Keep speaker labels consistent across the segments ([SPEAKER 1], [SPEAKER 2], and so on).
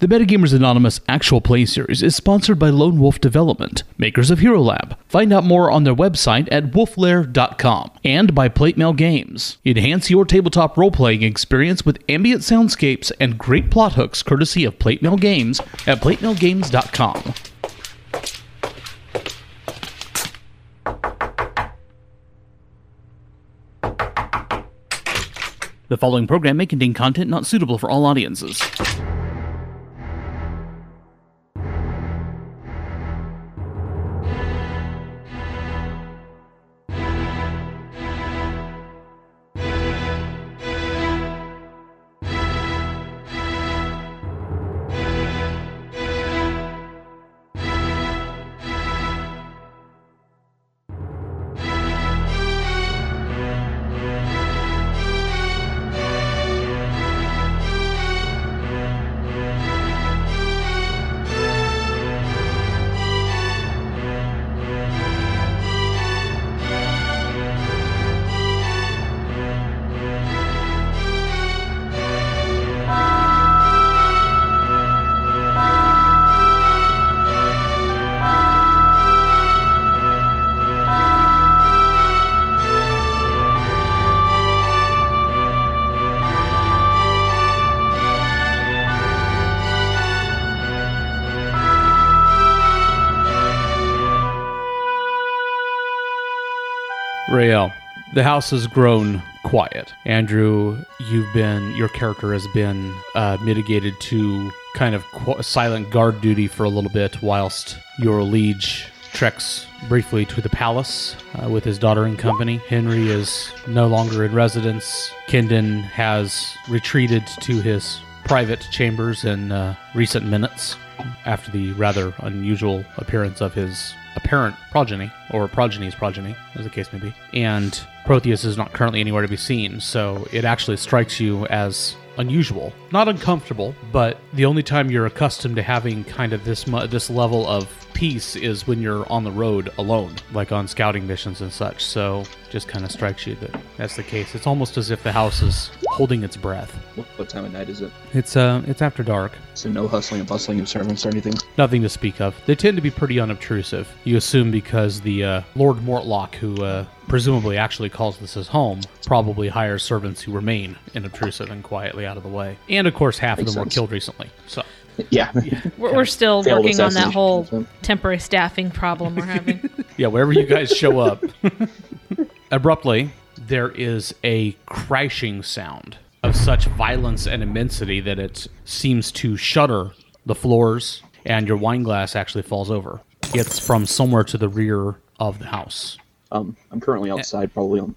[SPEAKER 1] The Metagamers Anonymous actual play series is sponsored by Lone Wolf Development, makers of Hero Lab. Find out more on their website at wolflair.com and by Plate Mail Games. Enhance your tabletop role playing experience with ambient soundscapes and great plot hooks courtesy of Plate Mail Games at platemailgames.com. The following program may contain content not suitable for all audiences. Rael, the house has grown quiet. Andrew, you've been your character has been uh, mitigated to kind of qu- silent guard duty for a little bit, whilst your liege treks briefly to the palace uh, with his daughter and company. Henry is no longer in residence. Kindon has retreated to his private chambers in uh, recent minutes after the rather unusual appearance of his apparent progeny, or progeny's progeny, as the case may be. And Protheus is not currently anywhere to be seen, so it actually strikes you as unusual, not uncomfortable, but the only time you're accustomed to having kind of this mu- this level of peace is when you're on the road alone, like on scouting missions and such. So just kind of strikes you that that's the case. It's almost as if the house is holding its breath.
[SPEAKER 2] What, what time of night is it?
[SPEAKER 1] It's uh, it's after dark.
[SPEAKER 2] So no hustling and bustling of servants or anything.
[SPEAKER 1] Nothing to speak of. They tend to be pretty unobtrusive. You assume because the uh, Lord Mortlock, who uh, presumably actually calls this his home, probably hires servants who remain inobtrusive and quietly out of the way. And of course, half of
[SPEAKER 2] Makes
[SPEAKER 1] them were
[SPEAKER 2] sense.
[SPEAKER 1] killed recently. So
[SPEAKER 2] Yeah.
[SPEAKER 3] We're, we're still
[SPEAKER 2] Failed
[SPEAKER 3] working on that
[SPEAKER 2] assassination
[SPEAKER 3] whole
[SPEAKER 2] attempt.
[SPEAKER 3] temporary staffing problem we're having.
[SPEAKER 1] yeah, wherever you guys show up, abruptly there is a crashing sound of such violence and immensity that it seems to shudder the floors, and your wine glass actually falls over. It's from somewhere to the rear of the house.
[SPEAKER 2] Um, I'm currently outside, probably on,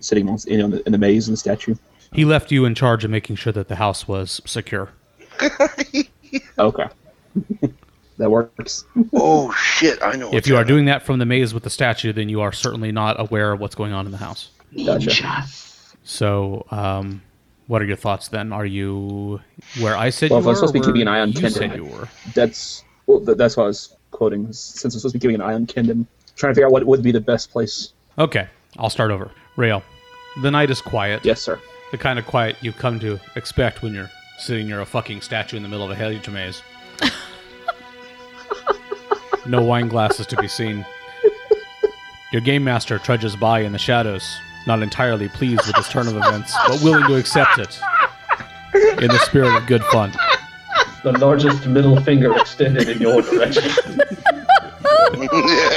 [SPEAKER 2] sitting on, in, on the, in the maze and the statue.
[SPEAKER 1] He left you in charge of making sure that the house was secure.
[SPEAKER 2] Okay. that works.
[SPEAKER 4] Oh shit! I know.
[SPEAKER 1] if you are doing that from the maze with the statue, then you are certainly not aware of what's going on in the house.
[SPEAKER 2] Gotcha.
[SPEAKER 1] So, um, what are your thoughts then? Are you where I said you
[SPEAKER 2] Well, if
[SPEAKER 1] were?
[SPEAKER 2] I'm supposed to
[SPEAKER 1] or
[SPEAKER 2] be keeping an
[SPEAKER 1] where
[SPEAKER 2] eye on
[SPEAKER 1] you
[SPEAKER 2] Kendra.
[SPEAKER 1] said you were.
[SPEAKER 2] That's well, th- that's what I was quoting. Since I'm supposed to be keeping an eye on Kendon, trying to figure out what would be the best place.
[SPEAKER 1] Okay, I'll start over. Rail, the night is quiet.
[SPEAKER 2] Yes, sir.
[SPEAKER 1] The kind of quiet you come to expect when you're sitting near a fucking statue in the middle of a hedge maze. no wine glasses to be seen. Your game master trudges by in the shadows, not entirely pleased with this turn of events, but willing to accept it in the spirit of good fun.
[SPEAKER 5] the largest middle finger extended in your direction.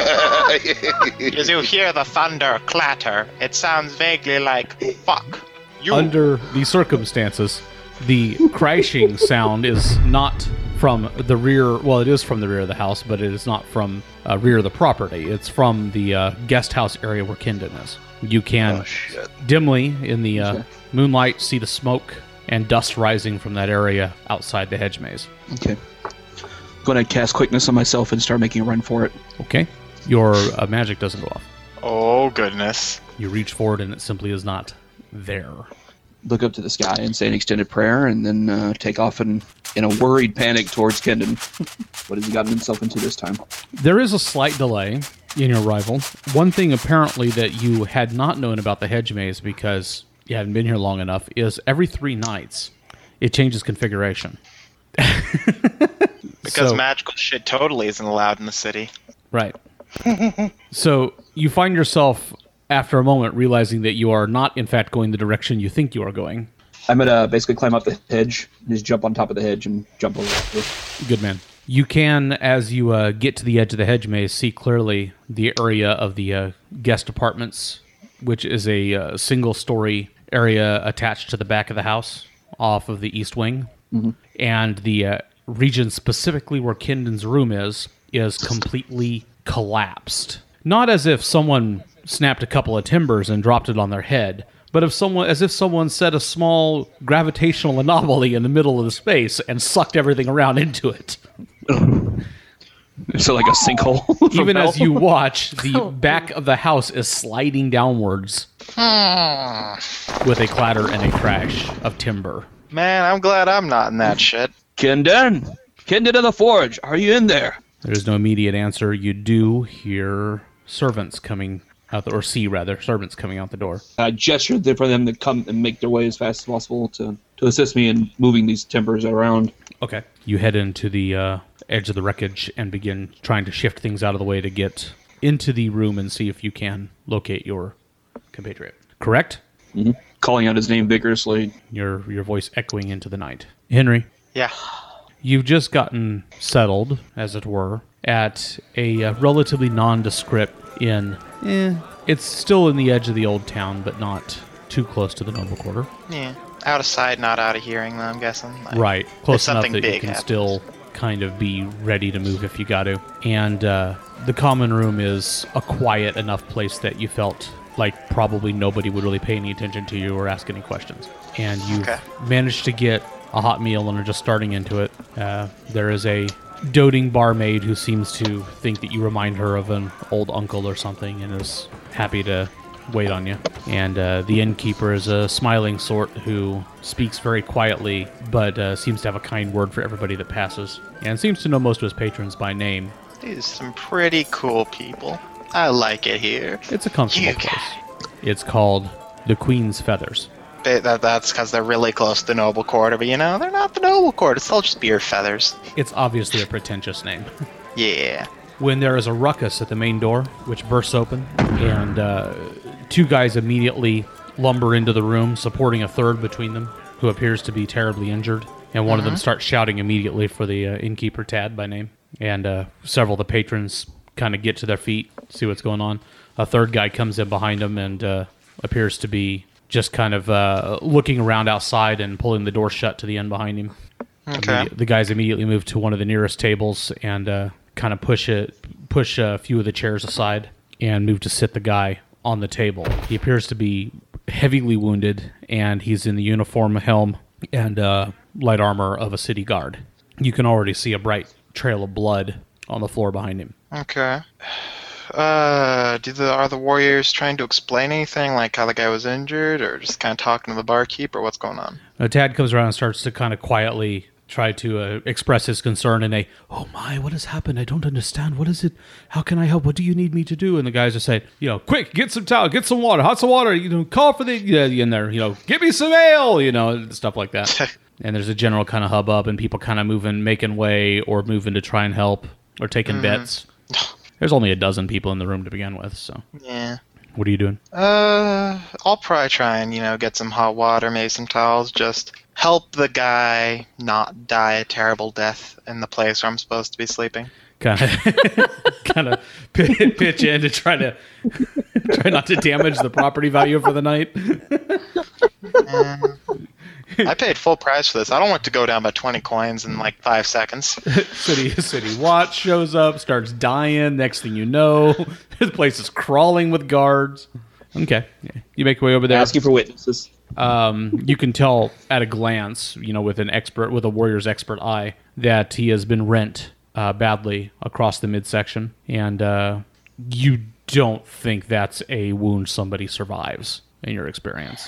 [SPEAKER 6] As you hear the thunder clatter, it sounds vaguely like fuck. You
[SPEAKER 1] Under the circumstances, the crashing sound is not from the rear. Well, it is from the rear of the house, but it is not from uh, rear of the property. It's from the uh, guest house area where Kindon is. You can
[SPEAKER 4] Oh, shit.
[SPEAKER 1] dimly in the uh, moonlight see the smoke and dust rising from that area outside the hedge maze.
[SPEAKER 2] Okay. I'm gonna cast quickness on myself and start making a run for it.
[SPEAKER 1] Okay, your uh, magic doesn't go off.
[SPEAKER 6] Oh goodness.
[SPEAKER 1] You reach forward, and it simply is not there.
[SPEAKER 2] Look up to the sky and say an extended prayer, and then uh, take off in in a worried panic towards Kendon. what has he gotten himself into this time?
[SPEAKER 1] There is a slight delay in your arrival. One thing apparently that you had not known about the hedge maze because you hadn't been here long enough is every three nights it changes configuration.
[SPEAKER 6] Because
[SPEAKER 1] So-
[SPEAKER 6] magical shit totally isn't allowed in the city.
[SPEAKER 1] Right. so you find yourself after a moment realizing that you are not in fact going the direction you think you are going.
[SPEAKER 2] I'm gonna basically climb up the hedge, and just jump on top of the hedge and jump over.
[SPEAKER 1] Good man. You can, as you uh, get to the edge of the hedge maze, see clearly the area of the uh, guest apartments, which is a uh, single story area attached to the back of the house off of the east wing. And the uh, region specifically where Kindon's room is, is completely collapsed. Not as if someone snapped a couple of timbers and dropped it on their head, but if someone, as if someone set a small gravitational anomaly in the middle of the space and sucked everything around into it.
[SPEAKER 2] So like a sinkhole. from
[SPEAKER 1] Even
[SPEAKER 2] hell.
[SPEAKER 1] as you watch, the back of the house is sliding downwards
[SPEAKER 6] Mm.
[SPEAKER 1] with a clatter and a crash of timber.
[SPEAKER 6] Man, I'm glad I'm not in that shit.
[SPEAKER 2] Kindon, Kindon of the Forge, are you in there?
[SPEAKER 1] There's no immediate answer. You do hear servants coming out, the, or see rather servants coming out the door.
[SPEAKER 2] I gestured there for them to come and make their way as fast as possible to to assist me in moving these timbers around.
[SPEAKER 1] Okay. You head into the uh, edge of the wreckage and begin trying to shift things out of the way to get into the room and see if you can locate your compatriot. Correct?
[SPEAKER 2] Calling out his name vigorously.
[SPEAKER 1] Your your voice echoing into the night. Henry,
[SPEAKER 6] Yeah.
[SPEAKER 1] you've just gotten settled, as it were, at a uh, relatively nondescript inn. Eh, it's still in the edge of the old town, but not too close to the noble quarter.
[SPEAKER 6] Yeah. Out of sight, not out of hearing, though, I'm guessing. Like,
[SPEAKER 1] Right, close enough
[SPEAKER 6] something
[SPEAKER 1] that you
[SPEAKER 6] big
[SPEAKER 1] can
[SPEAKER 6] happens.
[SPEAKER 1] still kind of be ready to move if you got to. And uh, the common room is a quiet enough place that you felt like probably nobody would really pay any attention to you or ask any questions. And you
[SPEAKER 6] Okay.
[SPEAKER 1] managed to get a hot meal and are just starting into it. Uh, there is a doting barmaid who seems to think that you remind her of an old uncle or something and is happy to wait on you. And uh, the innkeeper is a smiling sort who speaks very quietly but uh, seems to have a kind word for everybody that passes and seems to know most of his patrons by name.
[SPEAKER 6] These are some pretty cool people. I like it here.
[SPEAKER 1] It's a comfortable
[SPEAKER 6] You
[SPEAKER 1] place. It's called the Queen's Feathers.
[SPEAKER 6] They, that, that's because they're really close to the noble quarter, but you know, they're not the noble quarter. It's all just beer feathers.
[SPEAKER 1] It's obviously a pretentious name.
[SPEAKER 6] Yeah.
[SPEAKER 1] when there is a ruckus at the main door, which bursts open, and uh, two guys immediately lumber into the room, supporting a third between them, who appears to be terribly injured. And one of them starts shouting immediately for the uh, innkeeper, Tad by name. And uh, several of the patrons kind of get to their feet, see what's going on. A third guy comes in behind them and uh, appears to be just kind of uh, looking around outside and pulling the door shut to the end behind him.
[SPEAKER 6] Okay.
[SPEAKER 1] Immedi- the guys immediately move to one of the nearest tables and uh, kind of push it, push a few of the chairs aside and move to sit the guy on the table. He appears to be heavily wounded, and he's in the uniform, helm, and uh, light armor of a city guard. You can already see a bright trail of blood on the floor behind him.
[SPEAKER 6] Okay. Uh, do the are the warriors trying to explain anything, like how the guy was injured, or just kind of talking to the barkeep, or what's going on?
[SPEAKER 1] Now, Uh, Tad comes around and starts to kind of quietly try to uh, express his concern in a, oh my, what has happened? I don't understand. What is it? How can I help? What do you need me to do? And the guys are saying, you know, quick, get some towel, get some water, hot some water, you know, call for the, yeah, in there, you know, give me some ale, you know, and stuff like that. and there's a general kind of hubbub and people kind of moving, making way or moving to try and help or taking bets. There's only a dozen people in the room to begin with. So
[SPEAKER 6] Yeah.
[SPEAKER 1] what are you doing?
[SPEAKER 6] Uh, I'll probably try and you know get some hot water, maybe some towels, just help the guy not die a terrible death in the place where I'm supposed to be sleeping.
[SPEAKER 1] kind of kind of pitch, pitch in to try to try not to damage the property value for the night.
[SPEAKER 6] I paid full price for this. I don't want to go down by 20 coins in like five seconds.
[SPEAKER 1] City City Watch shows up, starts dying. Next thing you know, this place is crawling with guards. Okay, you make your way over there.
[SPEAKER 2] Asking for witnesses.
[SPEAKER 1] Um, you can tell at a glance, you know, with an expert, with a warrior's expert eye, that he has been rent uh, badly across the midsection, and uh, you don't think that's a wound somebody survives in your experience.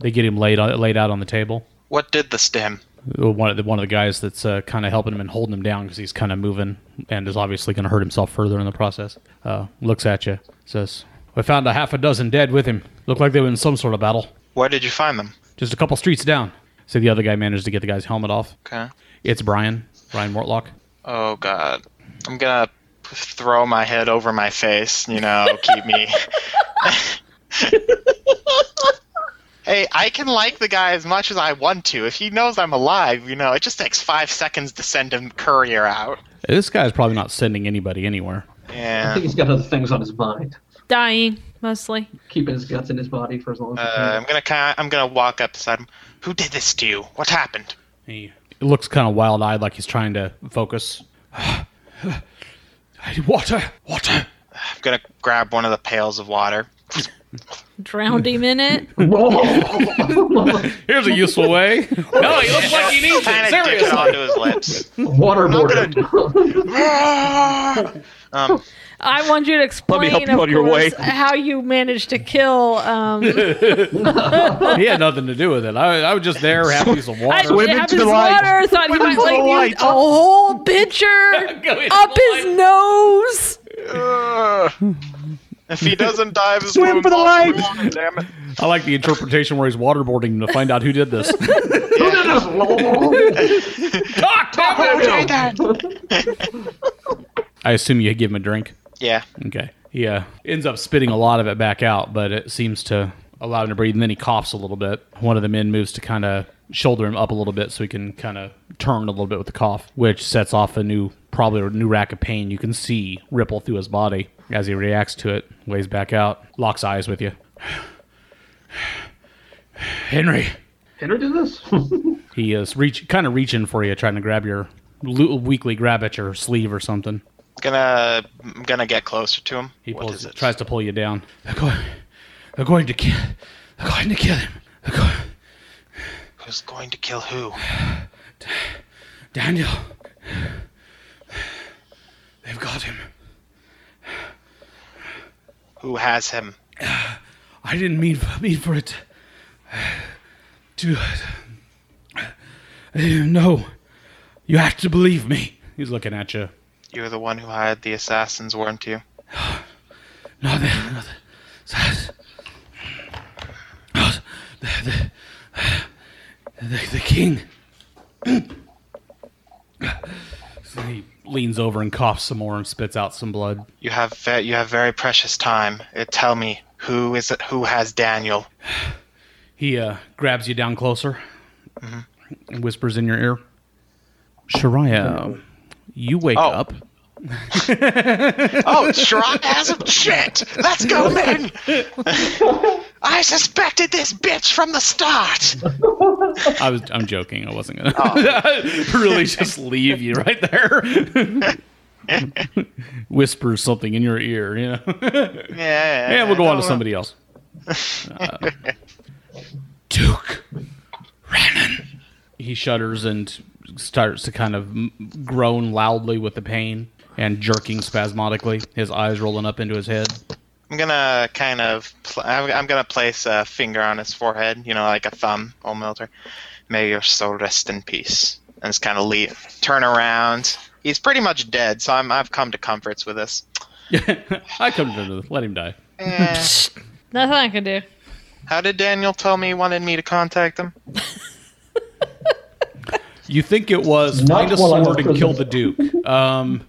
[SPEAKER 1] They get him laid laid out on the table. Uh,
[SPEAKER 6] What did the stim?
[SPEAKER 1] One of the one of the guys that's uh, kind of helping him and holding him down because he's kind of moving and is obviously going to hurt himself further in the process. Uh, looks at you, says, "We found a half a dozen dead with him. Looked like they were in some sort of battle."
[SPEAKER 6] Where did you find them?
[SPEAKER 1] just a couple streets down. So the other guy managed to get the guy's helmet off.
[SPEAKER 6] Okay.
[SPEAKER 1] It's Brian, Brian Mortlock.
[SPEAKER 6] Oh god. I'm gonna p- throw my head over my face, you know, keep me. hey, I can like the guy as much as I want to. If he knows I'm alive, you know, it just takes five seconds to send a courier out.
[SPEAKER 1] This guy's probably not sending anybody anywhere.
[SPEAKER 5] I
[SPEAKER 6] Yeah.
[SPEAKER 5] think he's got other things on his mind.
[SPEAKER 3] Dying mostly.
[SPEAKER 5] Keeping his guts in his body for as long as he
[SPEAKER 6] Uh,
[SPEAKER 5] can.
[SPEAKER 6] I'm gonna kind I'm gonna walk up beside him. Who did this to you? What happened?
[SPEAKER 1] He looks kind of wild eyed, like he's trying to focus. I need water, water.
[SPEAKER 6] I'm gonna grab one of the pails of water.
[SPEAKER 3] Drowned him in it.
[SPEAKER 1] Here's a useful way. no, he looks like he needs it.
[SPEAKER 6] Kind of dip it
[SPEAKER 1] Seriously.
[SPEAKER 6] onto his lips.
[SPEAKER 5] Waterboarded.
[SPEAKER 6] Um,
[SPEAKER 3] I want you to explain
[SPEAKER 2] help you
[SPEAKER 3] of
[SPEAKER 2] on your way.
[SPEAKER 3] course, how you managed to kill. Um,
[SPEAKER 1] He had nothing to do with it. I, I was just there, having some
[SPEAKER 3] I
[SPEAKER 1] water.
[SPEAKER 2] Swim
[SPEAKER 3] did have
[SPEAKER 2] into
[SPEAKER 3] his
[SPEAKER 2] the light.
[SPEAKER 3] water. Thought he might
[SPEAKER 2] into
[SPEAKER 3] like
[SPEAKER 2] the
[SPEAKER 3] need
[SPEAKER 2] light.
[SPEAKER 3] a whole pitcher
[SPEAKER 1] Go into
[SPEAKER 3] up
[SPEAKER 1] the
[SPEAKER 3] his nose.
[SPEAKER 6] uh, if he doesn't dive, his
[SPEAKER 2] Swim
[SPEAKER 6] wound
[SPEAKER 2] for the
[SPEAKER 6] will
[SPEAKER 2] light.
[SPEAKER 6] drown, Damn it.
[SPEAKER 1] I like the interpretation where he's waterboarding him to find out who did this. Talk, damn it! I assume you give him a drink.
[SPEAKER 6] Yeah.
[SPEAKER 1] Okay. He uh, ends up spitting a lot of it back out, but it seems to allow him to breathe. And then he coughs a little bit. One of the men moves to kind of shoulder him up a little bit so he can kind of turn a little bit with the cough, which sets off a new, probably a new rack of pain you can see ripple through his body as he reacts to it, lays back out, locks eyes with you. Henry.
[SPEAKER 5] Henry did this?
[SPEAKER 1] He is reach, kind of reaching for you, trying to grab your, little weakly grab at your sleeve or something.
[SPEAKER 6] Gonna I'm gonna get closer to him.
[SPEAKER 1] He
[SPEAKER 6] What
[SPEAKER 1] pulls,
[SPEAKER 6] is it?
[SPEAKER 1] tries to pull you down. They're going, they're going to kill. They're going to kill him. They're going,
[SPEAKER 6] Who's going to kill who?
[SPEAKER 1] Daniel. They've got him.
[SPEAKER 6] Who has him?
[SPEAKER 1] I didn't mean for, mean for it to. Uh, No, you have to believe me. He's looking at you.
[SPEAKER 6] You're the one who hired the assassins, weren't you?
[SPEAKER 1] No, the, no, the, no, the, the, the, the king. So he leans over and coughs some more and spits out some blood.
[SPEAKER 6] You have ve- you have very precious time. Uh, tell me who is it? Who has Daniel?
[SPEAKER 1] He uh, grabs you down closer and whispers in your ear, Shariah, you wake
[SPEAKER 6] Oh.
[SPEAKER 1] up.
[SPEAKER 6] Oh, Shrot has him. Shit! Let's go, men. I suspected this bitch from the start.
[SPEAKER 1] I was, I'm joking. I wasn't gonna really just leave you right there. Whispers something in your ear, you know.
[SPEAKER 6] Yeah.
[SPEAKER 1] And we'll go on to somebody else. Duke Rannon. He shudders and starts to kind of m- groan loudly with the pain and jerking spasmodically, his eyes rolling up into his head.
[SPEAKER 6] I'm gonna kind of. Pl- I'm, I'm gonna place a finger on his forehead. You know, like a thumb, old military. May your soul rest in peace. And just kind of leave. Turn around. He's pretty much dead, so I'm, I've come to comforts with this.
[SPEAKER 1] I come to let him die.
[SPEAKER 6] Eh.
[SPEAKER 3] Nothing I can do.
[SPEAKER 6] How did Daniel tell me he wanted me to contact him?
[SPEAKER 1] You think it was
[SPEAKER 5] Not
[SPEAKER 1] find a
[SPEAKER 5] while I'm
[SPEAKER 1] sword and
[SPEAKER 5] in
[SPEAKER 1] kill the duke. Um,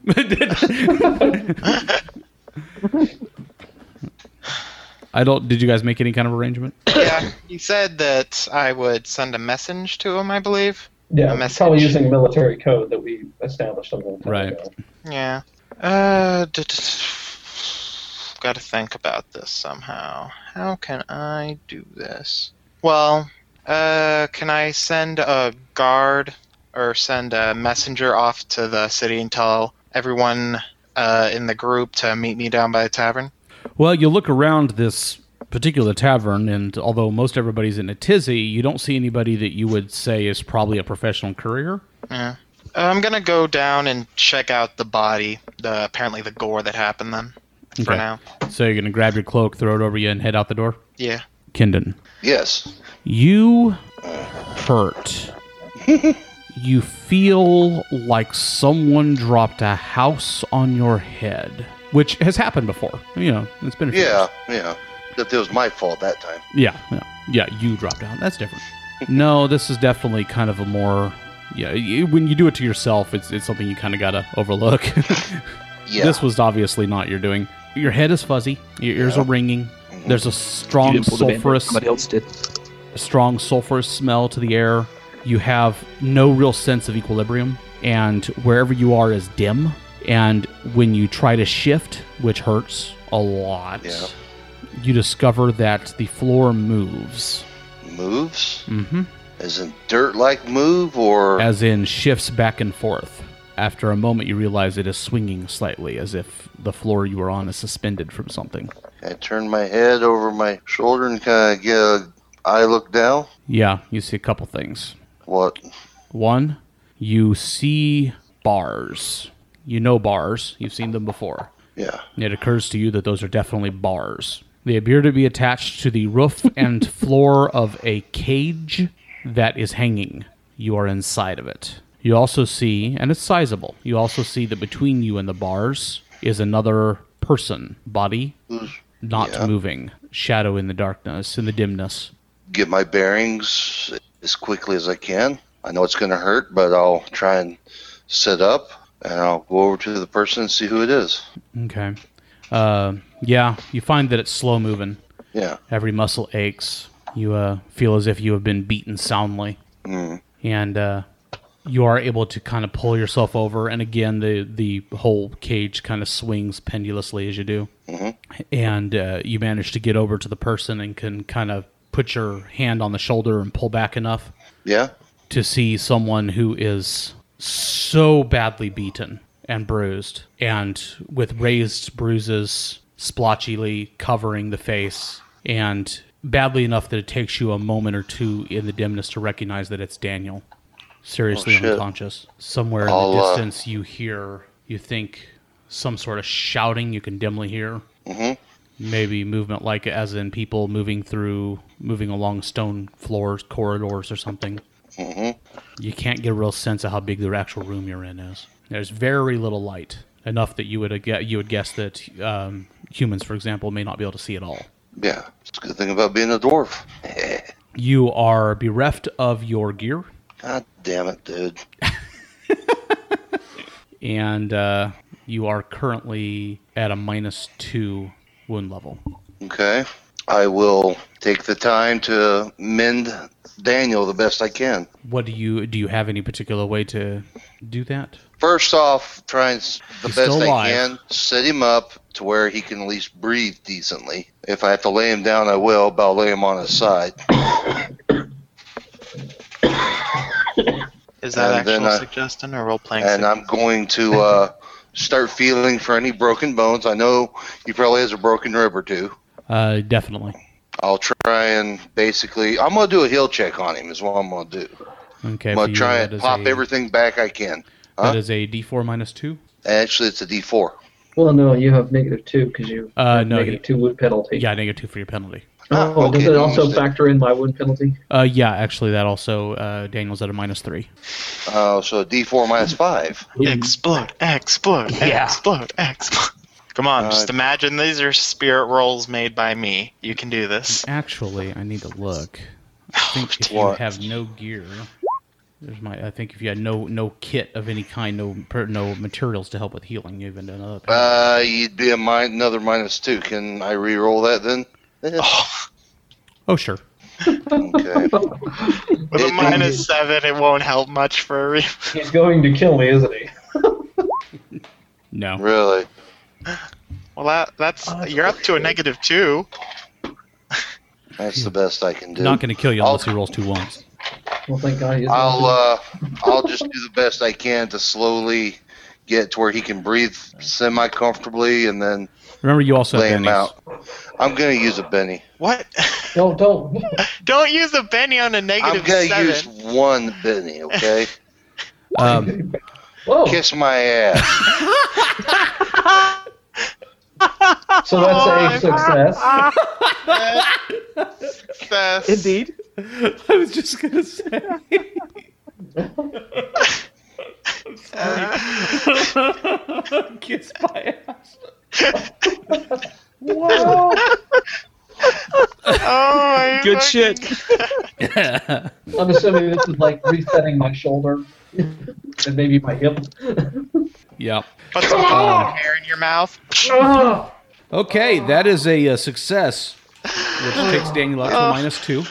[SPEAKER 1] I don't. Did you guys make any kind of arrangement?
[SPEAKER 6] yeah, he said that I would send a message to him, I believe.
[SPEAKER 5] yeah,
[SPEAKER 6] A
[SPEAKER 5] it's
[SPEAKER 6] message.
[SPEAKER 5] probably using military code that we established a little time
[SPEAKER 1] Right.
[SPEAKER 5] ago.
[SPEAKER 6] Yeah. Uh, d- d- got to think about this somehow. How can I do this? Well, uh, can I send a guard or send a messenger off to the city and tell everyone uh, in the group to meet me down by the tavern?
[SPEAKER 1] Well, you look around this particular tavern, and although most everybody's in a tizzy, you don't see anybody that you would say is probably a professional courier.
[SPEAKER 6] Uh, I'm gonna go down and check out the body, the apparently the gore that happened then. For
[SPEAKER 1] Okay.
[SPEAKER 6] now,
[SPEAKER 1] So you're gonna grab your cloak, throw it over you, and head out the door.
[SPEAKER 6] yeah.
[SPEAKER 1] Kindon,
[SPEAKER 4] Yes.
[SPEAKER 1] you hurt. you feel like someone dropped a house on your head, which has happened before. You know, it's been a few
[SPEAKER 4] Yeah, yeah. That it was my fault that time.
[SPEAKER 1] Yeah, yeah, yeah. You drop down. That's different. no, this is definitely kind of a more yeah, you, when you do it to yourself, it's it's something you kind of gotta overlook.
[SPEAKER 4] Yeah.
[SPEAKER 1] This was obviously not your doing. Your head is fuzzy. Your ears are ringing. There's a strong
[SPEAKER 2] you didn't pull the bandit,
[SPEAKER 1] sulfurous
[SPEAKER 2] Somebody else did.
[SPEAKER 1] strong sulfurous smell to the air. You have no real sense of equilibrium, and wherever you are is dim. And when you try to shift, which hurts a lot,
[SPEAKER 4] Yeah.
[SPEAKER 1] you discover that the floor moves,
[SPEAKER 4] Moves?
[SPEAKER 1] mm-hmm.
[SPEAKER 4] As in dirt like move or.
[SPEAKER 1] as in shifts back and forth. After a moment, you realize it is swinging slightly, as if the floor you are on is suspended from something.
[SPEAKER 4] I turn my head over my shoulder and kind of get a eye look down.
[SPEAKER 1] Yeah, you see a couple things.
[SPEAKER 4] What?
[SPEAKER 1] One, you see bars. You know bars. You've seen them before.
[SPEAKER 4] Yeah.
[SPEAKER 1] It occurs to you that those are definitely bars. They appear to be attached to the roof and floor of a cage that is hanging. You are inside of it. You also see, and it's sizable, you also see that between you and the bars is another person, body, not
[SPEAKER 4] Yeah.
[SPEAKER 1] moving, shadow in the darkness, in the dimness.
[SPEAKER 4] Get my bearings as quickly as I can. I know it's going to hurt, but I'll try and sit up and I'll go over to the person and see who it is.
[SPEAKER 1] Okay. Uh, yeah, you find that it's slow moving.
[SPEAKER 4] Yeah.
[SPEAKER 1] Every muscle aches. You uh, feel as if you have been beaten soundly, and uh, you are able to kind of pull yourself over. And again, the the whole cage kind of swings pendulously as you do, and uh, you manage to get over to the person and can kind of put your hand on the shoulder and pull back enough
[SPEAKER 4] Yeah.
[SPEAKER 1] to see someone who is so badly beaten and bruised and with raised bruises splotchily covering the face and badly enough that it takes you a moment or two in the dimness to recognize that it's Daniel seriously
[SPEAKER 4] shit.
[SPEAKER 1] unconscious somewhere in
[SPEAKER 4] I'll,
[SPEAKER 1] the
[SPEAKER 4] uh,
[SPEAKER 1] distance you hear you think some sort of shouting you can dimly hear
[SPEAKER 4] Mm-hmm.
[SPEAKER 1] maybe movement like as in people moving through moving along stone floors corridors or something
[SPEAKER 4] Mm-hmm.
[SPEAKER 1] you can't get a real sense of how big the actual room you're in is there's very little light enough that you would uh, gue- you would guess that um, humans for example may not be able to see at all
[SPEAKER 4] Yeah. It's a good thing about being a dwarf.
[SPEAKER 1] you are bereft of your gear
[SPEAKER 4] God damn it, dude.
[SPEAKER 1] and uh, you are currently at a minus two wound level
[SPEAKER 4] Okay. I will take the time to mend Daniel the best I can.
[SPEAKER 1] what do you do you have any particular way to do that
[SPEAKER 4] First off, try and s- the
[SPEAKER 1] He's
[SPEAKER 4] best
[SPEAKER 1] still
[SPEAKER 4] I
[SPEAKER 1] alive.
[SPEAKER 4] can set him up to where he can at least breathe decently. If I have to lay him down, I will, but I'll lay him on his side.
[SPEAKER 6] Is that
[SPEAKER 4] And then
[SPEAKER 6] actual
[SPEAKER 4] I-
[SPEAKER 6] suggestion or role playing?
[SPEAKER 4] And uh, I'm going to uh, start feeling for any broken bones. I know he probably has a broken rib or two.
[SPEAKER 1] uh, definitely
[SPEAKER 4] I'll try and basically, I'm going to do a heel check on him, is what I'm going to do.
[SPEAKER 1] okay
[SPEAKER 4] I'm
[SPEAKER 1] for
[SPEAKER 4] going
[SPEAKER 1] you,
[SPEAKER 4] to try
[SPEAKER 1] that
[SPEAKER 4] and
[SPEAKER 1] is
[SPEAKER 4] pop
[SPEAKER 1] a-
[SPEAKER 4] everything back I can.
[SPEAKER 1] That
[SPEAKER 4] Huh?
[SPEAKER 1] is a D4 minus two.
[SPEAKER 4] Actually, it's a D4.
[SPEAKER 5] Well, no, you have negative two because you
[SPEAKER 1] Uh,
[SPEAKER 5] have
[SPEAKER 1] no,
[SPEAKER 5] negative two wound penalty.
[SPEAKER 1] Yeah, negative two for your penalty.
[SPEAKER 4] Ah,
[SPEAKER 5] Oh, does
[SPEAKER 4] okay,
[SPEAKER 5] it
[SPEAKER 4] no
[SPEAKER 5] also
[SPEAKER 4] mistake.
[SPEAKER 5] factor in my wound penalty?
[SPEAKER 1] Uh, yeah, actually, that also uh, Daniel's at a minus three.
[SPEAKER 4] Uh, so a D4 minus 5.
[SPEAKER 6] Explode, explode, explode, explode. Come on,
[SPEAKER 4] Uh,
[SPEAKER 6] just imagine these are spirit rolls made by me. You can do this.
[SPEAKER 1] Actually, I need to look. I think if you
[SPEAKER 4] What?
[SPEAKER 1] have no gear, there's my. I think if you had no no kit of any kind, no per- no materials to help with healing, you've been to another.
[SPEAKER 4] Uh, you'd be a min- another minus two. Can I re-roll that then?
[SPEAKER 1] oh sure.
[SPEAKER 4] Okay.
[SPEAKER 6] With a
[SPEAKER 4] it-
[SPEAKER 6] minus seven, it won't help much for a re-
[SPEAKER 5] He's going to kill me, isn't he?
[SPEAKER 1] No.
[SPEAKER 4] Really?
[SPEAKER 6] Well, that, that's you're up to a negative two.
[SPEAKER 4] That's the best I can do.
[SPEAKER 1] Not going to kill you unless
[SPEAKER 4] I'll-
[SPEAKER 1] he rolls two ones.
[SPEAKER 5] Well, thank God he's
[SPEAKER 4] I'll uh, I'll just do the best I can to slowly get to where he can breathe semi comfortably, and then
[SPEAKER 1] Remember, you also
[SPEAKER 4] lay
[SPEAKER 1] have
[SPEAKER 4] him
[SPEAKER 1] Benny's.
[SPEAKER 4] out. I'm gonna use a Benny.
[SPEAKER 6] What?
[SPEAKER 5] Don't, don't.
[SPEAKER 6] Don't use a Benny on a
[SPEAKER 4] I'm
[SPEAKER 6] negative
[SPEAKER 4] gonna
[SPEAKER 6] seven.
[SPEAKER 4] use one Benny. Okay.
[SPEAKER 1] Um,
[SPEAKER 5] Whoa.
[SPEAKER 4] Kiss my ass.
[SPEAKER 5] So that's a success.
[SPEAKER 6] Success.
[SPEAKER 1] I was just going to say.
[SPEAKER 4] Oh,
[SPEAKER 6] Uh,
[SPEAKER 1] Kiss my ass.
[SPEAKER 6] oh my
[SPEAKER 7] Good
[SPEAKER 6] fucking-
[SPEAKER 7] shit.
[SPEAKER 5] I'm assuming this is like resetting my shoulder. and maybe my hip.
[SPEAKER 1] Yeah.
[SPEAKER 6] Put some
[SPEAKER 1] Ah.
[SPEAKER 6] air in your mouth.
[SPEAKER 5] Ah!
[SPEAKER 1] Okay, that is a, uh success, which takes Daniel up to minus two,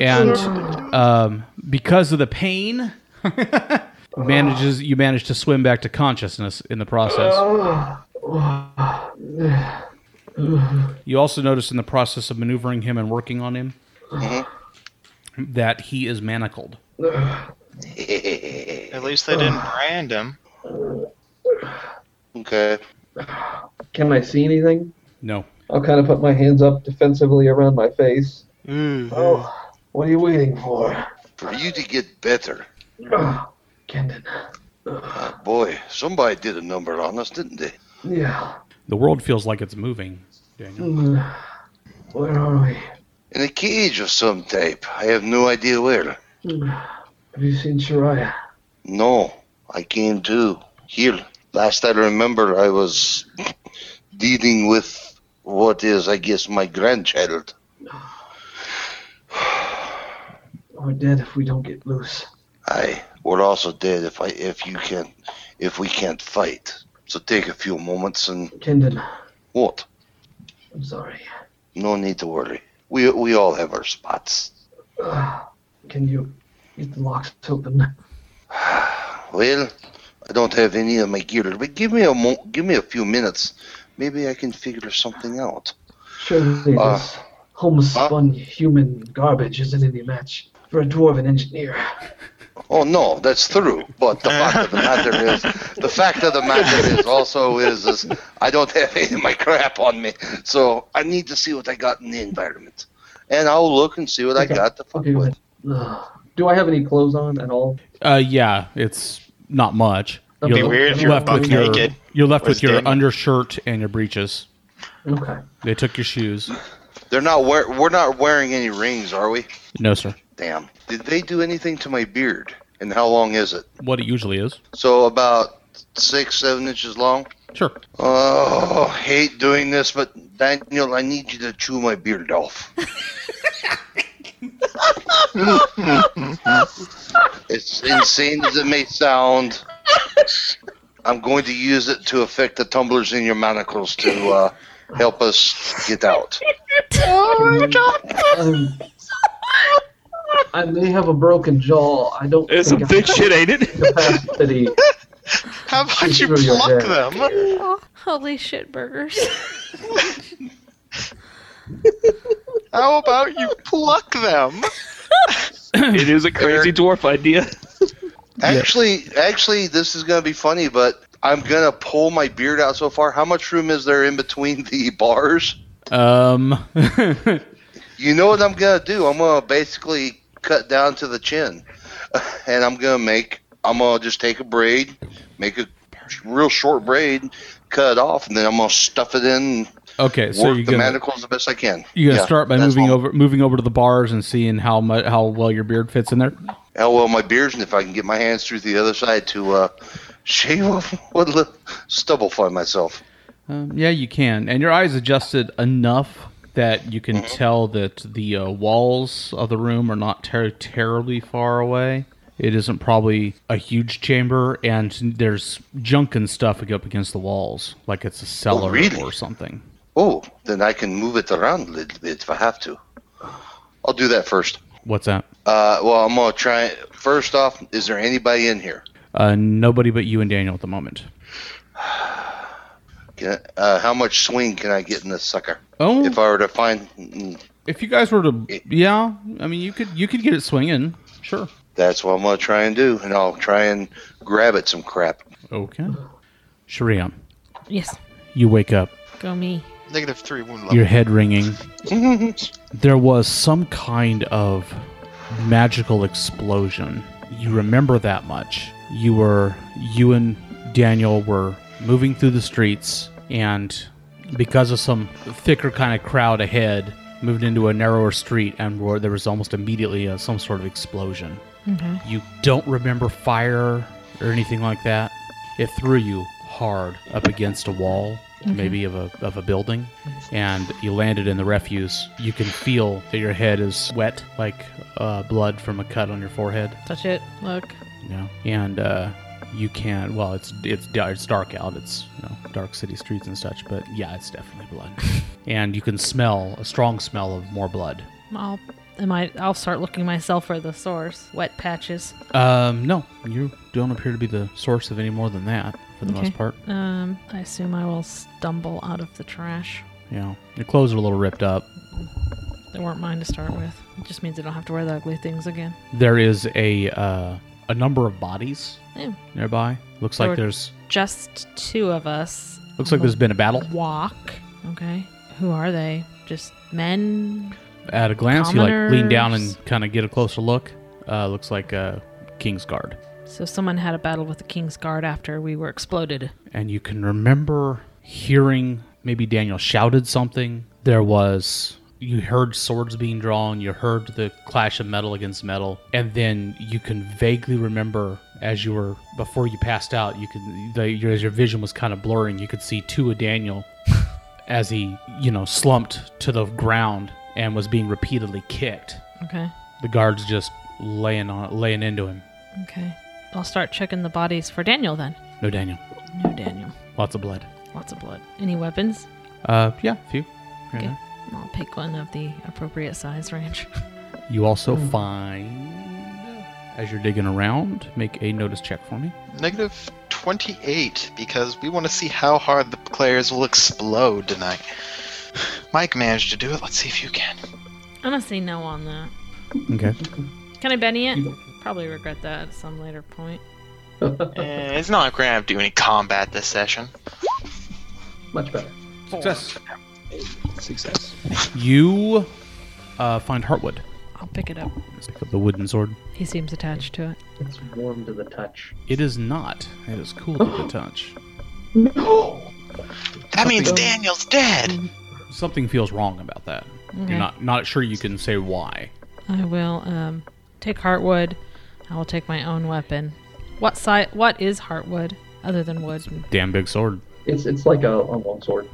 [SPEAKER 1] and um, because of the pain, manages you manage to swim back to consciousness in the process. You also notice in the process of maneuvering him and working on him Uh-huh. that he is manacled.
[SPEAKER 4] okay.
[SPEAKER 6] At least they didn't brand him.
[SPEAKER 5] Can I see anything?
[SPEAKER 1] No,
[SPEAKER 5] I'll kind of put my hands up defensively around my face. Oh, what are you waiting for?
[SPEAKER 4] For you to get better.
[SPEAKER 5] Ah, Kendon.
[SPEAKER 4] Ah, boy, somebody did a number on us, didn't they?
[SPEAKER 5] Yeah.
[SPEAKER 1] the world feels like it's moving. Daniel.
[SPEAKER 5] Mm. Where are we?
[SPEAKER 4] In a cage of some type. I have no idea where.
[SPEAKER 5] Mm. Have you seen Shariah?
[SPEAKER 4] No, I came to here. Last I remember, I was dealing with what is, I guess, my grandchild.
[SPEAKER 5] We're dead if we don't get loose.
[SPEAKER 4] I we're also dead if I if you can if we can't fight. So take a few moments and
[SPEAKER 5] Kendon,
[SPEAKER 4] what?
[SPEAKER 5] I'm sorry.
[SPEAKER 4] No need to worry. We we all have our spots.
[SPEAKER 5] Ah, Can you get the locks open?
[SPEAKER 4] Well, I don't have any of my gear, but give me a mo- give me a few minutes. Maybe I can figure something out.
[SPEAKER 5] Surely
[SPEAKER 4] Uh,
[SPEAKER 5] this homespun human garbage isn't any match for a dwarven engineer.
[SPEAKER 4] Oh no, that's true. But the fact of the matter is, the fact of the matter is also is, is I don't have any of my crap on me, so I need to see what I got in the environment, and I'll look and see what I got to fuck
[SPEAKER 5] Okay, go
[SPEAKER 4] with.
[SPEAKER 5] ahead. Ugh. Uh, Do I have any clothes on at all?
[SPEAKER 1] Uh, yeah, it's not much.
[SPEAKER 5] That'd be
[SPEAKER 6] weird if you were buck
[SPEAKER 1] your,
[SPEAKER 6] naked.
[SPEAKER 1] You're left with
[SPEAKER 6] Was
[SPEAKER 1] your
[SPEAKER 6] Daniel.
[SPEAKER 1] undershirt and your breeches.
[SPEAKER 5] Okay.
[SPEAKER 1] They took your shoes.
[SPEAKER 4] They're not wear- we're not wearing any rings, are we?
[SPEAKER 1] No, sir.
[SPEAKER 4] Damn. Did they do anything to my beard? And how long is it?
[SPEAKER 1] What it usually is.
[SPEAKER 4] So about six, seven inches long.
[SPEAKER 1] Sure.
[SPEAKER 4] Oh, hate doing this, but Daniel, I need you to chew my beard off. it's insane as it may sound. I'm going to use it to affect the tumblers in your manacles to uh, help us get out.
[SPEAKER 3] oh my god.
[SPEAKER 5] Um, I may have a broken jaw. I don't
[SPEAKER 7] It's some
[SPEAKER 5] think I
[SPEAKER 7] thick
[SPEAKER 5] have
[SPEAKER 7] shit, ain't it?
[SPEAKER 5] the capacity.
[SPEAKER 6] How about you
[SPEAKER 5] Through your
[SPEAKER 6] pluck
[SPEAKER 5] head.
[SPEAKER 6] them?
[SPEAKER 3] Holy shit burgers.
[SPEAKER 6] How about you pluck them?
[SPEAKER 7] It is a crazy dwarf idea.
[SPEAKER 4] Actually, actually, this is going to be funny, but I'm going to pull my beard out so far. How much room is there in between the bars?
[SPEAKER 1] Um,
[SPEAKER 4] You know what I'm gonna do? I'm gonna basically cut down to the chin, and I'm gonna make. I'm gonna just take a braid, make a real short braid, cut it off, and then I'm gonna stuff it in.
[SPEAKER 1] okay, so
[SPEAKER 4] work
[SPEAKER 1] you're
[SPEAKER 4] the
[SPEAKER 1] gonna
[SPEAKER 4] manacles the best I can.
[SPEAKER 1] you're gonna
[SPEAKER 4] Yeah,
[SPEAKER 1] start by
[SPEAKER 4] that's
[SPEAKER 1] moving
[SPEAKER 4] all.
[SPEAKER 1] over moving over to the bars and seeing how much how well your beard fits in there.
[SPEAKER 4] How well my beard's, and if I can get my hands through the other side to uh, shave off what little stubble for myself.
[SPEAKER 1] Um, yeah, you can, and your eyes adjusted enough that you
[SPEAKER 4] Mm-hmm.
[SPEAKER 1] can tell that the uh, walls of the room are not ter- terribly far away. It isn't probably a huge chamber, and there's junk and stuff up against the walls, like it's a cellar
[SPEAKER 4] really?
[SPEAKER 1] or something.
[SPEAKER 4] Oh, then I can move it around a little bit if I have to. I'll do that first.
[SPEAKER 1] What's that?
[SPEAKER 4] Uh, well, I'm gonna try. First off, is there anybody in here?
[SPEAKER 1] Uh, nobody but you and Daniel at the moment.
[SPEAKER 4] Can, uh, how much swing can I get in this sucker?
[SPEAKER 1] Oh,
[SPEAKER 4] If I were to find, mm,
[SPEAKER 1] If you guys were to, yeah, I mean, you could you could get it swinging, sure.
[SPEAKER 4] that's what I'm gonna try and do, and I'll try and grab at some crap.
[SPEAKER 1] Okay. Shariam,
[SPEAKER 3] Yes.
[SPEAKER 1] you wake up,
[SPEAKER 3] Go me.
[SPEAKER 6] Negative three wound level.
[SPEAKER 1] your head ringing. there was some kind of magical explosion. You remember that much. You were you and Daniel were moving through the streets, and because of some thicker kind of crowd ahead, moved into a narrower street, and were, there was almost immediately uh some sort of explosion. You don't remember fire or anything like that. It threw you hard up against a wall, maybe of a, of a building, and you landed in the refuse. You can feel that your head is wet, like uh, blood from a cut on your forehead.
[SPEAKER 3] Touch it. Look.
[SPEAKER 1] You know? And uh, you can. Well, it's it's da- it's dark out. It's you know, dark city streets and such. But yeah, it's definitely blood, and you can smell a strong smell of more blood.
[SPEAKER 3] I'll, am I, I'll start looking myself for the source. Wet patches.
[SPEAKER 1] Um, no, you don't appear to be the source of any more than that for the most
[SPEAKER 3] Okay.
[SPEAKER 1] part.
[SPEAKER 3] Um, I assume I will stumble out of the trash.
[SPEAKER 1] Yeah, your clothes are a little ripped up.
[SPEAKER 3] They weren't mine to start with. It just means I don't have to wear the ugly things again.
[SPEAKER 1] There is a uh, a number of bodies
[SPEAKER 3] Yeah.
[SPEAKER 1] nearby. Looks
[SPEAKER 3] Or-
[SPEAKER 1] like there's
[SPEAKER 3] Just two of us.
[SPEAKER 1] looks like there's been a battle.
[SPEAKER 3] Walk. Okay. Who are they? Just men?
[SPEAKER 1] At a glance, you like lean down and
[SPEAKER 3] Commoners.
[SPEAKER 1] kind of get a closer look. Uh, looks like uh, King's Guard.
[SPEAKER 3] So someone had a battle with the King's Guard after we were exploded.
[SPEAKER 1] and you can remember hearing maybe Daniel shouted something. There was you heard swords being drawn, you heard the clash of metal against metal, and then you can vaguely remember as you were before you passed out. You could the, your, as your vision was kind of blurring, you could see Tua Daniel as he you know slumped to the ground and was being repeatedly kicked.
[SPEAKER 3] Okay.
[SPEAKER 1] The guards just laying on laying into him.
[SPEAKER 3] Okay. I'll start checking the bodies for Daniel then.
[SPEAKER 1] No Daniel,
[SPEAKER 3] No Daniel.
[SPEAKER 1] lots of blood.
[SPEAKER 3] Lots of blood. Any weapons?
[SPEAKER 1] Uh, yeah, a few. Here and
[SPEAKER 3] Okay.
[SPEAKER 1] there.
[SPEAKER 3] I'll pick one of the appropriate size range.
[SPEAKER 1] You also
[SPEAKER 3] Hmm.
[SPEAKER 1] find, as you're digging around, make a notice check for me.
[SPEAKER 6] Negative 28, because we want to see how hard the players will explode tonight. Mike managed to do it. Let's see if you can.
[SPEAKER 3] I'm gonna say no on that.
[SPEAKER 1] Okay.
[SPEAKER 3] Can I Benny it? Probably regret that at some later point.
[SPEAKER 6] Eh, it's not like we're gonna have to do any combat this session.
[SPEAKER 5] Much better.
[SPEAKER 1] Success.
[SPEAKER 2] Success.
[SPEAKER 1] You uh, find Heartwood.
[SPEAKER 3] I'll pick it up.
[SPEAKER 1] Let's pick up the wooden sword.
[SPEAKER 3] He seems attached to it.
[SPEAKER 5] It's warm to the touch.
[SPEAKER 1] It is not. It is cool to the touch.
[SPEAKER 6] That means
[SPEAKER 5] Something-
[SPEAKER 6] Daniel's dead!
[SPEAKER 1] Something feels wrong about that.
[SPEAKER 3] Okay.
[SPEAKER 1] You're not not sure you can say why.
[SPEAKER 3] I will um, take Heartwood. I will take my own weapon. What si- What is Heartwood other than wood?
[SPEAKER 1] Damn big sword.
[SPEAKER 5] It's it's like a, a long sword.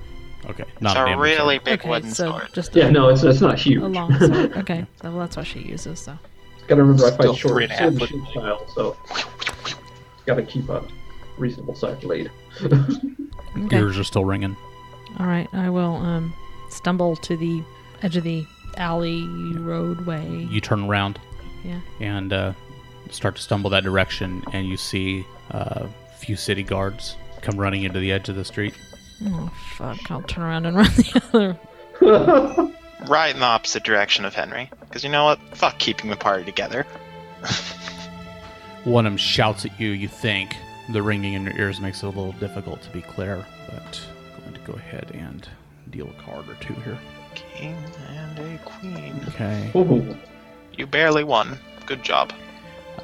[SPEAKER 1] Okay.
[SPEAKER 6] It's
[SPEAKER 1] Not a
[SPEAKER 6] a
[SPEAKER 1] damn
[SPEAKER 6] really big
[SPEAKER 3] Okay,
[SPEAKER 6] wooden
[SPEAKER 3] so
[SPEAKER 6] sword.
[SPEAKER 3] just
[SPEAKER 5] Yeah,
[SPEAKER 3] a,
[SPEAKER 5] no, it's, it's not huge.
[SPEAKER 3] a long sword. Okay, so that's what she uses. So
[SPEAKER 5] Gotta remember, I
[SPEAKER 6] Still
[SPEAKER 5] fight
[SPEAKER 6] three and
[SPEAKER 5] short
[SPEAKER 6] a
[SPEAKER 5] sword
[SPEAKER 6] half
[SPEAKER 5] and style, so gotta keep a reasonable size blade.
[SPEAKER 1] big sword.
[SPEAKER 3] okay.
[SPEAKER 1] Ears are still ringing.
[SPEAKER 3] All right, I will um, stumble to the edge of the alley roadway.
[SPEAKER 1] You turn around.
[SPEAKER 3] Yeah.
[SPEAKER 1] And uh, start to stumble that direction, and you see uh, a few city guards come running into the edge of the street.
[SPEAKER 3] Oh fuck! I'll turn around and run the other.
[SPEAKER 6] Right in the opposite direction of Henry. Because you know what? Fuck keeping the party together.
[SPEAKER 1] One of them shouts at you, you think. The ringing in your ears makes it a little difficult to be clear, but I'm going to go ahead and deal a card or two here.
[SPEAKER 6] King and a queen.
[SPEAKER 1] Okay.
[SPEAKER 5] Ooh.
[SPEAKER 6] You barely won. Good job.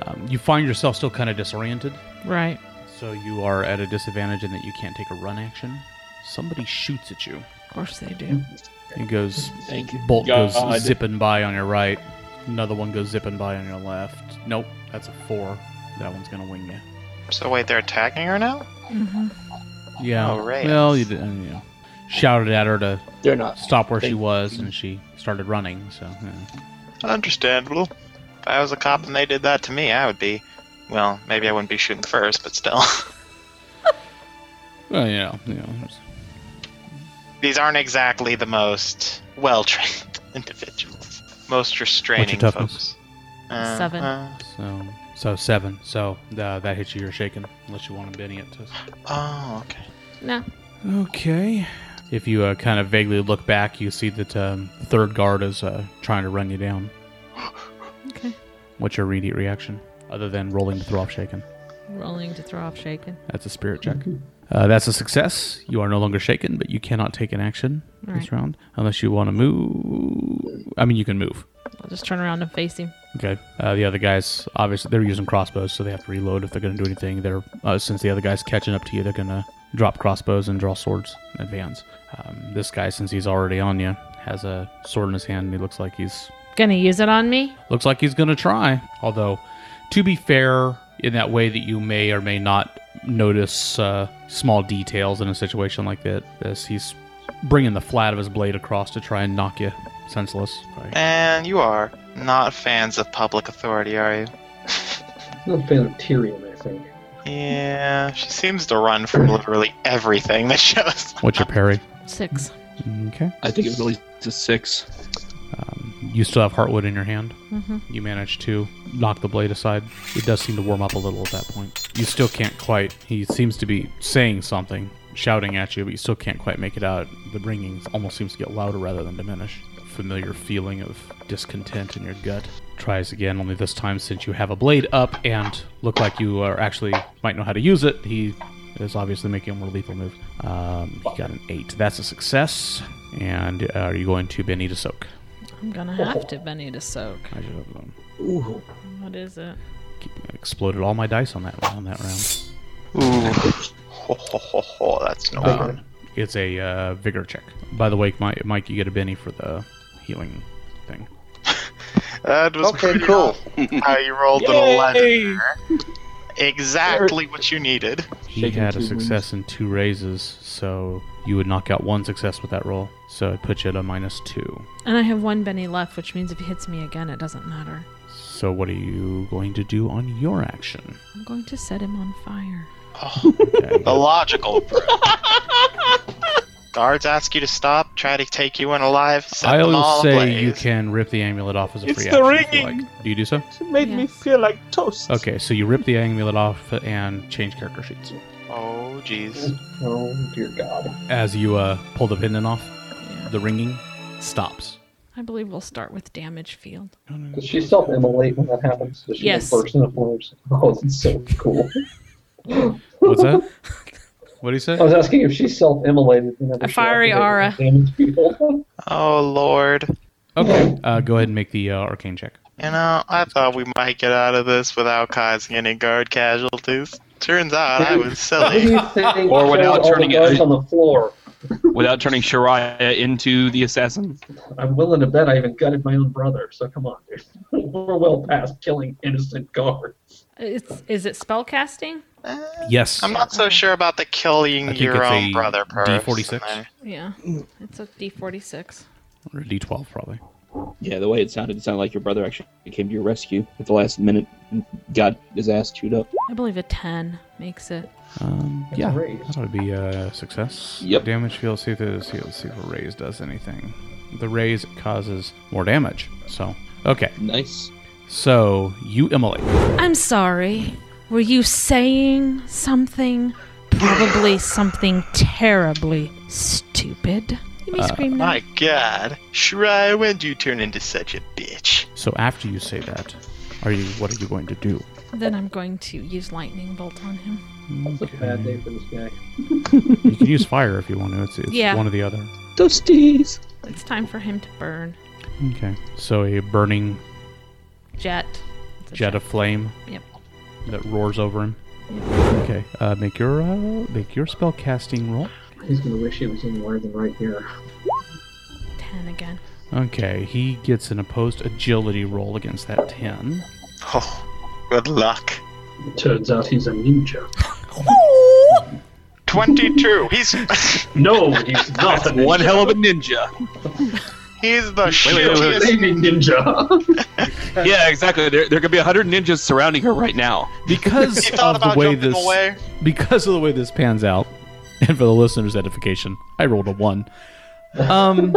[SPEAKER 1] Um, you find yourself still kind of disoriented,
[SPEAKER 3] Right.
[SPEAKER 1] so you are at a disadvantage in that you can't take a run action. Somebody shoots at you.
[SPEAKER 3] Of course they do.
[SPEAKER 1] It goes,
[SPEAKER 7] Thank
[SPEAKER 1] Bolt
[SPEAKER 7] God.
[SPEAKER 1] goes zipping by on your right. Another one goes zipping by on your left. Nope, that's a four. That one's going to wing you.
[SPEAKER 6] So wait, they're attacking her now?
[SPEAKER 3] hmm
[SPEAKER 1] Yeah.
[SPEAKER 6] Oh, rats.
[SPEAKER 1] well, you, did, you know, shouted at her to
[SPEAKER 7] They're not.
[SPEAKER 1] stop where she
[SPEAKER 7] Thank
[SPEAKER 1] was,
[SPEAKER 7] you.
[SPEAKER 1] and she started running. So yeah.
[SPEAKER 6] Understandable. If I was a cop and they did that to me, I would be. Well, maybe I wouldn't be shooting first, but still.
[SPEAKER 1] well, you know, you know, it's-
[SPEAKER 6] These aren't exactly the most well trained individuals. Most restraining
[SPEAKER 1] toughness?
[SPEAKER 6] folks. Uh,
[SPEAKER 3] Seven.
[SPEAKER 6] Uh,
[SPEAKER 1] so so seven. So uh, that hits you. You're shaking, unless you want to Benny it. To...
[SPEAKER 6] oh, okay.
[SPEAKER 3] No.
[SPEAKER 1] Okay. If you uh, kind of vaguely look back, you see that um, the third guard is uh, trying to run you down.
[SPEAKER 3] Okay.
[SPEAKER 1] What's your immediate reaction, other than rolling to throw off shaken?
[SPEAKER 3] Rolling to throw off shaken.
[SPEAKER 1] That's a spirit check. Uh, that's a success. You are no longer shaken, but you cannot take an action
[SPEAKER 3] All
[SPEAKER 1] this
[SPEAKER 3] right.
[SPEAKER 1] round unless you want to move. I mean, you can move.
[SPEAKER 3] I'll just turn around and face him.
[SPEAKER 1] Okay. Uh, the other guys, obviously, they're using crossbows, so they have to reload if they're going to do anything. They're uh, since the other guy's catching up to you, they're going to drop crossbows and draw swords in advance. Um, this guy, since he's already on you, has a sword in his hand, and he looks like he's
[SPEAKER 3] Gonna use it on me?
[SPEAKER 1] looks like he's going to try. Although, to be fair, in that way that you may or may not notice uh, small details in a situation like that, this he's bringing the flat of his blade across to try and knock you senseless. Right.
[SPEAKER 6] And you are not fans of public authority, are you?
[SPEAKER 5] Not a fan of Tyrion, I think.
[SPEAKER 6] Yeah, she seems to run from literally everything that shows.
[SPEAKER 1] What's your parry?
[SPEAKER 3] Six.
[SPEAKER 1] Okay.
[SPEAKER 2] I think it really to six.
[SPEAKER 1] You still have Heartwood in your hand.
[SPEAKER 3] Mhm.
[SPEAKER 1] You manage to knock the blade aside. It does seem to warm up a little at that point. You still can't quite. He seems to be saying something, shouting at you, but you still can't quite make it out. The ringing almost seems to get louder rather than diminish. Familiar feeling of discontent in your gut. Tries again, only this time since you have a blade up and look like you are actually might know how to use it. He is obviously making a more lethal move. Um, he got an eight. That's a success. And uh, are you going to Benita Soak?
[SPEAKER 3] I'm gonna have to Benny to soak.
[SPEAKER 1] I should have um,
[SPEAKER 3] What is it?
[SPEAKER 1] exploded all my dice on that on that round.
[SPEAKER 6] Ooh. Ho, ho, ho, ho, that's no fun.
[SPEAKER 1] Um, It's a uh, vigor check. By the way, Mike, Mike, you get a Benny for the healing thing.
[SPEAKER 6] That was
[SPEAKER 4] Okay,
[SPEAKER 6] pretty
[SPEAKER 4] cool.
[SPEAKER 6] awesome How you rolled an 11. Exactly what you needed.
[SPEAKER 1] He
[SPEAKER 2] Taking
[SPEAKER 1] had a
[SPEAKER 2] two wounds.
[SPEAKER 1] success and two raises, so you would knock out one success with that roll. So it puts you at a minus two.
[SPEAKER 3] And I have one Benny left, which means if he hits me again, it doesn't matter.
[SPEAKER 1] So what are you going to do on your action?
[SPEAKER 3] I'm going to set him on fire.
[SPEAKER 1] Okay.
[SPEAKER 6] The logical approach. Guards ask you to stop, try to take you in alive, set
[SPEAKER 1] I
[SPEAKER 6] them
[SPEAKER 1] always
[SPEAKER 6] all
[SPEAKER 1] say
[SPEAKER 6] ablaze.
[SPEAKER 1] you can rip the amulet off as a
[SPEAKER 7] It's
[SPEAKER 1] free
[SPEAKER 7] the
[SPEAKER 1] action. if you
[SPEAKER 7] ringing.
[SPEAKER 1] like. Do you do so?
[SPEAKER 7] It made me
[SPEAKER 3] Yes.
[SPEAKER 7] feel like
[SPEAKER 2] Uh,
[SPEAKER 7] toast.
[SPEAKER 1] Okay, so you rip the amulet off and change character sheets.
[SPEAKER 6] Oh, jeez.
[SPEAKER 5] Oh dear God.
[SPEAKER 1] As you uh, pull the pendant off,
[SPEAKER 3] Yeah.
[SPEAKER 1] the ringing stops.
[SPEAKER 3] I believe we'll start with damage field.
[SPEAKER 5] Does she self-immolate when that happens? Does she
[SPEAKER 3] Yes.
[SPEAKER 5] burst into flames? Oh, that's so cool.
[SPEAKER 1] What's that? What do you say?
[SPEAKER 5] I was asking if she self-immolated. whenever
[SPEAKER 3] A
[SPEAKER 5] she
[SPEAKER 3] fiery
[SPEAKER 5] activated
[SPEAKER 3] aura.
[SPEAKER 5] Damage people.
[SPEAKER 6] Oh, Lord.
[SPEAKER 1] Okay, uh, go ahead and make the uh, arcane check.
[SPEAKER 6] You know, I thought we might get out of this without causing any guard casualties. Turns out I was
[SPEAKER 5] What do
[SPEAKER 6] silly.
[SPEAKER 5] you think?
[SPEAKER 2] Or without
[SPEAKER 5] All the
[SPEAKER 2] turning it-
[SPEAKER 5] guards on the floor.
[SPEAKER 2] Without turning Shariah into the assassin.
[SPEAKER 5] I'm willing to bet I even gutted my own brother. So come on, dude. we're well past killing innocent guards.
[SPEAKER 3] It's, is it spell casting?
[SPEAKER 1] Yes.
[SPEAKER 6] Eh, I'm not so sure about the
[SPEAKER 1] I
[SPEAKER 6] killing
[SPEAKER 1] think
[SPEAKER 6] your
[SPEAKER 1] it's
[SPEAKER 6] own
[SPEAKER 1] a
[SPEAKER 6] brother person.
[SPEAKER 1] D46.
[SPEAKER 6] there.
[SPEAKER 3] Yeah. It's a D46.
[SPEAKER 1] Or D12 probably.
[SPEAKER 2] Yeah, the way it sounded, it sounded like your brother actually came to your rescue at the last minute and got his ass chewed up.
[SPEAKER 3] I believe a 10 makes it.
[SPEAKER 1] Um, yeah,
[SPEAKER 5] raised.
[SPEAKER 1] that would be a success.
[SPEAKER 2] Yep.
[SPEAKER 1] Damage field. See if the see if, see if a raise does anything. The raise causes more damage. So okay,
[SPEAKER 2] Nice.
[SPEAKER 1] so you immolate.
[SPEAKER 3] I'm sorry. Were you saying something? Probably something terribly stupid. You may scream now.
[SPEAKER 6] My god. Shry, when do you turn into such a bitch?
[SPEAKER 1] So after you say that, are you? What are you going to do?
[SPEAKER 3] Then I'm going to use lightning bolt on him.
[SPEAKER 5] It's a bad day for this guy.
[SPEAKER 1] You can use fire if you want to. It's, it's
[SPEAKER 3] Yeah.
[SPEAKER 1] one or the other.
[SPEAKER 2] Dusties.
[SPEAKER 3] It's time for him to burn.
[SPEAKER 1] Okay. So a burning
[SPEAKER 3] Jet. It's a
[SPEAKER 1] jet of flame
[SPEAKER 3] Yep.
[SPEAKER 1] that roars over him. Okay, uh, make your uh, make your spell casting roll.
[SPEAKER 5] He's gonna wish he was anywhere than right here.
[SPEAKER 3] 10 again.
[SPEAKER 1] Okay, he gets an opposed agility roll against that ten.
[SPEAKER 6] Oh, good luck.
[SPEAKER 5] Turns out he's a ninja.
[SPEAKER 6] 22. He's
[SPEAKER 5] No, he's not a ninja.
[SPEAKER 2] One hell of a ninja.
[SPEAKER 6] he's the
[SPEAKER 2] wait, wait, wait.
[SPEAKER 6] shittiest.
[SPEAKER 5] Saving ninja.
[SPEAKER 2] Yeah, exactly. There, there could be a hundred ninjas surrounding her right now.
[SPEAKER 1] Because
[SPEAKER 6] He thought
[SPEAKER 1] of the
[SPEAKER 6] about
[SPEAKER 1] way
[SPEAKER 6] jumping
[SPEAKER 1] this
[SPEAKER 6] away.
[SPEAKER 1] because of the way this pans out, and for the listener's edification, I rolled a one. Um,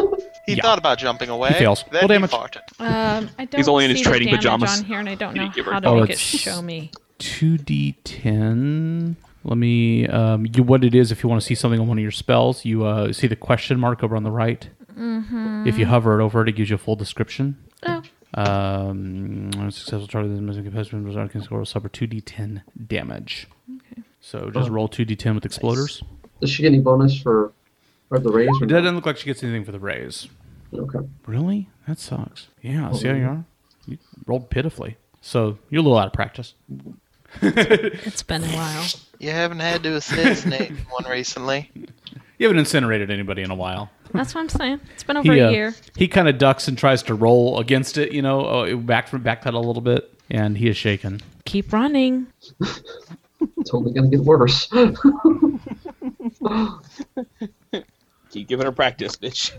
[SPEAKER 6] He
[SPEAKER 1] Yeah.
[SPEAKER 6] thought about jumping away.
[SPEAKER 1] fails. Roll
[SPEAKER 6] Then he
[SPEAKER 1] damage.
[SPEAKER 6] farted.
[SPEAKER 3] Um, I don't
[SPEAKER 2] only in
[SPEAKER 3] see
[SPEAKER 2] his
[SPEAKER 3] the
[SPEAKER 2] training
[SPEAKER 3] damage
[SPEAKER 2] pajamas.
[SPEAKER 3] on here, and I don't
[SPEAKER 2] You
[SPEAKER 3] know
[SPEAKER 2] give her-
[SPEAKER 3] how to
[SPEAKER 1] Oh,
[SPEAKER 3] make it
[SPEAKER 1] it's-
[SPEAKER 3] show me.
[SPEAKER 1] two d ten. Let me. Um, you what it is if you want to see something on one of your spells. You uh, see the question mark over on the right. If you hover it over it, it gives you a full description.
[SPEAKER 3] Oh,
[SPEAKER 1] Um, on a successful target, the missing competitor was arcane score will suffer 2d10 damage. So just roll 2d10 with exploders.
[SPEAKER 5] Does she get any bonus for, for the raise? or
[SPEAKER 1] It
[SPEAKER 5] not?
[SPEAKER 1] doesn't look like she gets anything for the raise.
[SPEAKER 5] Okay.
[SPEAKER 1] Really? That sucks. Yeah, see how you are? You rolled pitifully. So you're a little out of practice.
[SPEAKER 3] it's been a while.
[SPEAKER 6] You haven't had to assassinate one recently.
[SPEAKER 1] You haven't incinerated anybody in a while.
[SPEAKER 3] That's what I'm saying. It's been over
[SPEAKER 1] He,
[SPEAKER 3] a
[SPEAKER 1] uh,
[SPEAKER 3] year.
[SPEAKER 1] he kind of ducks and tries to roll against it, you know, uh, back from backpedal a little bit, and he is shaken.
[SPEAKER 3] Keep running.
[SPEAKER 5] It's only gonna get worse.
[SPEAKER 2] Keep giving her practice, bitch.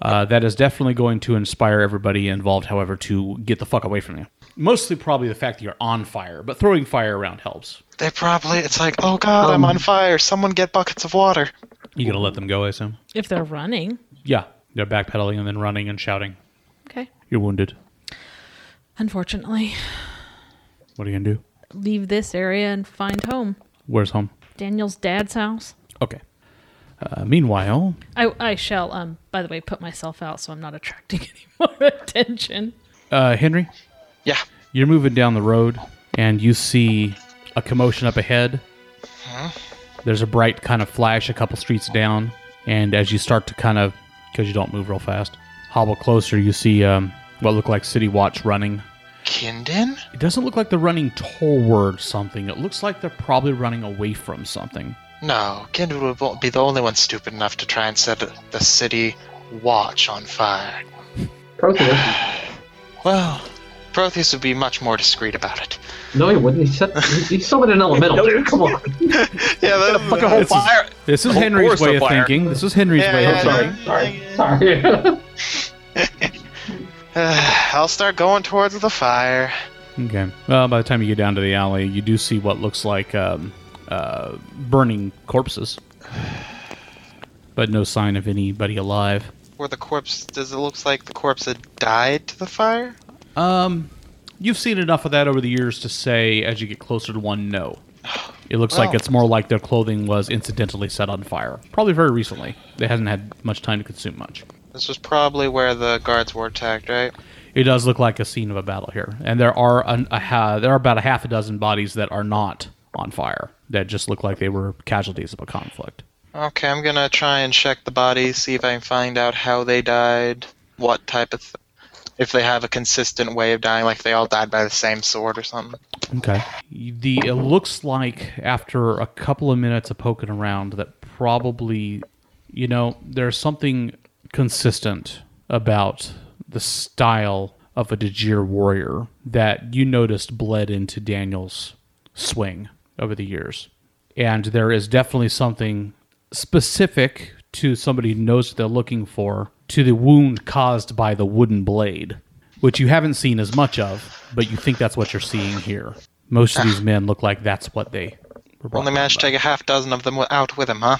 [SPEAKER 1] Uh, that is definitely going to inspire everybody involved, however, to get the fuck away from you. Mostly, probably the fact that you're on fire, but throwing fire around helps.
[SPEAKER 6] They probably, it's like, oh god, I'm
[SPEAKER 1] Um.
[SPEAKER 6] on fire. Someone get buckets of water.
[SPEAKER 1] You gonna let them go, I assume?
[SPEAKER 3] If they're running.
[SPEAKER 1] Yeah, they're backpedaling and then running and shouting.
[SPEAKER 3] Okay.
[SPEAKER 1] You're wounded.
[SPEAKER 3] Unfortunately,
[SPEAKER 1] What are you gonna do?
[SPEAKER 3] leave this area and find home.
[SPEAKER 1] Where's home?
[SPEAKER 3] Daniel's dad's house.
[SPEAKER 1] Okay. Uh, meanwhile,
[SPEAKER 3] I, I shall, um, by the way, put myself out so I'm not attracting any more attention.
[SPEAKER 1] uh, Henry,
[SPEAKER 6] Yeah.
[SPEAKER 1] you're moving down the road and you see a commotion up ahead. There's a bright kind of flash a couple streets down, and as you start to kind of, because you don't move real fast, hobble closer, you see um, what look like City Watch running.
[SPEAKER 6] Kindin?
[SPEAKER 1] It doesn't look like they're running toward something. It looks like they're probably running away from something.
[SPEAKER 6] No, Kindin would be the only one stupid enough to try and set the city watch on fire.
[SPEAKER 5] Protheus.
[SPEAKER 6] Well, Protheus would be much more discreet about it.
[SPEAKER 5] No, he wouldn't. He said he, he summoned an elemental, dude. Come on.
[SPEAKER 6] Yeah, that's fuck a whole fire.
[SPEAKER 1] This is
[SPEAKER 7] Whole
[SPEAKER 1] Henry's
[SPEAKER 7] forest
[SPEAKER 1] way
[SPEAKER 7] on
[SPEAKER 1] of
[SPEAKER 7] fire.
[SPEAKER 1] thinking. This is Henry's
[SPEAKER 6] Yeah,
[SPEAKER 1] way
[SPEAKER 6] yeah,
[SPEAKER 1] of
[SPEAKER 6] yeah.
[SPEAKER 1] thinking.
[SPEAKER 5] Sorry, sorry, sorry.
[SPEAKER 6] I'll start going towards the fire.
[SPEAKER 1] Okay. Well, by the time you get down to the alley, you do see what looks like um, uh, burning corpses, but no sign of anybody alive.
[SPEAKER 6] Where the corpse does it looks like the corpse had died to the fire?
[SPEAKER 1] Um, you've seen enough of that over the years to say, as you get closer to one, no. It looks like
[SPEAKER 6] Well.
[SPEAKER 1] it's more like their clothing was incidentally set on fire. Probably very recently. They hasn't had much time to consume much.
[SPEAKER 6] This was probably where the guards were attacked, right?
[SPEAKER 1] It does look like a scene of a battle here, and there are an, a ha- there are about a half a dozen bodies that are not on fire that just look like they were casualties of a conflict.
[SPEAKER 6] Okay, I'm gonna try and check the bodies, see if I can find out how they died, what type of, th- if they have a consistent way of dying, like they all died by the same sword or something.
[SPEAKER 1] Okay. The it looks like after a couple of minutes of poking around that probably you know, there's something consistent about the style of a Dajir warrior that you noticed bled into Daniel's swing over the years. And there is definitely something specific to somebody who knows what they're looking for to the wound caused by the wooden blade, which you haven't seen as much of, but you think that's what you're seeing here. Most of these men look like that's what they were brought
[SPEAKER 6] Ah. Only
[SPEAKER 1] down
[SPEAKER 6] managed
[SPEAKER 1] by.
[SPEAKER 6] to take a half dozen of them wi- out with him, huh?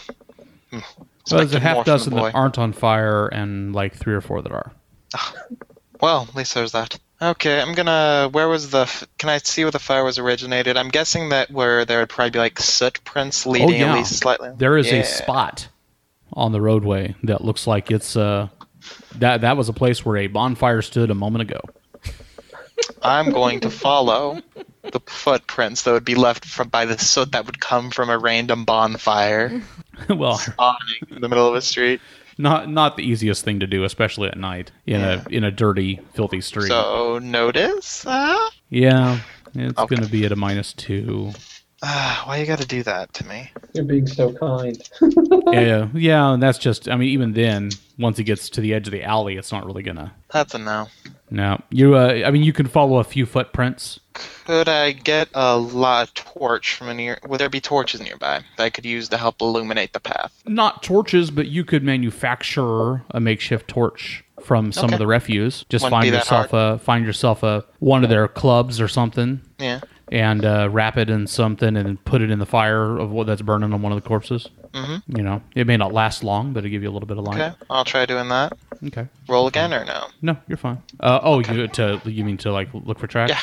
[SPEAKER 6] Hmm.
[SPEAKER 1] So there's a
[SPEAKER 6] Expected more
[SPEAKER 1] half
[SPEAKER 6] from the
[SPEAKER 1] dozen
[SPEAKER 6] boy.
[SPEAKER 1] that aren't on fire and like three or four that are.
[SPEAKER 6] Well, at least there's that. Okay, I'm gonna. Where was the? f- Can I see where the fire was originated? I'm guessing that where there would probably be like soot prints leading
[SPEAKER 1] Oh, yeah.
[SPEAKER 6] at least slightly.
[SPEAKER 1] There is
[SPEAKER 6] Yeah.
[SPEAKER 1] a spot on the roadway that looks like it's uh that that was a place where a bonfire stood a moment ago.
[SPEAKER 6] I'm going to follow the footprints that would be left from by the soot that would come from a random bonfire
[SPEAKER 1] well,
[SPEAKER 6] awning in the middle of a street.
[SPEAKER 1] not not the easiest thing to do, especially at night in a in a dirty, filthy street.
[SPEAKER 6] So notice. Uh,
[SPEAKER 1] yeah, it's
[SPEAKER 6] Okay.
[SPEAKER 1] going to be at a minus two.
[SPEAKER 6] ah, why you gotta do that to me?
[SPEAKER 5] You're being so kind.
[SPEAKER 1] yeah, yeah, and that's just. I mean, even then, once it gets to the edge of the alley, it's not really gonna.
[SPEAKER 6] That's a no.
[SPEAKER 1] No, you. Uh, I mean, you can follow a few footprints.
[SPEAKER 6] Could I get a lot torch from a near? Would there be torches nearby that I could use to help illuminate the path?
[SPEAKER 1] not torches, but you could manufacture a makeshift torch from some
[SPEAKER 6] Okay.
[SPEAKER 1] of the refuse. Just
[SPEAKER 6] Wouldn't be
[SPEAKER 1] find
[SPEAKER 6] that
[SPEAKER 1] yourself a find yourself a one of their clubs or something,
[SPEAKER 6] Yeah.
[SPEAKER 1] and uh, wrap it in something and put it in the fire of what that's burning on one of the corpses. Mm-hmm. You know, it may not last long, but it'll give you a little bit of
[SPEAKER 6] Okay.
[SPEAKER 1] light.
[SPEAKER 6] I'll try doing that.
[SPEAKER 1] Okay.
[SPEAKER 6] Roll again or no?
[SPEAKER 1] No, you're fine. Uh, oh, you to you mean to like look for tracks?
[SPEAKER 6] Yeah.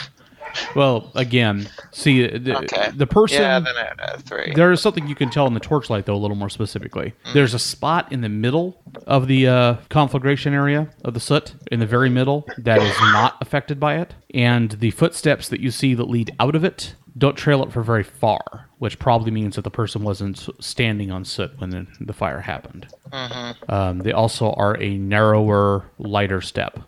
[SPEAKER 1] Well, again, see the,
[SPEAKER 6] Okay.
[SPEAKER 1] Uh, the person.
[SPEAKER 6] Yeah. Then I had a three.
[SPEAKER 1] There is something you can tell in the torchlight, though, a little more specifically.
[SPEAKER 6] Mm.
[SPEAKER 1] There's a spot in the middle of the uh, conflagration area of the soot, in the very middle, that is not affected by it. And the footsteps that you see that lead out of it don't trail up for very far, which probably means that the person wasn't standing on soot when the, the fire happened.
[SPEAKER 6] Mm-hmm.
[SPEAKER 1] Um, they also are a narrower, lighter step.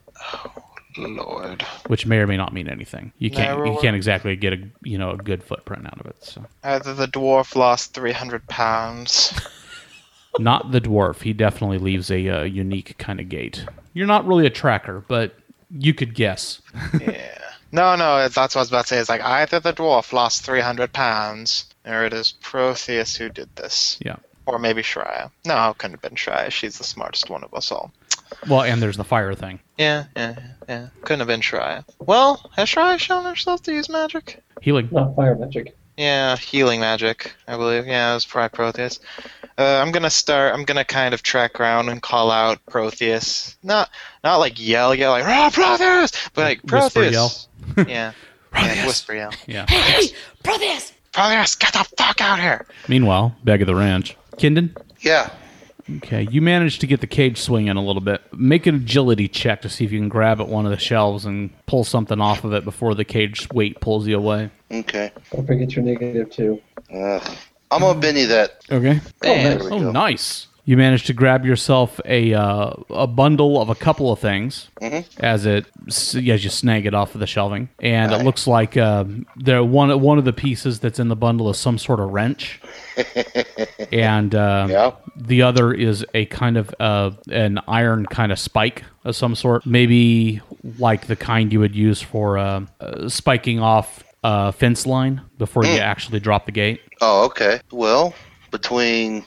[SPEAKER 6] Lord.
[SPEAKER 1] Which may or may not mean anything. You can't you
[SPEAKER 6] Narrower.
[SPEAKER 1] can't exactly get a you know a good footprint out of it. So.
[SPEAKER 6] Either the dwarf lost 300 pounds.
[SPEAKER 1] not the dwarf. He definitely leaves a uh, unique kind of gait. You're not really a tracker, but you could guess.
[SPEAKER 6] yeah. No, no, that's what I was about to say. It's like either the dwarf lost 300 pounds, or it is Protheus who did this.
[SPEAKER 1] Yeah.
[SPEAKER 6] Or maybe Shreya. No, it couldn't have been Shreya. She's the smartest one of us all.
[SPEAKER 1] Well, and there's the fire thing.
[SPEAKER 6] Yeah, yeah, yeah. Couldn't have been Shreya. Well, has Shreya shown herself to use magic?
[SPEAKER 1] Healing.
[SPEAKER 5] Not fire magic.
[SPEAKER 6] Yeah, healing magic, I believe. Yeah, it was probably Protheus. Uh, I'm gonna start. I'm gonna kind of track around and call out Protheus. Not, not like yell, yell like "Rah, Protheus," but like
[SPEAKER 1] Whisper
[SPEAKER 6] Protheus.
[SPEAKER 1] yell.
[SPEAKER 6] yeah,
[SPEAKER 1] Protheus.
[SPEAKER 6] yeah, whisper yell.
[SPEAKER 1] Yeah.
[SPEAKER 3] Hey, hey, brothers!
[SPEAKER 6] Protheus, get the fuck out here!
[SPEAKER 1] Meanwhile, back at the ranch, Kindon.
[SPEAKER 4] Yeah.
[SPEAKER 1] Okay, you managed to get the cage swinging a little bit. Make an agility check to see if you can grab at one of the shelves and pull something off of it before the cage weight pulls you away.
[SPEAKER 4] Okay.
[SPEAKER 5] Don't forget your negative two.
[SPEAKER 4] Ugh. I'm gonna Benny that.
[SPEAKER 1] Okay.
[SPEAKER 4] There we
[SPEAKER 1] Oh,
[SPEAKER 4] go.
[SPEAKER 1] nice. You managed to grab yourself a uh, a bundle of a couple of things
[SPEAKER 4] Mm-hmm.
[SPEAKER 1] as it as you snag it off of the shelving, and it looks like um, there one one of the pieces that's in the bundle is some sort of wrench, and uh,
[SPEAKER 4] Yeah.
[SPEAKER 1] the other is a kind of uh, an iron kind of spike of some sort, maybe like the kind you would use for uh, uh, spiking off a fence line before
[SPEAKER 4] Mm.
[SPEAKER 1] you actually drop the gate.
[SPEAKER 4] Oh, okay. Well, between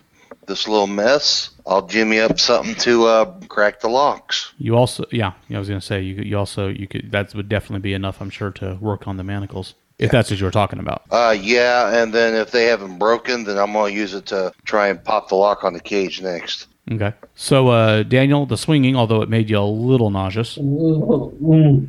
[SPEAKER 4] this little mess, I'll jimmy up something to uh, crack the locks.
[SPEAKER 1] You also, yeah, yeah, I was gonna say you. You also, you could. That would definitely be enough, I'm sure, to work on the manacles if that's what you were talking about.
[SPEAKER 4] Uh, yeah, and then if they haven't broken, then I'm gonna use it to try and pop the lock on the cage next.
[SPEAKER 1] Okay. So, uh, Daniel, the swinging, although it made you a little nauseous,
[SPEAKER 5] Mm.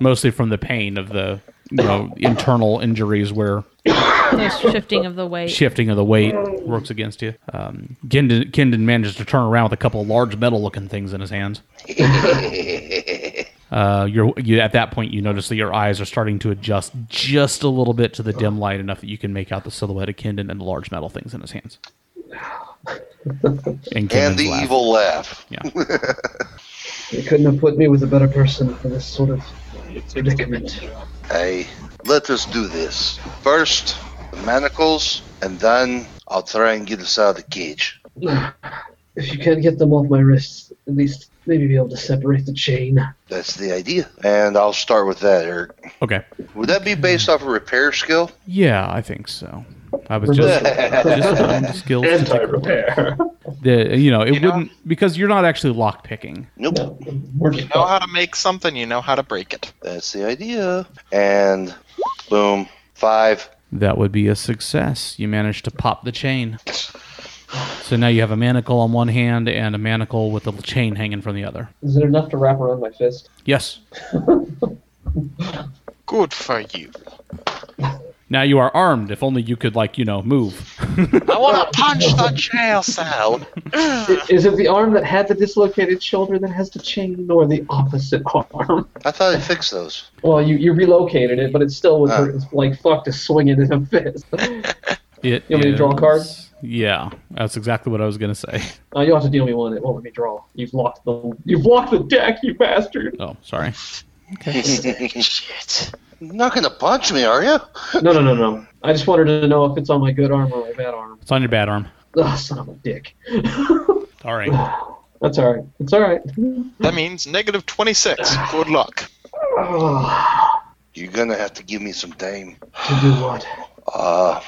[SPEAKER 1] mostly from the pain of the you know internal injuries where
[SPEAKER 3] The shifting of the weight.
[SPEAKER 1] shifting of the weight works against you. Um, Kindon, Kindon manages to turn around with a couple of large metal-looking things in his hands. Uh, you're, you at that point you notice that your eyes are starting to adjust just a little bit to the dim light enough that you can make out the silhouette of Kindon and the large metal things in his hands. And,
[SPEAKER 4] And
[SPEAKER 1] Kindon's
[SPEAKER 4] the
[SPEAKER 1] laugh.
[SPEAKER 4] evil laugh.
[SPEAKER 1] Yeah.
[SPEAKER 5] You couldn't have put me with a better person for this sort of predicament.
[SPEAKER 4] Hey, let us do this. First, the manacles, and then I'll try and get us out of the cage.
[SPEAKER 5] If you can't get them off my wrists, at least maybe be able to separate the chain.
[SPEAKER 4] That's the idea. And I'll start with that, Eric.
[SPEAKER 1] Okay.
[SPEAKER 4] Would that be based off a repair skill?
[SPEAKER 1] Yeah, I think so. I was just just on the skills to take a look.
[SPEAKER 5] repair.
[SPEAKER 1] The, you know, it
[SPEAKER 6] You know-
[SPEAKER 1] wouldn't because you're not actually lock picking.
[SPEAKER 4] Nope.
[SPEAKER 5] We're just
[SPEAKER 6] You know how to make something. You know how to break it.
[SPEAKER 4] That's the idea. And boom, five.
[SPEAKER 1] That would be a success. You managed to pop the chain. So now you have a manacle on one hand and a manacle with a chain hanging from the other.
[SPEAKER 5] Is it enough to wrap around my fist?
[SPEAKER 1] Yes.
[SPEAKER 6] Good for you.
[SPEAKER 1] Now you are armed. If only you could, like, you know, move.
[SPEAKER 6] I want to punch the jail cell.
[SPEAKER 5] I- Is it the arm that had the dislocated shoulder that has the chain, or the opposite arm?
[SPEAKER 4] I thought I fixed those.
[SPEAKER 5] Well, you, you relocated it, but it still was
[SPEAKER 4] Ah.
[SPEAKER 5] it's like fuck to swing it in a fist. Uh,
[SPEAKER 1] It
[SPEAKER 5] You want me to draw a card?
[SPEAKER 1] is- Yeah, that's exactly what I was gonna say.
[SPEAKER 5] you'll have to deal me one. It won't let me draw. You've locked the you've locked the deck, you bastard.
[SPEAKER 1] Oh, sorry.
[SPEAKER 6] Shit.
[SPEAKER 4] You're not gonna punch me, are you?
[SPEAKER 5] No, no, no, no. I just wanted to know if it's on my good arm or my bad arm.
[SPEAKER 1] It's on your bad arm.
[SPEAKER 5] Oh, son of a dick.
[SPEAKER 1] All right.
[SPEAKER 5] That's all right. It's all right.
[SPEAKER 6] That means negative 26. Good luck.
[SPEAKER 5] Oh,
[SPEAKER 4] You're gonna have to give me some time.
[SPEAKER 5] to do what?
[SPEAKER 4] Uh,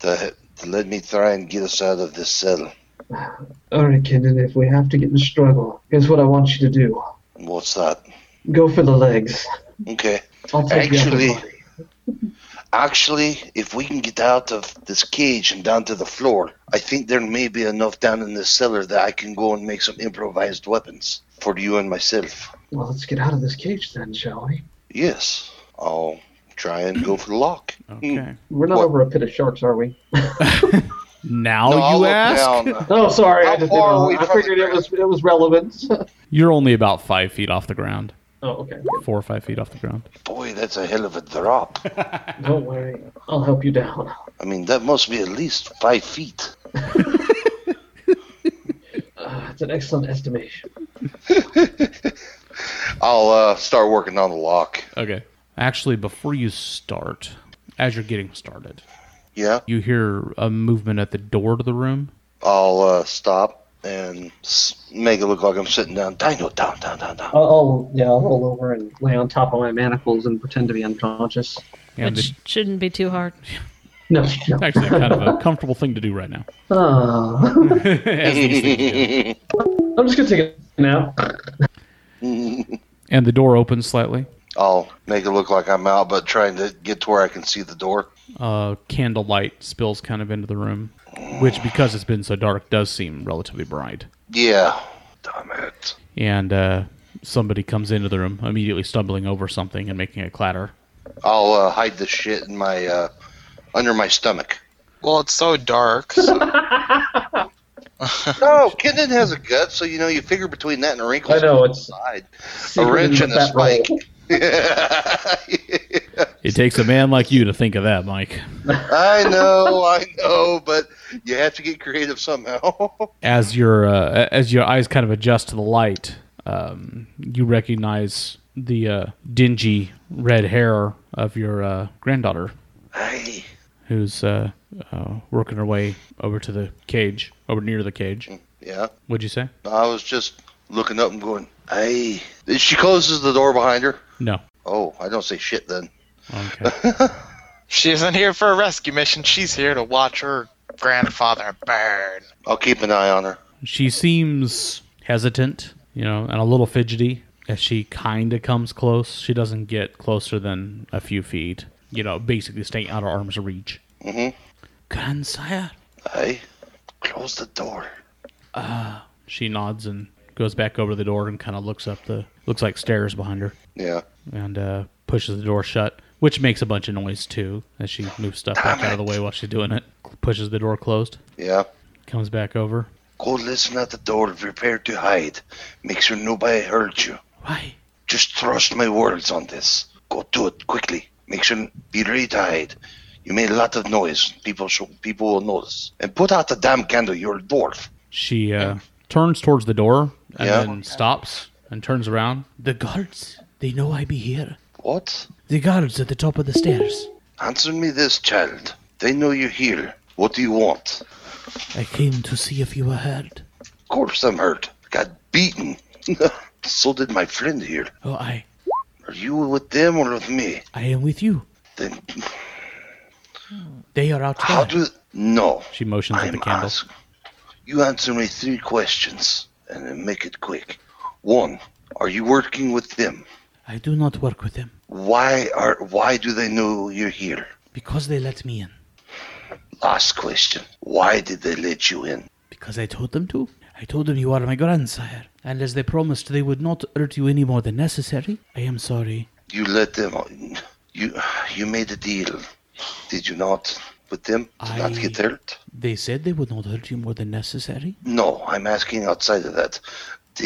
[SPEAKER 4] to, to let me try and get us out of this cell.
[SPEAKER 5] All right, Kendon. If we have to get in the struggle, here's what I want you to do.
[SPEAKER 4] What's that?
[SPEAKER 5] Go for the legs.
[SPEAKER 4] Okay.
[SPEAKER 5] I'll take the upper
[SPEAKER 4] Actually-
[SPEAKER 5] body.
[SPEAKER 4] Actually, if we can get out of this cage and down to the floor, I think there may be enough down in the cellar that I can go and make some improvised weapons for you and myself.
[SPEAKER 5] Well, let's get out of this cage then, shall we?
[SPEAKER 4] Yes, I'll try and go for the lock.
[SPEAKER 1] Okay.
[SPEAKER 5] We're not
[SPEAKER 4] What?
[SPEAKER 5] over a pit of sharks, are we?
[SPEAKER 1] Now
[SPEAKER 4] No, I'll
[SPEAKER 1] Oh, you
[SPEAKER 4] look
[SPEAKER 1] ask.
[SPEAKER 4] down.
[SPEAKER 5] Oh, sorry.
[SPEAKER 4] How
[SPEAKER 5] I just
[SPEAKER 4] far
[SPEAKER 5] didn't
[SPEAKER 4] are
[SPEAKER 5] know.
[SPEAKER 4] we
[SPEAKER 5] I
[SPEAKER 4] from the
[SPEAKER 5] figured it
[SPEAKER 4] ground?
[SPEAKER 5] was it was relevant.
[SPEAKER 1] You're only about five feet off the ground.
[SPEAKER 5] oh, okay.
[SPEAKER 1] Four or five feet off the ground.
[SPEAKER 4] Boy, that's a hell of a drop.
[SPEAKER 5] Don't worry. I'll help you down.
[SPEAKER 4] I mean, that must be at least five feet.
[SPEAKER 5] Uh, it's an excellent estimation.
[SPEAKER 4] I'll uh, start working on the lock.
[SPEAKER 1] Okay. Actually, before you start, as you're getting started,
[SPEAKER 4] Yeah,
[SPEAKER 1] you hear a movement at the door to the room.
[SPEAKER 4] I'll uh, stop and s- make it look like I'm sitting down. Dino, down, down, down, down.
[SPEAKER 5] I'll, I'll yeah, I'll roll over and lay on top of my manacles and pretend to be unconscious.
[SPEAKER 1] And
[SPEAKER 3] Which shouldn't be too hard.
[SPEAKER 5] No, no.
[SPEAKER 1] it's actually kind of a comfortable thing to do right now.
[SPEAKER 5] Uh,
[SPEAKER 1] As these things do.
[SPEAKER 5] I'm just gonna take a nap.
[SPEAKER 1] And the door opens slightly.
[SPEAKER 4] I'll make it look like I'm out, but trying to get to where I can see the door.
[SPEAKER 1] Uh, candlelight spills kind of into the room, which, because it's been so dark, does seem relatively bright.
[SPEAKER 4] Yeah. Damn it.
[SPEAKER 1] And uh, somebody comes into the room, immediately stumbling over something and making a clatter.
[SPEAKER 4] I'll uh, hide the shit in my uh, under my stomach.
[SPEAKER 6] Well, it's so dark. So
[SPEAKER 4] No, Kenan has a gut, so you know you figure between that and a wrinkle.
[SPEAKER 5] I know, it's-
[SPEAKER 4] side. a wrench and a
[SPEAKER 5] Fat roll.
[SPEAKER 4] spike. I
[SPEAKER 1] It takes a man like you to think of that, Mike.
[SPEAKER 4] know, I know, but you have to get creative somehow.
[SPEAKER 1] as your uh, as your eyes kind of adjust to the light, um, you recognize the uh, dingy red hair of your uh, granddaughter,
[SPEAKER 4] hey,
[SPEAKER 1] who's uh, uh, working her way over to the cage, over near the cage.
[SPEAKER 4] yeah.
[SPEAKER 1] Would you say?
[SPEAKER 4] I was just looking up and going, hey. She closes the door behind her.
[SPEAKER 1] No.
[SPEAKER 4] Oh, I don't say shit then.
[SPEAKER 1] Okay.
[SPEAKER 6] she isn't here for a rescue mission. She's here to watch her grandfather burn.
[SPEAKER 4] I'll keep an eye on her.
[SPEAKER 1] she seems hesitant, you know, and a little fidgety as she kind of comes close. She doesn't get closer than a few feet, you know, basically staying out of arm's reach.
[SPEAKER 4] Mhm.
[SPEAKER 1] Grandsire.
[SPEAKER 4] Hey, close the door.
[SPEAKER 1] She nods and goes back over the door and kind of looks up the looks like stairs behind her
[SPEAKER 4] Yeah.
[SPEAKER 1] and uh, pushes the door shut, which makes a bunch of noise too as she moves stuff back out of the way while she's doing it. Pushes the door closed,
[SPEAKER 4] Yeah.
[SPEAKER 1] comes back over.
[SPEAKER 4] Go listen at the door and prepare to hide. Make sure nobody heard you.
[SPEAKER 1] Why?
[SPEAKER 4] Just trust my words on this. Go do it quickly. Make sure be ready to hide. You made a lot of noise. People should, people will notice. And put out the damn candle. You're a dwarf.
[SPEAKER 1] She uh, turns towards the door and
[SPEAKER 4] Yeah.
[SPEAKER 1] then stops and turns around. The guards, they know I be here.
[SPEAKER 4] What?
[SPEAKER 1] The guards at the top of the stairs.
[SPEAKER 4] Answer me this, child. They know you're here. What do you want?
[SPEAKER 1] I came to see if you were hurt.
[SPEAKER 4] Of course I'm hurt. Got beaten. so did my friend here.
[SPEAKER 1] Oh, I,
[SPEAKER 4] Are you with them or with me?
[SPEAKER 1] I am with you.
[SPEAKER 4] Then
[SPEAKER 1] They are
[SPEAKER 4] how
[SPEAKER 1] outside.
[SPEAKER 4] do no?
[SPEAKER 1] She motions at the
[SPEAKER 4] I'm
[SPEAKER 1] candle.
[SPEAKER 4] ask- You answer me three questions and then make it quick. One, are you working with them?
[SPEAKER 1] I do not work with them
[SPEAKER 4] Why are why do they know you're here?
[SPEAKER 1] because they let me in.
[SPEAKER 4] Last question. Why did they let you in?
[SPEAKER 1] Because I told them to. I told them you are my grandsire, and as they promised they would not hurt you any more than necessary, I am sorry.
[SPEAKER 4] You let them you you made a deal. Did you not with them to not
[SPEAKER 1] I-
[SPEAKER 4] get hurt?
[SPEAKER 1] They said they would not hurt you more than necessary.
[SPEAKER 4] No, I'm asking outside of that.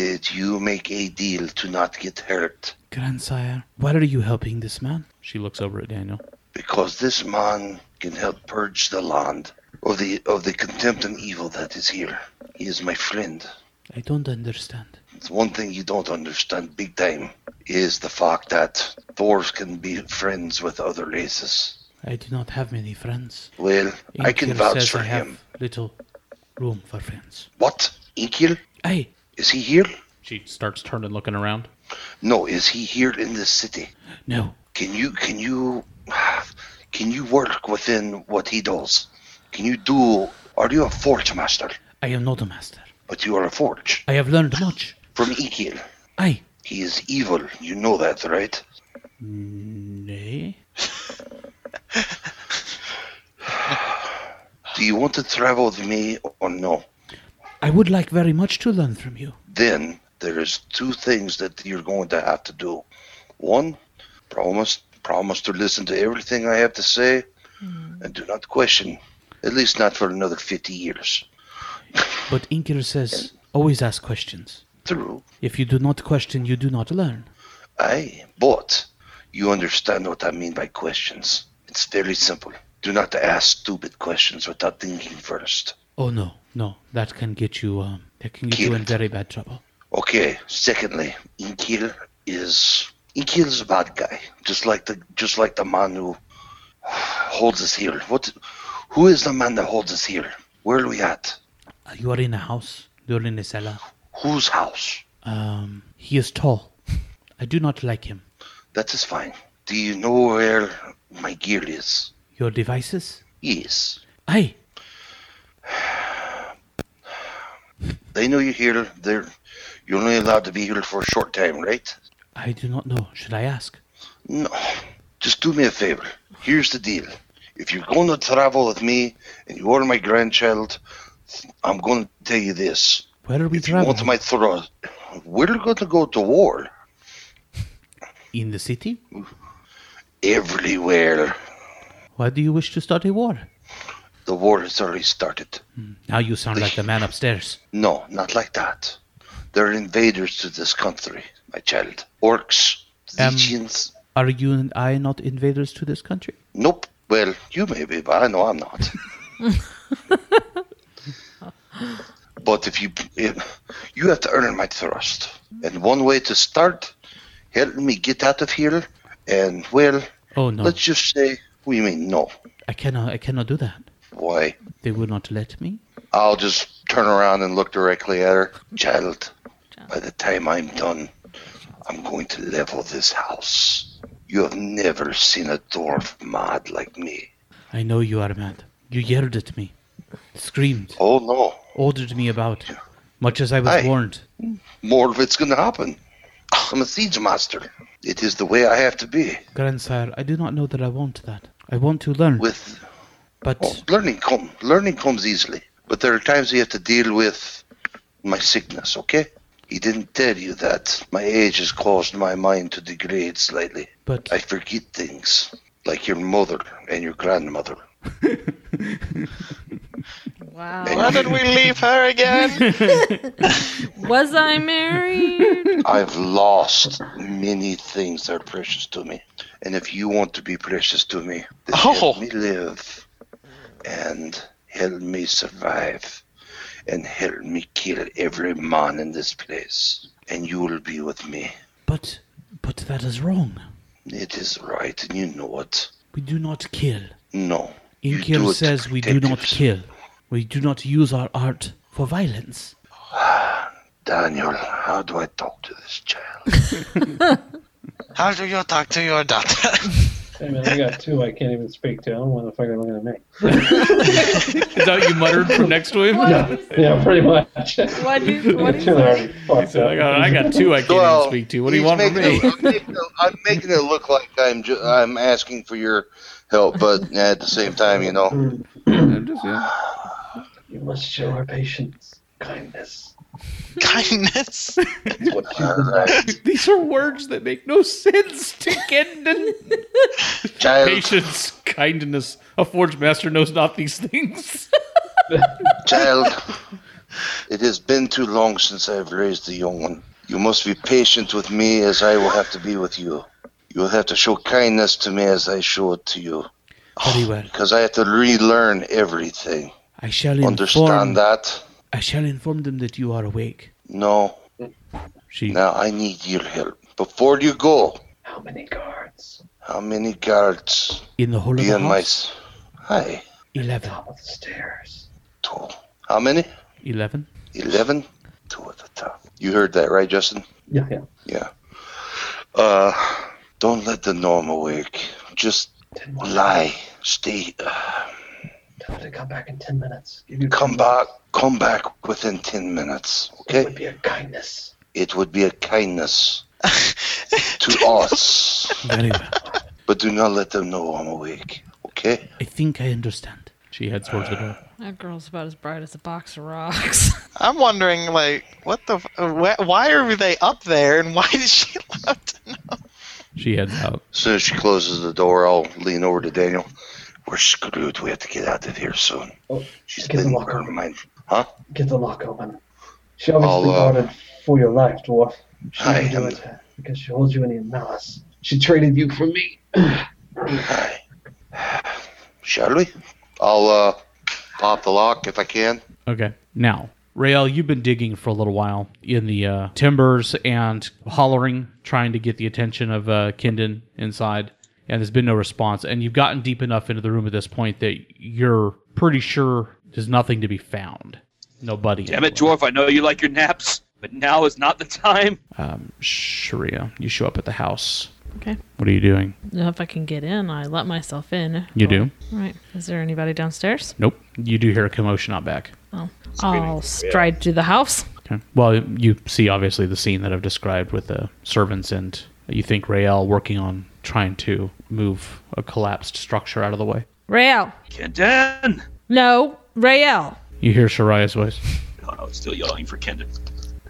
[SPEAKER 4] Did you make a deal to not get hurt?
[SPEAKER 1] Grandsire, why are you helping this man? She looks over at Daniel.
[SPEAKER 4] Because this man can help purge the land of the of the contempt and evil that is here. He is my friend.
[SPEAKER 1] I don't understand.
[SPEAKER 4] It's one thing you don't understand big time is the fact that dwarves can be friends with other races.
[SPEAKER 1] I do not have many friends.
[SPEAKER 4] Well, I can
[SPEAKER 1] Inkir
[SPEAKER 4] vouch
[SPEAKER 1] says
[SPEAKER 4] for
[SPEAKER 1] I have
[SPEAKER 4] him.
[SPEAKER 1] little room for friends.
[SPEAKER 4] What? Inkil?
[SPEAKER 1] Hey!
[SPEAKER 4] Is he here?
[SPEAKER 1] She starts turning, looking around.
[SPEAKER 4] No, is he here in this city?
[SPEAKER 1] No,
[SPEAKER 4] Can you can you can you work within what he does? Can you do? Are you a forge master?
[SPEAKER 1] I am not a master.
[SPEAKER 4] But you are a forge
[SPEAKER 1] I have learned much.
[SPEAKER 4] from Ikil.
[SPEAKER 1] I.
[SPEAKER 4] He is evil. You know that, right?
[SPEAKER 1] Nay.
[SPEAKER 4] Do you want to travel with me or no?
[SPEAKER 1] I would like very much to learn from you.
[SPEAKER 4] Then there is two things that you're going to have to do. One, promise promise to listen to everything I have to say, and do not question. At least not for another fifty years.
[SPEAKER 1] But Inkir says always ask questions.
[SPEAKER 4] True.
[SPEAKER 1] If you do not question, you do not learn.
[SPEAKER 4] Aye, but you understand what I mean by questions. It's very simple. Do not ask stupid questions without thinking first.
[SPEAKER 1] Oh no, no, that can get you. Um, that can get you in
[SPEAKER 4] Killed.
[SPEAKER 1] very bad trouble.
[SPEAKER 4] Okay. Secondly, Inkil is Inkil is a bad guy, just like the just like the man who holds us here. What? Who is the man that holds us here? Where are we at?
[SPEAKER 1] Uh, You are in a house. You are in a cellar.
[SPEAKER 4] Whose house?
[SPEAKER 1] Um, he is tall. I do not like him.
[SPEAKER 4] That is fine. Do you know where my gear is?
[SPEAKER 1] Your devices?
[SPEAKER 4] Yes.
[SPEAKER 1] Aye.
[SPEAKER 4] They They know you're here. They're you're only allowed to be here for a short time, right?
[SPEAKER 1] I do not know. Should I ask?
[SPEAKER 4] No. Just do me a favor. Here's the deal. If you're going to travel with me and you are my grandchild, I'm going to tell you this.
[SPEAKER 1] Where are we
[SPEAKER 4] If you want
[SPEAKER 1] traveling?
[SPEAKER 4] my throne, we're going to go to war
[SPEAKER 1] In the city?
[SPEAKER 4] everywhere.
[SPEAKER 1] Why do you wish to start a war?
[SPEAKER 4] The war has already started.
[SPEAKER 1] Now you sound like the man upstairs.
[SPEAKER 4] No, not like that. They're invaders to this country, my child. Orcs,
[SPEAKER 1] Um,
[SPEAKER 4] Lichens.
[SPEAKER 1] Are you and I not invaders to this country?
[SPEAKER 4] Nope. Well, you may be, but I know I'm not. but if you if you have to earn my trust, and one way to start, help me get out of here, and well,
[SPEAKER 1] Oh no,
[SPEAKER 4] let's just say, what do you mean no?
[SPEAKER 1] I cannot. I cannot do that.
[SPEAKER 4] Why?
[SPEAKER 1] They would not let me.
[SPEAKER 4] I'll just turn around and look directly at her. Child, by the time I'm done, I'm going to level this house. You have never seen a dwarf mad like me.
[SPEAKER 1] I know you are mad. You yelled at me, screamed,
[SPEAKER 4] Oh no,
[SPEAKER 1] ordered me about, much as I was
[SPEAKER 4] Aye.
[SPEAKER 1] warned.
[SPEAKER 4] more of it's going to happen. I'm a siege master. It is the way I have to be.
[SPEAKER 1] Grandsire, I do not know that I want that. I want to learn,
[SPEAKER 4] With
[SPEAKER 1] but
[SPEAKER 4] oh, learning, come learning comes easily, but there are times you have to deal with my sickness. Okay. He didn't tell you that. My age has caused my mind to degrade slightly.
[SPEAKER 1] but
[SPEAKER 4] I forget things, like your mother and your grandmother.
[SPEAKER 3] Wow.
[SPEAKER 6] Why did we leave her again?
[SPEAKER 3] Was I married?
[SPEAKER 4] I've lost many things that are precious to me. And if you want to be precious to me, then
[SPEAKER 6] Oh.
[SPEAKER 4] help me live and help me survive and help me kill every man in this place. And you will be with me.
[SPEAKER 1] but but that is wrong.
[SPEAKER 4] It is right, and you know it.
[SPEAKER 1] We do not kill.
[SPEAKER 4] No. you do
[SPEAKER 1] Inkir
[SPEAKER 4] it to
[SPEAKER 1] says we do
[SPEAKER 4] protect
[SPEAKER 1] not
[SPEAKER 4] yourself.
[SPEAKER 1] kill. We do not use our art for violence.
[SPEAKER 4] Daniel, how do I talk to this child?
[SPEAKER 6] How do you talk to your daughter?
[SPEAKER 5] Hey man, I got two I can't even speak to. I don't want to fucking look at me.
[SPEAKER 1] Is that what you muttered from next to him?
[SPEAKER 5] Yeah, pretty much.
[SPEAKER 3] What do you, what do you
[SPEAKER 5] Two are already fucked up.
[SPEAKER 1] got two I can't
[SPEAKER 4] Well, he's making it- I'm, making it, I'm making it look like I'm ju- I'm asking for your help, but at the same time, you know,
[SPEAKER 5] You must show her patience, kindness.
[SPEAKER 6] Kindness.
[SPEAKER 4] it's what- uh,
[SPEAKER 1] These are words that make no sense to Kendon.
[SPEAKER 4] child,
[SPEAKER 1] Patience, kindness. A forge master knows not these things.
[SPEAKER 4] child. It has been too long since I've raised the young one. You must be patient with me, as I will have to be with you. You will have to show kindness to me as I show it to you, Oh,
[SPEAKER 1] Very well.
[SPEAKER 4] because I have to relearn everything.
[SPEAKER 1] I shall inform.
[SPEAKER 4] Understand that?
[SPEAKER 1] I shall inform them that you are awake.
[SPEAKER 4] No.
[SPEAKER 1] She.
[SPEAKER 4] Now I need your help. Before you go,
[SPEAKER 5] How many guards?
[SPEAKER 4] how many guards?
[SPEAKER 1] In the whole of the
[SPEAKER 4] Beyond my
[SPEAKER 1] house.
[SPEAKER 4] s- hi,
[SPEAKER 1] Eleven.
[SPEAKER 5] Top of the stairs.
[SPEAKER 4] two. How many?
[SPEAKER 1] Eleven.
[SPEAKER 4] Eleven. Two at the top. You heard that, right, Justin?
[SPEAKER 5] Yeah, yeah.
[SPEAKER 4] Yeah. Uh, don't let the norm awake. Just
[SPEAKER 5] Ten more.
[SPEAKER 4] lie. Stay. Uh,
[SPEAKER 5] Tell her to come back in ten minutes. Give you
[SPEAKER 4] come
[SPEAKER 5] 10
[SPEAKER 4] back. Come back within ten minutes.
[SPEAKER 5] It would
[SPEAKER 4] Okay.
[SPEAKER 5] be a kindness.
[SPEAKER 4] It would be a kindness to us,
[SPEAKER 1] Very well.
[SPEAKER 4] but do not let them know I'm awake. Okay.
[SPEAKER 1] I think I understand. She heads towards the door.
[SPEAKER 3] That girl's about as bright as a box of rocks.
[SPEAKER 6] I'm wondering, like, what the? f- uh, wh- Why are they up there, and why did she love to know?
[SPEAKER 1] She heads out.
[SPEAKER 4] As soon as she closes the door, I'll lean over to Daniel. We're screwed. We have to get out of here soon.
[SPEAKER 5] Oh,
[SPEAKER 4] She's
[SPEAKER 5] get the
[SPEAKER 4] been
[SPEAKER 5] lock
[SPEAKER 4] her
[SPEAKER 5] open.
[SPEAKER 4] mind. Huh?
[SPEAKER 5] Get the lock open. She
[SPEAKER 4] I'll,
[SPEAKER 5] obviously
[SPEAKER 4] uh,
[SPEAKER 5] wanted for your life, dwarf. She
[SPEAKER 4] I
[SPEAKER 5] didn't do
[SPEAKER 4] am-
[SPEAKER 5] it because she holds you in malice. She traded you for me.
[SPEAKER 4] Hi. Shall we? I'll uh, pop the lock if I can.
[SPEAKER 1] Okay. Now, Rael, you've been digging for a little while in the uh, timbers and hollering, trying to get the attention of uh, Kindon inside, and there's been no response. And you've gotten deep enough into the room at this point that you're pretty sure there's nothing to be found. Nobody.
[SPEAKER 7] Damn it, Dwarf, I know you like your naps, but now is not the time.
[SPEAKER 1] Um, Sharia, you show up at the house.
[SPEAKER 3] Okay.
[SPEAKER 1] What are you doing?
[SPEAKER 3] if I can get in, I let myself in.
[SPEAKER 1] You do?
[SPEAKER 3] Right. Is there anybody downstairs?
[SPEAKER 1] Nope. You do hear a commotion out back.
[SPEAKER 3] I'll stride to the house.
[SPEAKER 1] Okay. Well, you see obviously the scene that I've described with the servants, and you think Rael working on trying to move a collapsed structure out of the way.
[SPEAKER 3] Rael.
[SPEAKER 7] Kendon!
[SPEAKER 3] No, Rael.
[SPEAKER 1] You hear Soraya's voice,
[SPEAKER 7] God, I was still yelling for Kendon.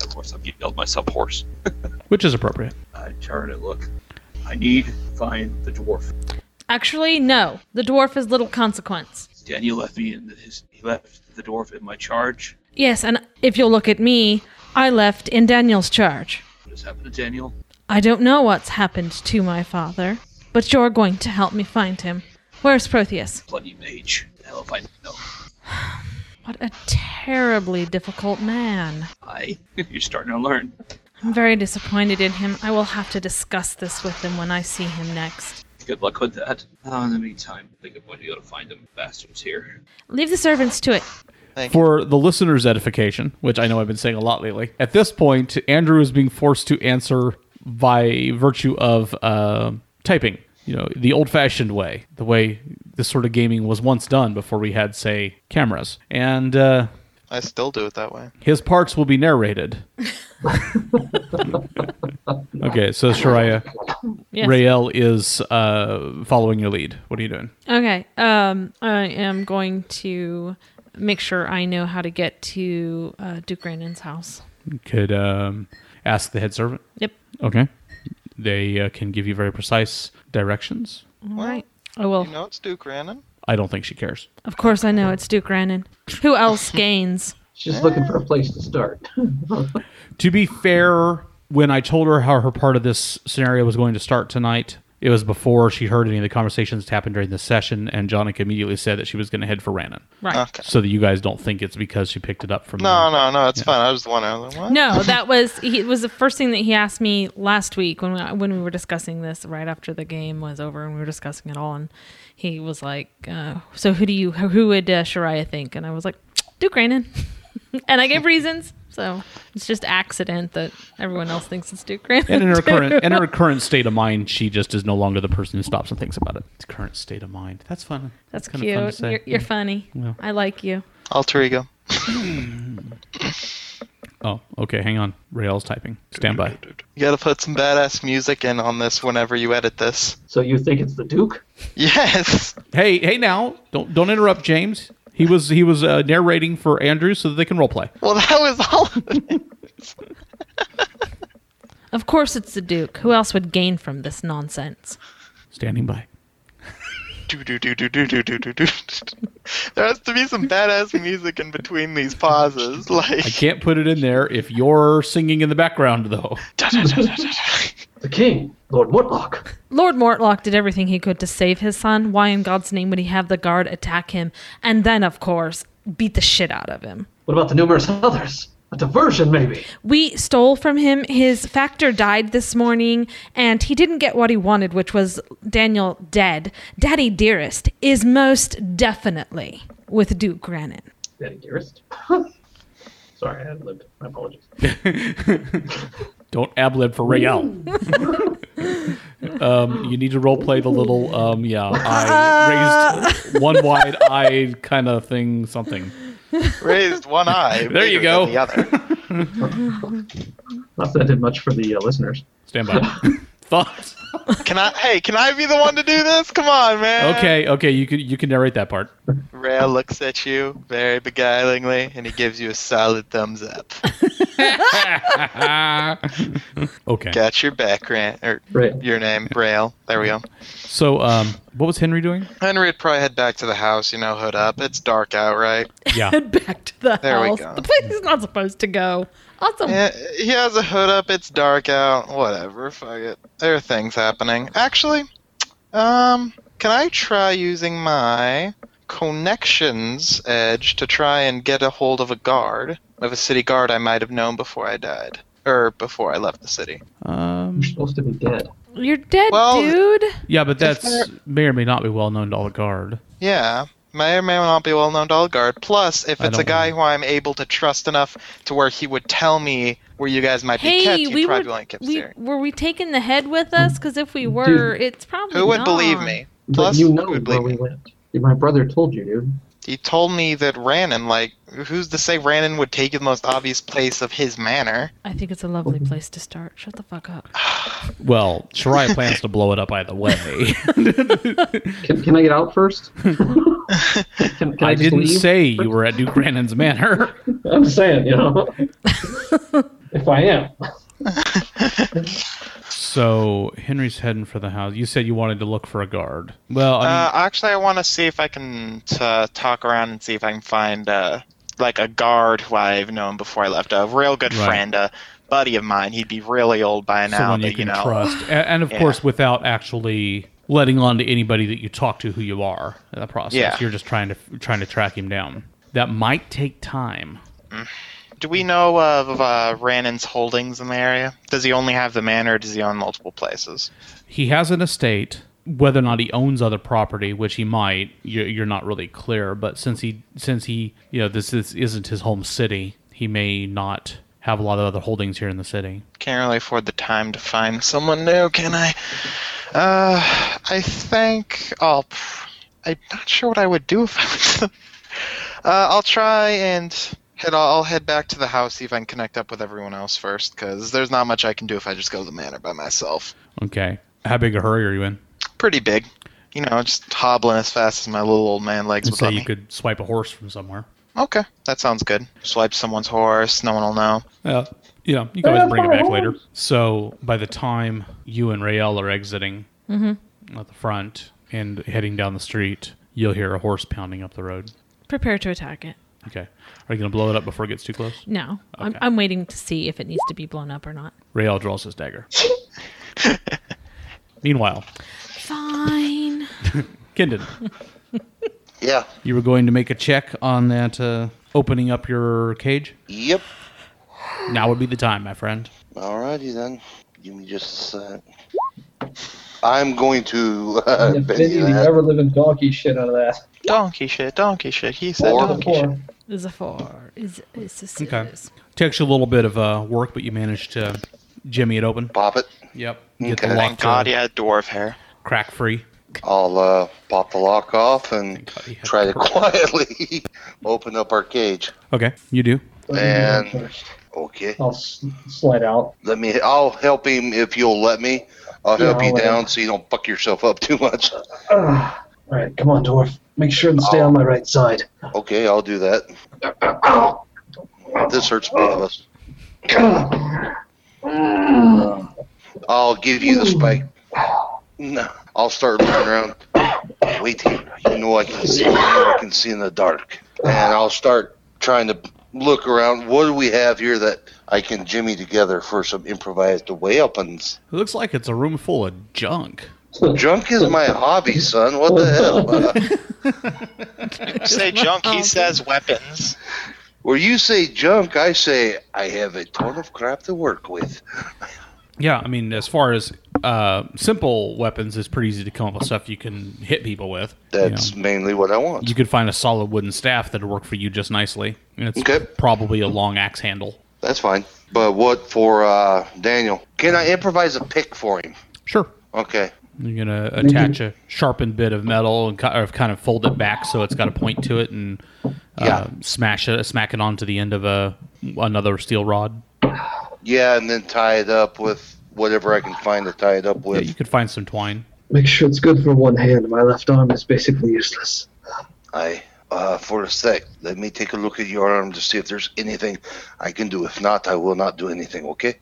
[SPEAKER 7] Of course, I've yelled myself hoarse.
[SPEAKER 1] which is appropriate.
[SPEAKER 7] I turn and look. I need to find the dwarf.
[SPEAKER 3] Actually, no. The dwarf is little consequence.
[SPEAKER 7] Daniel left me in his. He left the dwarf in my charge.
[SPEAKER 3] Yes, and if you'll look at me, I left in Daniel's charge.
[SPEAKER 7] What has happened to Daniel?
[SPEAKER 3] I don't know what's happened to my father, but you're going to help me find him. Where's Protheus?
[SPEAKER 7] Bloody mage. The hell if I know.
[SPEAKER 3] What a terribly difficult man.
[SPEAKER 7] I. You're starting to learn.
[SPEAKER 3] I'm very disappointed in him. I will have to discuss this with him when I see him next.
[SPEAKER 7] Good luck with that. Uh, in the meantime, I think I'm going to be able to find them bastards here.
[SPEAKER 3] Leave the servants to it.
[SPEAKER 1] For the listener's edification, which I know I've been saying a lot lately, at this point, Andrew is being forced to answer by virtue of uh, typing. You know, the old fashioned way, the way this sort of gaming was once done before we had, say, cameras. And uh,
[SPEAKER 6] I still do it that way.
[SPEAKER 1] his parts will be narrated. okay, so Shariah,
[SPEAKER 3] Yes.
[SPEAKER 1] Rael is uh, following your lead. What are you doing?
[SPEAKER 3] Okay. Um, I am going to make sure I know how to get to uh, Duke Brandon's house.
[SPEAKER 1] could um, ask the head servant.
[SPEAKER 3] Yep.
[SPEAKER 1] Okay. They uh, can give you very precise directions.
[SPEAKER 3] All right. I will.
[SPEAKER 6] You know it's Duke Rannon.
[SPEAKER 1] I don't think she cares.
[SPEAKER 3] Of course, I know it's Duke Rannon. Who else gains?
[SPEAKER 5] She's looking for a place to start.
[SPEAKER 1] To be fair, when I told her how her part of this scenario was going to start tonight, it was before she heard any of the conversations that happened during the session, and Jonica immediately said that she was going to head for Rannon,
[SPEAKER 3] Right.
[SPEAKER 6] Okay.
[SPEAKER 1] so that you guys don't think it's because she picked it up from.
[SPEAKER 6] No, no, no. It's fine. I was the one. I was like, what?
[SPEAKER 3] No, that was he, it. Was the first thing that he asked me last week when we, when we were discussing this right after the game was over and we were discussing it all, and he was like, uh, "So who do you who would uh, Shariah think?" And I was like, "Duke Rannon," and I gave reasons. So it's just accident that everyone else thinks it's Duke Rannon.
[SPEAKER 1] And in her
[SPEAKER 3] too.
[SPEAKER 1] current in her current state of mind, she just is no longer the person who stops and thinks about it. It's current state of mind. That's fun.
[SPEAKER 3] That's
[SPEAKER 1] kinda fun to
[SPEAKER 3] cute.
[SPEAKER 1] say.
[SPEAKER 3] You're, you're funny. I like you.
[SPEAKER 6] Alter ego.
[SPEAKER 1] Oh, okay. Hang on. Rael's typing. Stand by.
[SPEAKER 6] You gotta put some badass music in on this whenever you edit this.
[SPEAKER 5] so you think it's the Duke?
[SPEAKER 6] Yes.
[SPEAKER 1] Hey, hey, now don't don't interrupt, James. He was he was uh, narrating for Andrew so that they can roleplay.
[SPEAKER 6] Well, that was all. Of it.
[SPEAKER 3] Of course, it's the Duke. Who else would gain from this nonsense?
[SPEAKER 1] Standing by.
[SPEAKER 6] Do, do, do, do, do, do, do, do, do. There has to be some badass music in between these pauses,
[SPEAKER 1] I
[SPEAKER 6] like.
[SPEAKER 1] can't put it in there if you're singing in the background though.
[SPEAKER 6] da, da, da, da, da, da.
[SPEAKER 5] The King, Lord Mortlock.
[SPEAKER 3] Lord Mortlock did everything he could to save his son. Why in God's name would he have the guard attack him and then, of course, beat the shit out of him?
[SPEAKER 5] What about the numerous others? A diversion, maybe.
[SPEAKER 3] We stole from him. His factor died this morning, and he didn't get what he wanted, which was Daniel dead. Daddy Dearest is most definitely with Duke Grannon.
[SPEAKER 5] Daddy dearest. Sorry, I had lived. My apologies.
[SPEAKER 1] Don't ab lib for Rael. um, you need to roleplay the little um, yeah I raised one wide eye kind of thing something.
[SPEAKER 6] Raised one eye.
[SPEAKER 1] There you
[SPEAKER 6] bigger
[SPEAKER 1] go.
[SPEAKER 6] than The other.
[SPEAKER 5] Not that I did much for the uh, listeners.
[SPEAKER 1] Stand by. Thoughts.
[SPEAKER 6] Can I? Hey, can I be the one to do this? Come on, man.
[SPEAKER 1] Okay, okay. You can you can narrate that part.
[SPEAKER 6] Rail looks at you very beguilingly, and he gives you a solid thumbs up.
[SPEAKER 1] Okay.
[SPEAKER 6] Got your back, Rant, or
[SPEAKER 5] Right.
[SPEAKER 6] your name, Braille. There we go.
[SPEAKER 1] So um, what was Henry doing?
[SPEAKER 6] Henry would probably head back to the house, you know, hood up. It's dark out, right?
[SPEAKER 1] Yeah.
[SPEAKER 3] And back to the
[SPEAKER 6] There we
[SPEAKER 3] house.
[SPEAKER 6] go. Eh.
[SPEAKER 3] The place is not supposed to go. Also,
[SPEAKER 6] Yeah, he has a hood up. It's dark out. Whatever. Fuck it. There are things happening. Actually, um, can I try using my connections edge to try and get a hold of a guard, of a city guard I might have known before I died, or before I left the city?
[SPEAKER 1] Um,
[SPEAKER 5] You're supposed to be dead.
[SPEAKER 3] you're dead,
[SPEAKER 6] Well,
[SPEAKER 3] dude.
[SPEAKER 1] Yeah, but that's
[SPEAKER 6] there-
[SPEAKER 1] may or may not be well known to all the guard.
[SPEAKER 6] Yeah. May or may not be well known to all guard. Plus, if
[SPEAKER 1] I
[SPEAKER 6] it's a
[SPEAKER 1] don't
[SPEAKER 6] guy
[SPEAKER 1] know.
[SPEAKER 6] who I'm able to trust enough to where he would tell me where you guys might be kept,
[SPEAKER 3] Hey,
[SPEAKER 6] he'd
[SPEAKER 3] we
[SPEAKER 6] probably
[SPEAKER 3] were,
[SPEAKER 6] be like, "Kept
[SPEAKER 3] we,
[SPEAKER 6] there."
[SPEAKER 3] were we taking the head with us? Because if we were, it's probably
[SPEAKER 6] Who would
[SPEAKER 3] not.
[SPEAKER 6] believe me?
[SPEAKER 5] But
[SPEAKER 6] Plus,
[SPEAKER 5] you
[SPEAKER 6] who
[SPEAKER 5] know
[SPEAKER 6] would
[SPEAKER 5] where
[SPEAKER 6] believe me?
[SPEAKER 5] we went. My brother told you, dude.
[SPEAKER 6] He told me that Rannon, like, who's to say Rannon would take the most obvious place of his manor?
[SPEAKER 3] I think it's a lovely place to start. Shut the fuck up.
[SPEAKER 6] Ah.
[SPEAKER 1] Well, Shariah plans to blow it up either way.
[SPEAKER 5] Can, can I get out first? can, can
[SPEAKER 1] I
[SPEAKER 5] just
[SPEAKER 1] didn't
[SPEAKER 5] leave?
[SPEAKER 1] say you were at Duke Brandon's manor.
[SPEAKER 5] I'm saying, you know. if I am,
[SPEAKER 1] So Henry's heading for the house. You said you wanted to look for a guard. Well, I mean,
[SPEAKER 6] Uh, actually, I want to see if I can uh, talk around and see if I can find, uh, like, a guard who I've known before I left. A real good
[SPEAKER 1] Right.
[SPEAKER 6] friend, a buddy of mine. He'd be really old by now,
[SPEAKER 1] someone
[SPEAKER 6] but,
[SPEAKER 1] you can
[SPEAKER 6] know.
[SPEAKER 1] trust, A- and, of
[SPEAKER 6] Yeah.
[SPEAKER 1] course, without actually letting on to anybody that you talk to who you are in the process.
[SPEAKER 6] Yeah.
[SPEAKER 1] You're just trying to trying to track him down. That might take time.
[SPEAKER 6] Do we know of uh, Rannon's holdings in the area? Does he only have the manor, or does he own multiple places?
[SPEAKER 1] He has an estate. Whether or not he owns other property, which he might, you're, you're not really clear. But since he since he you know this is, isn't his home city, he may not have a lot of other holdings here in the city.
[SPEAKER 6] Can't really afford the time to find someone new, can I? Uh, I think I'll. pr- I'm not sure what I would do if I was them. Uh, I'll try and head. I'll head back to the house see if I can connect up with everyone else first, because there's not much I can do if I just go to the manor by myself.
[SPEAKER 1] Okay. How big a hurry are you in?
[SPEAKER 6] Pretty big, you know, just hobbling as fast as my little old man legs
[SPEAKER 1] You
[SPEAKER 6] would
[SPEAKER 1] say
[SPEAKER 6] let
[SPEAKER 1] you
[SPEAKER 6] me.
[SPEAKER 1] could swipe a horse from somewhere.
[SPEAKER 6] Okay, that sounds good. Swipe someone's horse. No one will know.
[SPEAKER 1] Yeah. Uh, You know, you can always bring it back later. So by the time you and Rael are exiting at the front and heading down the street, you'll hear a horse pounding up the road.
[SPEAKER 3] Prepare to attack it.
[SPEAKER 1] Okay. Are you going to blow it up before it gets too close?
[SPEAKER 3] No, I'm,
[SPEAKER 1] Okay.
[SPEAKER 3] I'm waiting to see if it needs to be blown up or not.
[SPEAKER 1] Rael draws his dagger. Meanwhile,
[SPEAKER 3] Fine.
[SPEAKER 1] Kindon,
[SPEAKER 4] Yeah.
[SPEAKER 1] you were going to make a check on that uh, opening up your cage?
[SPEAKER 4] Yep.
[SPEAKER 1] Now would be the time, my friend.
[SPEAKER 4] Alrighty then. Give me just a sec. I'm going to uh,
[SPEAKER 5] if they
[SPEAKER 4] bend
[SPEAKER 5] need the
[SPEAKER 4] that.
[SPEAKER 5] ever-living donkey shit out of that.
[SPEAKER 6] Donkey shit, donkey shit. He said
[SPEAKER 4] Or-
[SPEAKER 6] donkey shit.
[SPEAKER 5] Or-
[SPEAKER 3] Is a four. Is is a six.
[SPEAKER 1] Okay. Takes you a little bit of uh, work, but you managed to jimmy it open.
[SPEAKER 4] Pop it.
[SPEAKER 1] Yep. Get
[SPEAKER 4] Okay.
[SPEAKER 1] the lock
[SPEAKER 6] Thank God
[SPEAKER 1] to
[SPEAKER 6] he had dwarf hair.
[SPEAKER 1] crack free.
[SPEAKER 4] I'll uh, pop the lock off and
[SPEAKER 1] God he had
[SPEAKER 4] try to
[SPEAKER 1] purple.
[SPEAKER 4] quietly open up our cage.
[SPEAKER 1] Okay, you do.
[SPEAKER 5] Let me out
[SPEAKER 4] And-
[SPEAKER 5] first.
[SPEAKER 4] Okay.
[SPEAKER 5] I'll s- slide out.
[SPEAKER 4] Let me. I'll help him if you'll let me. I'll
[SPEAKER 5] Yeah,
[SPEAKER 4] help
[SPEAKER 5] I'll
[SPEAKER 4] you
[SPEAKER 5] let
[SPEAKER 4] down so you don't fuck yourself up too much.
[SPEAKER 5] Ah, all right, come on, dwarf. Make sure and stay on my right side.
[SPEAKER 4] Okay, I'll do that. This hurts both of us. I'll give you the spike. No, I'll start looking around. Wait here. You know I can see. You know I can see in the dark. And I'll start trying to look around. What do we have here that I can jimmy together for some improvised weapons?
[SPEAKER 1] It looks like it's a room full of junk.
[SPEAKER 4] Junk is my hobby, son. What the hell?
[SPEAKER 6] You say junk, he says weapons.
[SPEAKER 4] Where you say junk, I say I have a ton of crap to work with.
[SPEAKER 1] Yeah, I mean, as far as uh, simple weapons, it's pretty easy to come up with stuff you can hit people with. you know.
[SPEAKER 4] That's mainly what I want.
[SPEAKER 1] You could find a solid wooden staff that'd work for you just nicely. And it's
[SPEAKER 4] Okay.
[SPEAKER 1] probably a long axe handle.
[SPEAKER 4] That's fine. But what for uh, Daniel? Can I improvise a pick for him?
[SPEAKER 1] Sure.
[SPEAKER 4] Okay.
[SPEAKER 1] You're going to attach a sharpened bit of metal and ki- or kind of fold it back so it's got a point to it and uh,
[SPEAKER 4] Yeah.
[SPEAKER 1] smash it, smack it onto the end of a another steel rod.
[SPEAKER 4] Yeah, and then tie it up with whatever I can find to tie it up
[SPEAKER 1] Yeah,
[SPEAKER 4] with.
[SPEAKER 1] you could find some twine.
[SPEAKER 5] Make sure it's good for one hand. My left arm is basically useless.
[SPEAKER 4] I uh, for a sec. Let me take a look at your arm to see if there's anything I can do. If not, I will not do anything. Okay.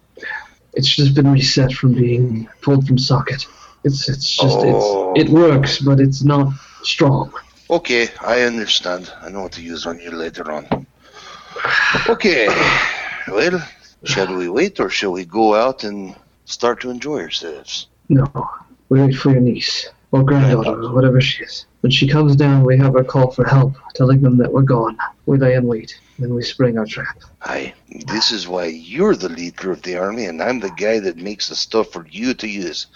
[SPEAKER 5] It's just been reset from being pulled from socket. It's it's just
[SPEAKER 4] Oh.
[SPEAKER 5] it's it works, but it's not strong.
[SPEAKER 4] Okay, I understand. I know what to use on you later on. Okay. Well, shall we wait or shall we go out and start to enjoy ourselves?
[SPEAKER 5] No, we wait for your niece or granddaughter or whatever she is. When she comes down, we have her call for help, telling them that we're gone. We lay in wait, then we spring our trap.
[SPEAKER 4] Hi, this is why you're the leader of the army, and I'm the guy that makes the stuff for you to use.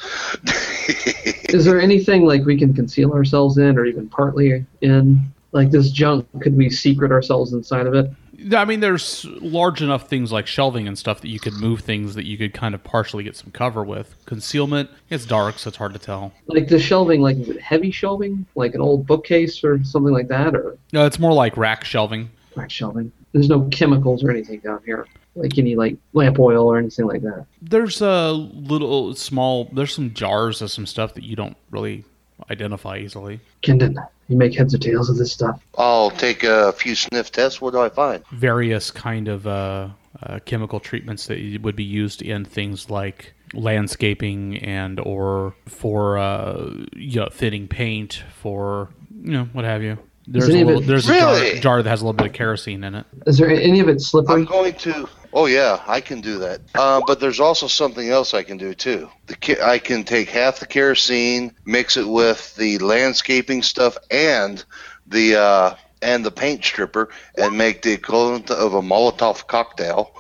[SPEAKER 5] Is there anything like we can conceal ourselves in, or even partly in? Like this junk, could we secret ourselves inside of it?
[SPEAKER 1] I mean, there's large enough things like shelving and stuff that you could move things that you could kind of partially get some cover with. Concealment, it's dark, so it's hard to tell.
[SPEAKER 5] Like the shelving, like is it heavy shelving, like an old bookcase or something like that, or
[SPEAKER 1] No, it's more like rack shelving.
[SPEAKER 5] rack shelving. There's no chemicals or anything down here. Like any like lamp oil or anything like that.
[SPEAKER 1] There's a little small. There's some jars of some stuff that you don't really identify easily.
[SPEAKER 5] Kendon, you make heads or tails of this stuff.
[SPEAKER 4] I'll take a few sniff tests. What do I find?
[SPEAKER 1] Various kind of uh, uh, chemical treatments that you- would be used in things like landscaping and or for uh, you know thinning paint for you know what have you. There's a
[SPEAKER 5] any of
[SPEAKER 1] little,
[SPEAKER 5] it-
[SPEAKER 1] there's a
[SPEAKER 4] Really?
[SPEAKER 1] jar, jar that has a little bit of kerosene in it.
[SPEAKER 5] Is there any of it
[SPEAKER 4] I'm
[SPEAKER 5] slippery?
[SPEAKER 4] going to. Oh yeah, I can do that. Uh, but there's also something else I can do too. The ke- I can take half the kerosene, mix it with the landscaping stuff and the uh, and the paint stripper, and make the equivalent of a Molotov cocktail.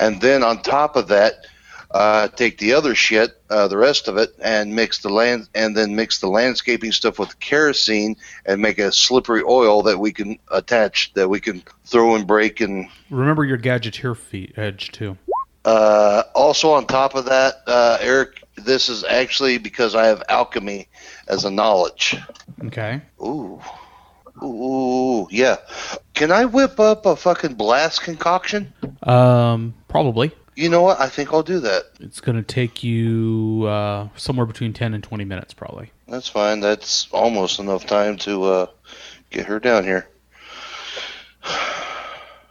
[SPEAKER 4] And then on top of that, uh, take the other shit, uh, the rest of it, and mix the land, and then mix the landscaping stuff with kerosene, and make a slippery oil that we can attach, that we can throw and break and
[SPEAKER 1] Remember your gadgeteer feet edge too.
[SPEAKER 4] uh, also, on top of that, uh, Eric, this is actually because I have alchemy as a knowledge.
[SPEAKER 1] Okay.
[SPEAKER 4] Ooh. Ooh, yeah. Can I whip up a fucking blast concoction?
[SPEAKER 1] Um, probably.
[SPEAKER 4] You know what? I think I'll do that.
[SPEAKER 1] It's going to take you uh, somewhere between 10 and 20 minutes, probably.
[SPEAKER 4] That's fine. That's almost enough time to uh, get her down here.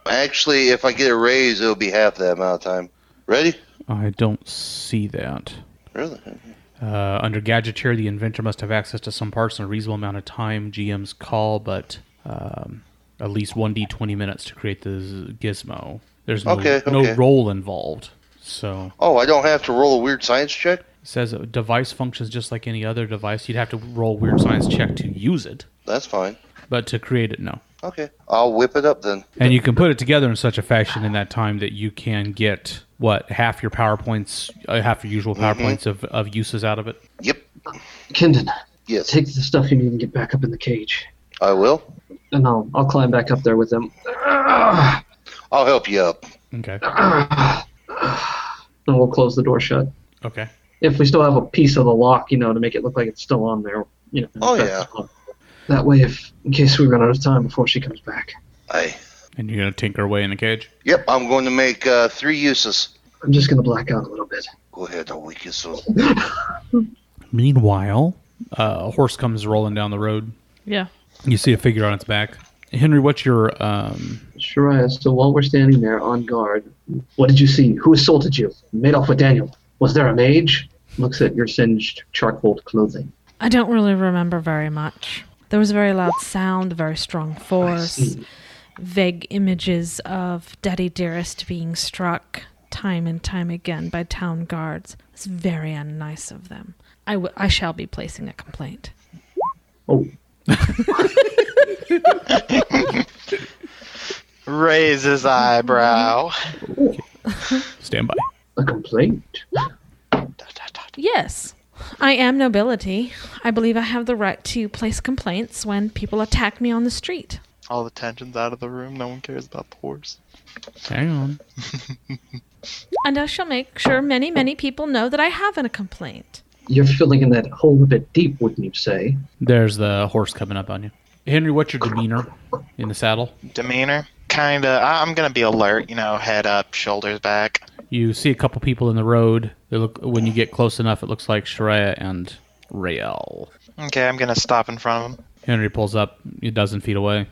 [SPEAKER 4] Actually, if I get a raise, it'll be half that amount of time. Ready?
[SPEAKER 1] I don't see that.
[SPEAKER 4] Really?
[SPEAKER 1] Uh, under Gadgeteer, the inventor must have access to some parts in a reasonable amount of time. GM's call, but um, at least 1d 20 minutes to create the z- gizmo. There's no,
[SPEAKER 4] Okay,
[SPEAKER 1] no
[SPEAKER 4] okay.
[SPEAKER 1] role involved. So
[SPEAKER 4] Oh, I don't have to roll a weird science check?
[SPEAKER 1] it says a device functions just like any other device. You'd have to roll weird science check to use it,
[SPEAKER 4] That's fine.
[SPEAKER 1] but to create it, no.
[SPEAKER 4] Okay. I'll whip it up then.
[SPEAKER 1] And you can put it together in such a fashion in that time that you can get what half your powerpoints, uh, half your
[SPEAKER 4] Mm-hmm.
[SPEAKER 1] usual powerpoints of, of uses out of it.
[SPEAKER 4] Yep.
[SPEAKER 5] Kendon,
[SPEAKER 4] Yes,
[SPEAKER 5] take the stuff you need and get back up in the cage.
[SPEAKER 4] I will.
[SPEAKER 5] And I'll I'll climb back up there with them.
[SPEAKER 4] I'll help you up.
[SPEAKER 1] Okay.
[SPEAKER 5] And we'll close the door shut.
[SPEAKER 1] Okay.
[SPEAKER 5] If we still have a piece of the lock, you know, to make it look like it's still on there, you know.
[SPEAKER 4] Oh,
[SPEAKER 5] that's
[SPEAKER 4] yeah.
[SPEAKER 5] the lock. That way, if in case we run out of time before she comes back,
[SPEAKER 4] I.
[SPEAKER 1] And you're gonna tinker away in the cage.
[SPEAKER 4] Yep, I'm going to make uh, three uses.
[SPEAKER 5] I'm just gonna black out a little bit.
[SPEAKER 4] Go ahead, I'll wake you soon.
[SPEAKER 1] Meanwhile, uh, a horse comes rolling down the road.
[SPEAKER 3] Yeah.
[SPEAKER 1] You see a figure on its back. Henry, what's your um,
[SPEAKER 5] Shariah, so while we're standing there on guard, what did you see? Who assaulted you? Made off with Daniel. Was there a mage? Looks at your singed charcoal clothing.
[SPEAKER 3] I don't really remember very much. There was a very loud sound, a very strong force, vague images of Daddy Dearest being struck time and time again by town guards. It's very unnice of them. I, w- I shall be placing a complaint.
[SPEAKER 5] Oh,
[SPEAKER 6] Raise his eyebrow.
[SPEAKER 1] standby?
[SPEAKER 5] a complaint?
[SPEAKER 3] Yes, I am nobility. I believe I have the right to place complaints when people attack me on the street.
[SPEAKER 6] All the tension's out of the room. No one cares about the horse.
[SPEAKER 1] Hang on.
[SPEAKER 3] And I shall make sure many, many people know that I have a complaint.
[SPEAKER 5] You're filling in that hole a bit deep, wouldn't you say?
[SPEAKER 1] There's the horse coming up on you. Henry, what's your demeanor in the saddle?
[SPEAKER 6] Demeanor? Kinda. I- I'm gonna be alert, you know, head up, shoulders back.
[SPEAKER 1] You see a couple people in the road. They look when you get close enough. It looks like Shreya and Rael.
[SPEAKER 6] Okay, I'm gonna stop in front of him.
[SPEAKER 1] Henry pulls up a dozen feet away.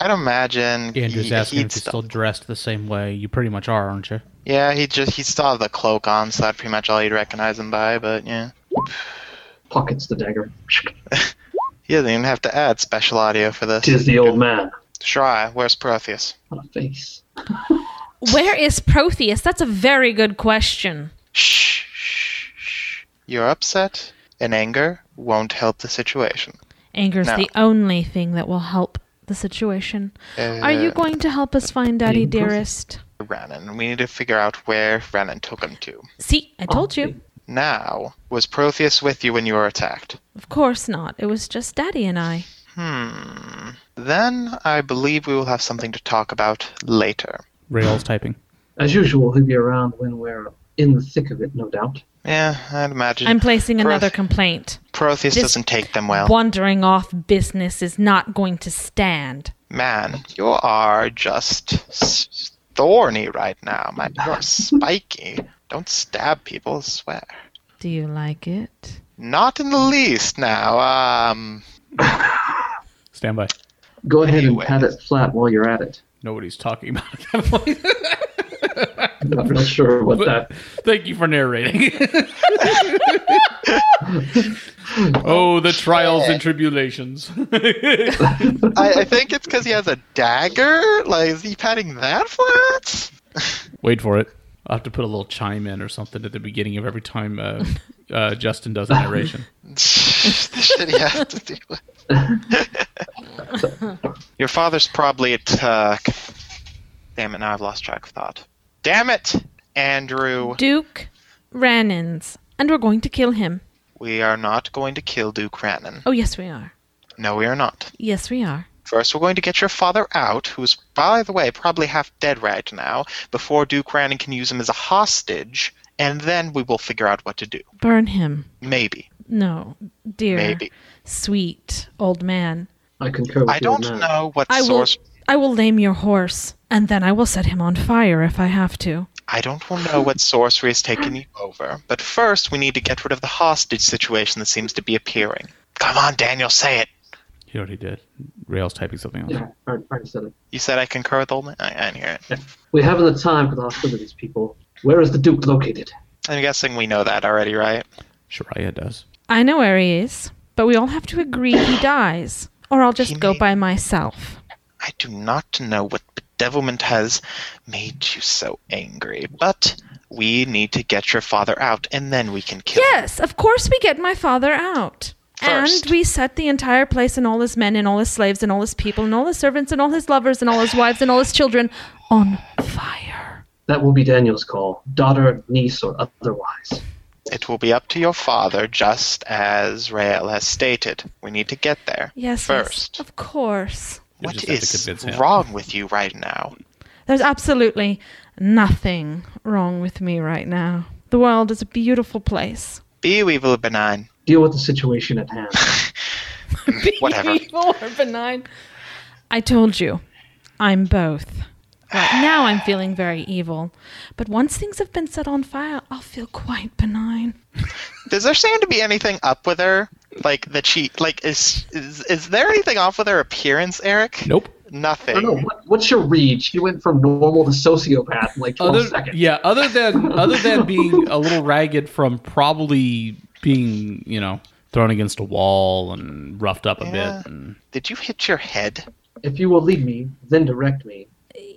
[SPEAKER 6] I'd imagine
[SPEAKER 1] Andrew's
[SPEAKER 6] he,
[SPEAKER 1] asking
[SPEAKER 6] he'd
[SPEAKER 1] if you're
[SPEAKER 6] st-
[SPEAKER 1] still dressed the same way. You pretty much are, aren't you?
[SPEAKER 6] Yeah, he just he still had the cloak on, so that's pretty much all you'd recognize him by. But yeah,
[SPEAKER 5] Pockets the dagger.
[SPEAKER 6] he doesn't even have to add special audio for this.
[SPEAKER 5] Tis the old man.
[SPEAKER 6] Shry, where's Protheus?
[SPEAKER 5] What a face.
[SPEAKER 3] Where is Protheus? That's a very good question.
[SPEAKER 6] Shh, shh, shh. Your upset and anger won't help the situation.
[SPEAKER 3] Anger's
[SPEAKER 6] No.
[SPEAKER 3] the only thing that will help the situation.
[SPEAKER 6] Uh,
[SPEAKER 3] Are you going to help us find Daddy
[SPEAKER 5] Anger's-
[SPEAKER 3] Dearest?
[SPEAKER 6] Renan? We need to figure out where Renan took him to.
[SPEAKER 3] See, I told you.
[SPEAKER 6] Now, was Protheus with you when you were attacked?
[SPEAKER 3] Of course not. It was just Daddy and I.
[SPEAKER 6] Hmm. Then I believe we will have something to talk about later.
[SPEAKER 1] Rail's typing.
[SPEAKER 5] As usual, he'll be around when we're in the thick of it, no doubt.
[SPEAKER 6] Yeah, I'd imagine.
[SPEAKER 3] I'm placing
[SPEAKER 6] Pro-
[SPEAKER 3] another complaint.
[SPEAKER 6] Protheus
[SPEAKER 3] this-
[SPEAKER 6] doesn't take them well.
[SPEAKER 3] Wandering off business is not going to stand.
[SPEAKER 6] Man, you are just s- thorny right now. Man, you're spiky. Don't stab people, swear.
[SPEAKER 3] Do you like it?
[SPEAKER 6] Not in the least now. Um,
[SPEAKER 1] Stand by.
[SPEAKER 5] Go ahead
[SPEAKER 6] Anyway.
[SPEAKER 5] and pat it flat while you're at it.
[SPEAKER 1] Nobody's talking about it at that point.
[SPEAKER 5] I'm not real sure what that.
[SPEAKER 1] Thank you for narrating. oh, the trials and tribulations.
[SPEAKER 6] I, I think it's because he has a dagger. Like, is he patting that flat?
[SPEAKER 1] Wait for it. I'll have to put a little chime in or something at the beginning of every time uh, uh, Justin does a narration.
[SPEAKER 6] the shit he has to deal with. Your father's probably at. Uh, damn it! Now I've lost track of thought. Damn it, Andrew.
[SPEAKER 3] Duke Rannon's. And we're going to kill him.
[SPEAKER 6] We are not going to kill Duke Rannon.
[SPEAKER 3] Oh, yes, we are.
[SPEAKER 6] No, we are not.
[SPEAKER 3] Yes, we are.
[SPEAKER 6] First, we're going to get your father out, who's, by the way, probably half dead right now, before Duke Rannon can use him as a hostage, and then we will figure out what to do.
[SPEAKER 3] Burn him.
[SPEAKER 6] Maybe.
[SPEAKER 3] No, dear,
[SPEAKER 6] Maybe.
[SPEAKER 3] sweet old man.
[SPEAKER 5] I concur with
[SPEAKER 6] I
[SPEAKER 5] you
[SPEAKER 6] don't
[SPEAKER 5] on that.
[SPEAKER 6] know what
[SPEAKER 3] I will.
[SPEAKER 6] source.
[SPEAKER 3] I will lame your horse, and then I will set him on fire if I have to.
[SPEAKER 6] I don't will know what sorcery is taking you over, but first we need to get rid of the hostage situation that seems to be appearing. Come on, Daniel, say it.
[SPEAKER 1] He already did. Rail's typing something else.
[SPEAKER 5] Yeah, Art, Art said it.
[SPEAKER 6] You said I concur with old man. I, I didn't hear it.
[SPEAKER 5] We haven't the time for the hostilities, people. Where is the Duke located?
[SPEAKER 6] I'm guessing we know that already, right?
[SPEAKER 1] Shariah does.
[SPEAKER 3] I know where he is, but we all have to agree he dies, or I'll just
[SPEAKER 6] He
[SPEAKER 3] go
[SPEAKER 6] may-
[SPEAKER 3] by myself.
[SPEAKER 6] I do not know what bedevilment has made you so angry, but we need to get your father out, and then we can kill him.
[SPEAKER 3] Yes, of course we get my father out.
[SPEAKER 6] First.
[SPEAKER 3] And we set the entire place and all his men and all his slaves and all his people and all his servants and all his lovers and all his wives and all his children on fire.
[SPEAKER 5] That will be Daniel's call, daughter, niece, or otherwise.
[SPEAKER 6] It will be up to your father, just as Rael has stated. We need to get there.
[SPEAKER 3] Yes, yes,
[SPEAKER 6] First.
[SPEAKER 3] of course.
[SPEAKER 1] You
[SPEAKER 6] What
[SPEAKER 1] just have to
[SPEAKER 6] is
[SPEAKER 1] convince him.
[SPEAKER 6] wrong with you right now?
[SPEAKER 3] There's absolutely nothing wrong with me right now. The world is a beautiful place.
[SPEAKER 6] Be evil benign.
[SPEAKER 5] Deal with the situation at hand.
[SPEAKER 6] Whatever.
[SPEAKER 3] Evil or benign. I told you, I'm both. Right now, I'm feeling very evil, but once things have been set on fire, I'll feel quite benign.
[SPEAKER 6] Does there seem to be anything up with her? Like that she like is is, is there anything off with her appearance, Eric?
[SPEAKER 1] Nope.
[SPEAKER 5] I don't know.
[SPEAKER 6] Nothing.
[SPEAKER 5] What, what's your read? She went from normal to sociopath in like 12
[SPEAKER 1] Other,
[SPEAKER 5] seconds.
[SPEAKER 1] yeah, other than other than being a little ragged from probably being, you know, thrown against a wall and roughed up a
[SPEAKER 6] Yeah.
[SPEAKER 1] bit. And
[SPEAKER 6] Did you hit your head?
[SPEAKER 5] If you will lead me, then direct me,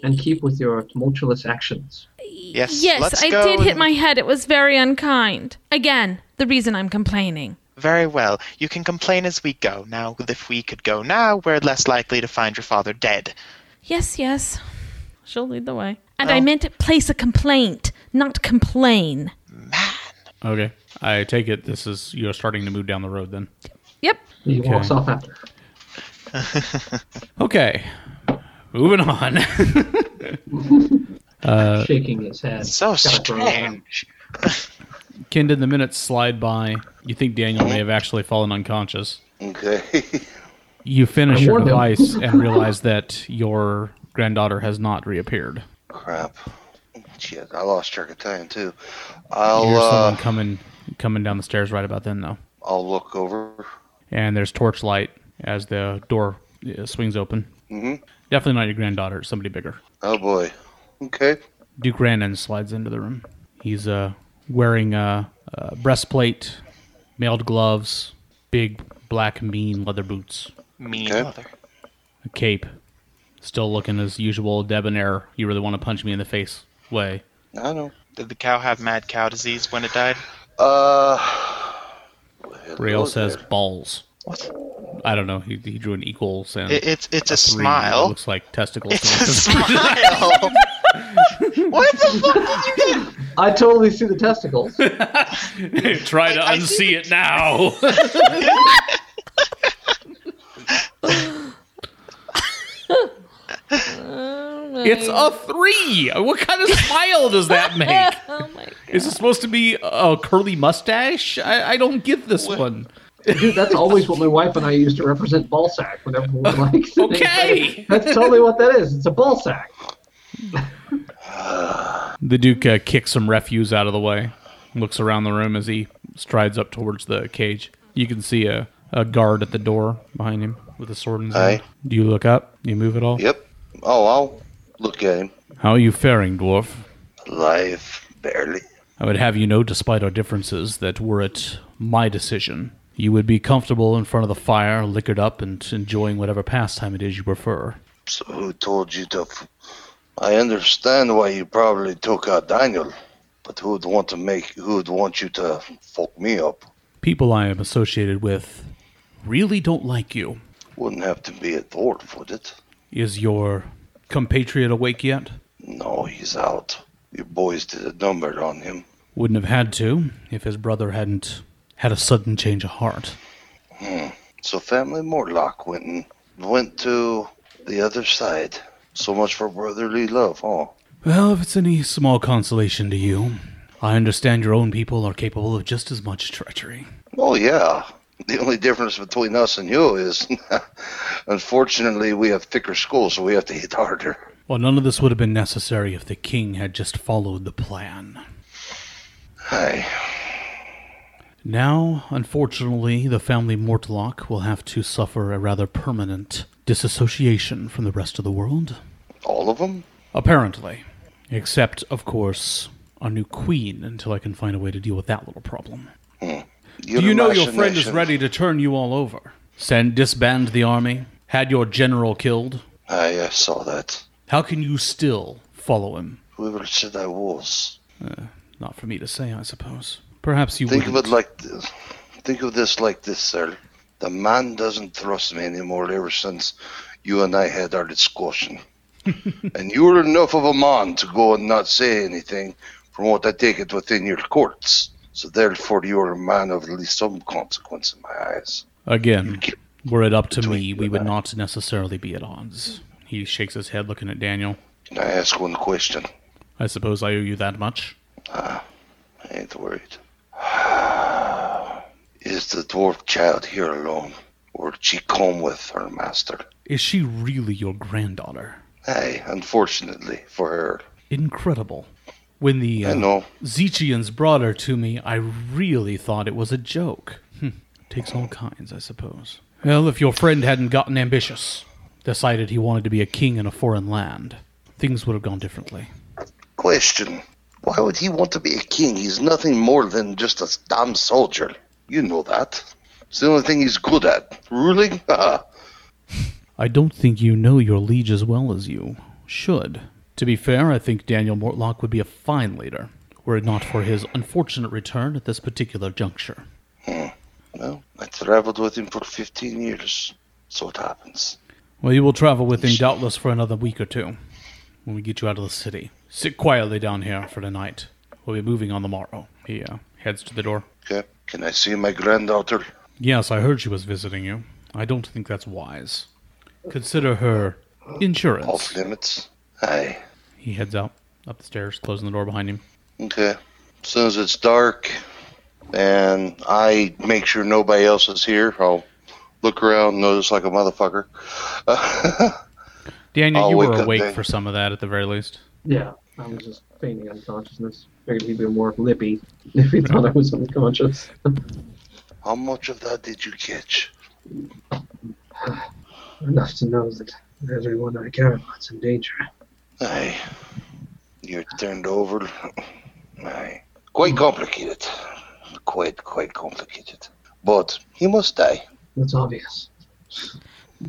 [SPEAKER 5] and keep with your tumultuous actions.
[SPEAKER 6] Yes.
[SPEAKER 3] Yes,
[SPEAKER 6] let's
[SPEAKER 3] I
[SPEAKER 6] go
[SPEAKER 3] did hit
[SPEAKER 6] and-
[SPEAKER 3] my head. It was very unkind. Again, the reason I'm complaining.
[SPEAKER 6] Very well. You can complain as we go. Now, if we could go now, we're less likely to find your father dead.
[SPEAKER 3] Yes, yes. She'll lead the way. And I
[SPEAKER 6] Well-
[SPEAKER 3] meant place a complaint, not complain.
[SPEAKER 1] okay, I take it this is you're starting to move down the road then.
[SPEAKER 3] Yep.
[SPEAKER 5] He
[SPEAKER 1] Okay.
[SPEAKER 5] walks off after.
[SPEAKER 1] Okay, moving on.
[SPEAKER 5] shaking his head.
[SPEAKER 6] So
[SPEAKER 5] Gotta throw it down.
[SPEAKER 6] strange.
[SPEAKER 1] Kendon, the minutes slide by. You think Daniel may have actually fallen unconscious.
[SPEAKER 4] Okay.
[SPEAKER 1] You finish
[SPEAKER 5] I
[SPEAKER 1] your
[SPEAKER 5] warned him.
[SPEAKER 1] device and realize that your granddaughter has not reappeared.
[SPEAKER 4] Crap. Shit, I lost track of time too.
[SPEAKER 1] You
[SPEAKER 4] I'll
[SPEAKER 1] hear someone
[SPEAKER 4] uh,
[SPEAKER 1] coming coming down the stairs right about then though,
[SPEAKER 4] I'll look over.
[SPEAKER 1] and there's torchlight as the door uh, swings open.
[SPEAKER 4] Mhm.
[SPEAKER 1] Definitely not your granddaughter. it's Somebody bigger.
[SPEAKER 4] Oh boy. Okay.
[SPEAKER 1] Duke Rannon slides into the room. He's uh, wearing a, a breastplate, mailed gloves, big black mean leather boots,
[SPEAKER 6] Mean
[SPEAKER 4] Okay.
[SPEAKER 6] mother.
[SPEAKER 1] a cape. Still looking his usual debonair. You really want to punch me in the face way.
[SPEAKER 4] I know.
[SPEAKER 6] Did the cow have mad cow disease when it died?
[SPEAKER 4] Uh. go ahead and
[SPEAKER 1] Rail
[SPEAKER 4] look
[SPEAKER 1] says
[SPEAKER 4] there.
[SPEAKER 1] balls.
[SPEAKER 6] What?
[SPEAKER 1] I don't know. He, he drew an equals and
[SPEAKER 6] It, it's it's a,
[SPEAKER 1] three. It
[SPEAKER 6] smile.
[SPEAKER 1] looks like testicles.
[SPEAKER 6] It's a smile. what the fuck did you get?
[SPEAKER 5] I totally see the testicles.
[SPEAKER 1] Try to
[SPEAKER 6] I- I
[SPEAKER 1] unsee it now. It's a three. What kind of smile does that make?
[SPEAKER 3] oh my god.
[SPEAKER 1] Is it supposed to be a curly mustache? I, I don't get this one.
[SPEAKER 5] Dude, that's always what my wife and I used to represent ball sack whenever we were like. sitting
[SPEAKER 1] Okay.
[SPEAKER 5] there. That's totally what that is. It's a ball sack.
[SPEAKER 1] The Duke uh, kicks some refuse out of the way, looks around the room as he strides up towards the cage. You can see a, a guard at the door behind him with a sword in his hand.
[SPEAKER 4] Aye.
[SPEAKER 1] Do you look up? Do you move at all?
[SPEAKER 4] Yep. Oh, I'll look at him.
[SPEAKER 1] How are you faring, dwarf?
[SPEAKER 4] Live, barely.
[SPEAKER 1] I would have you know, despite our differences, that were it my decision, you would be comfortable in front of the fire, liquored up, and enjoying whatever pastime it is you prefer.
[SPEAKER 4] So who told you to? F- I understand why you probably took out Daniel, but who'd want to make? Who'd want you to fuck me up?
[SPEAKER 1] People I am associated with really don't like you.
[SPEAKER 4] Wouldn't have to be a dwarf, would it?
[SPEAKER 1] Is your compatriot awake yet?
[SPEAKER 4] No, he's out. Your boys did a number on him.
[SPEAKER 1] Wouldn't have had to if his brother hadn't had a sudden change of heart.
[SPEAKER 4] So family Morlock went and went to the other side. So much for brotherly love, huh?
[SPEAKER 1] Well, if it's any small consolation to you, I understand your own people are capable of just as much treachery.
[SPEAKER 4] Oh yeah. The only difference between us and you is, unfortunately, we have thicker skulls, so we have to hit harder.
[SPEAKER 1] Well, none of this would have been necessary if the king had just followed the plan.
[SPEAKER 4] Hi.
[SPEAKER 1] Now, unfortunately, the family Mortlock will have to suffer a rather permanent disassociation from the rest of the world.
[SPEAKER 4] All of them?
[SPEAKER 1] Apparently. Except, of course, our new queen until I can find a way to deal with that little problem. Do you know your friend is ready to turn you all over? Send disband the army? Had your general killed?
[SPEAKER 4] Aye, Ah, I saw that.
[SPEAKER 1] How can you still follow him?
[SPEAKER 4] Whoever said I was.
[SPEAKER 1] Not for me to say, I suppose. Perhaps you
[SPEAKER 4] Think of
[SPEAKER 1] wouldn't.
[SPEAKER 4] it like this. Think of this like this, sir. The man doesn't trust me anymore ever since you and I had our discussion. and you're enough of a man to go and not say anything from what I take it within your courts. So therefore you're a man of at least some consequence in my eyes.
[SPEAKER 1] Again, were it up to me,
[SPEAKER 4] Between
[SPEAKER 1] we
[SPEAKER 4] you
[SPEAKER 1] would
[SPEAKER 4] and I.
[SPEAKER 1] not necessarily be at odds. He shakes his head, looking at Daniel.
[SPEAKER 4] Can I ask one question?
[SPEAKER 1] I suppose I owe you that much.
[SPEAKER 4] I ain't worried. Is the dwarf child here alone? Or did she come with her master?
[SPEAKER 1] Is she really your granddaughter?
[SPEAKER 4] Aye, unfortunately for her.
[SPEAKER 1] Incredible. When the
[SPEAKER 4] I
[SPEAKER 1] uh,
[SPEAKER 4] know.
[SPEAKER 1] Zechians brought her to me, I really thought it was a joke. Hmm. Takes all kinds, I suppose. Well, if your friend hadn't gotten ambitious, decided he wanted to be a king in a foreign land, things would have gone differently.
[SPEAKER 4] Question. Why would he want to be a king? He's nothing more than just a damn soldier. You know that. It's the only thing he's good at. Ruling? Ah,
[SPEAKER 1] I don't think you know your liege as well as you should. To be fair, I think Daniel Mortlock would be a fine leader, were it not for his unfortunate return at this particular juncture.
[SPEAKER 4] well, I traveled with him for 15 years. So it happens.
[SPEAKER 1] Well, you will travel with him doubtless for another week or two when we get you out of the city. Sit quietly down here for the night. We'll be moving on the morrow. He uh, heads to the door.
[SPEAKER 4] Okay. Can I see my granddaughter?
[SPEAKER 1] Yes, I heard she was visiting you. I don't think that's wise. Consider her
[SPEAKER 4] Off
[SPEAKER 1] insurance.
[SPEAKER 4] limits? Aye.
[SPEAKER 1] He heads out, up the stairs, closing the door behind him.
[SPEAKER 4] Okay. As soon as it's dark and I make sure nobody else is here, I'll look around, notice like a motherfucker.
[SPEAKER 1] Daniel,
[SPEAKER 4] I'll
[SPEAKER 1] you
[SPEAKER 4] wake
[SPEAKER 1] were
[SPEAKER 4] up
[SPEAKER 1] awake
[SPEAKER 4] then.
[SPEAKER 1] for some of that at the very least.
[SPEAKER 5] Yeah, I was just feigning unconsciousness. Figured he'd be more lippy if he thought I was unconscious.
[SPEAKER 4] How much of that did you catch?
[SPEAKER 5] Enough to know that everyone I care about's in danger.
[SPEAKER 4] Aye. You're turned over. Aye. Quite complicated. Quite, quite complicated. But he must die.
[SPEAKER 5] That's obvious.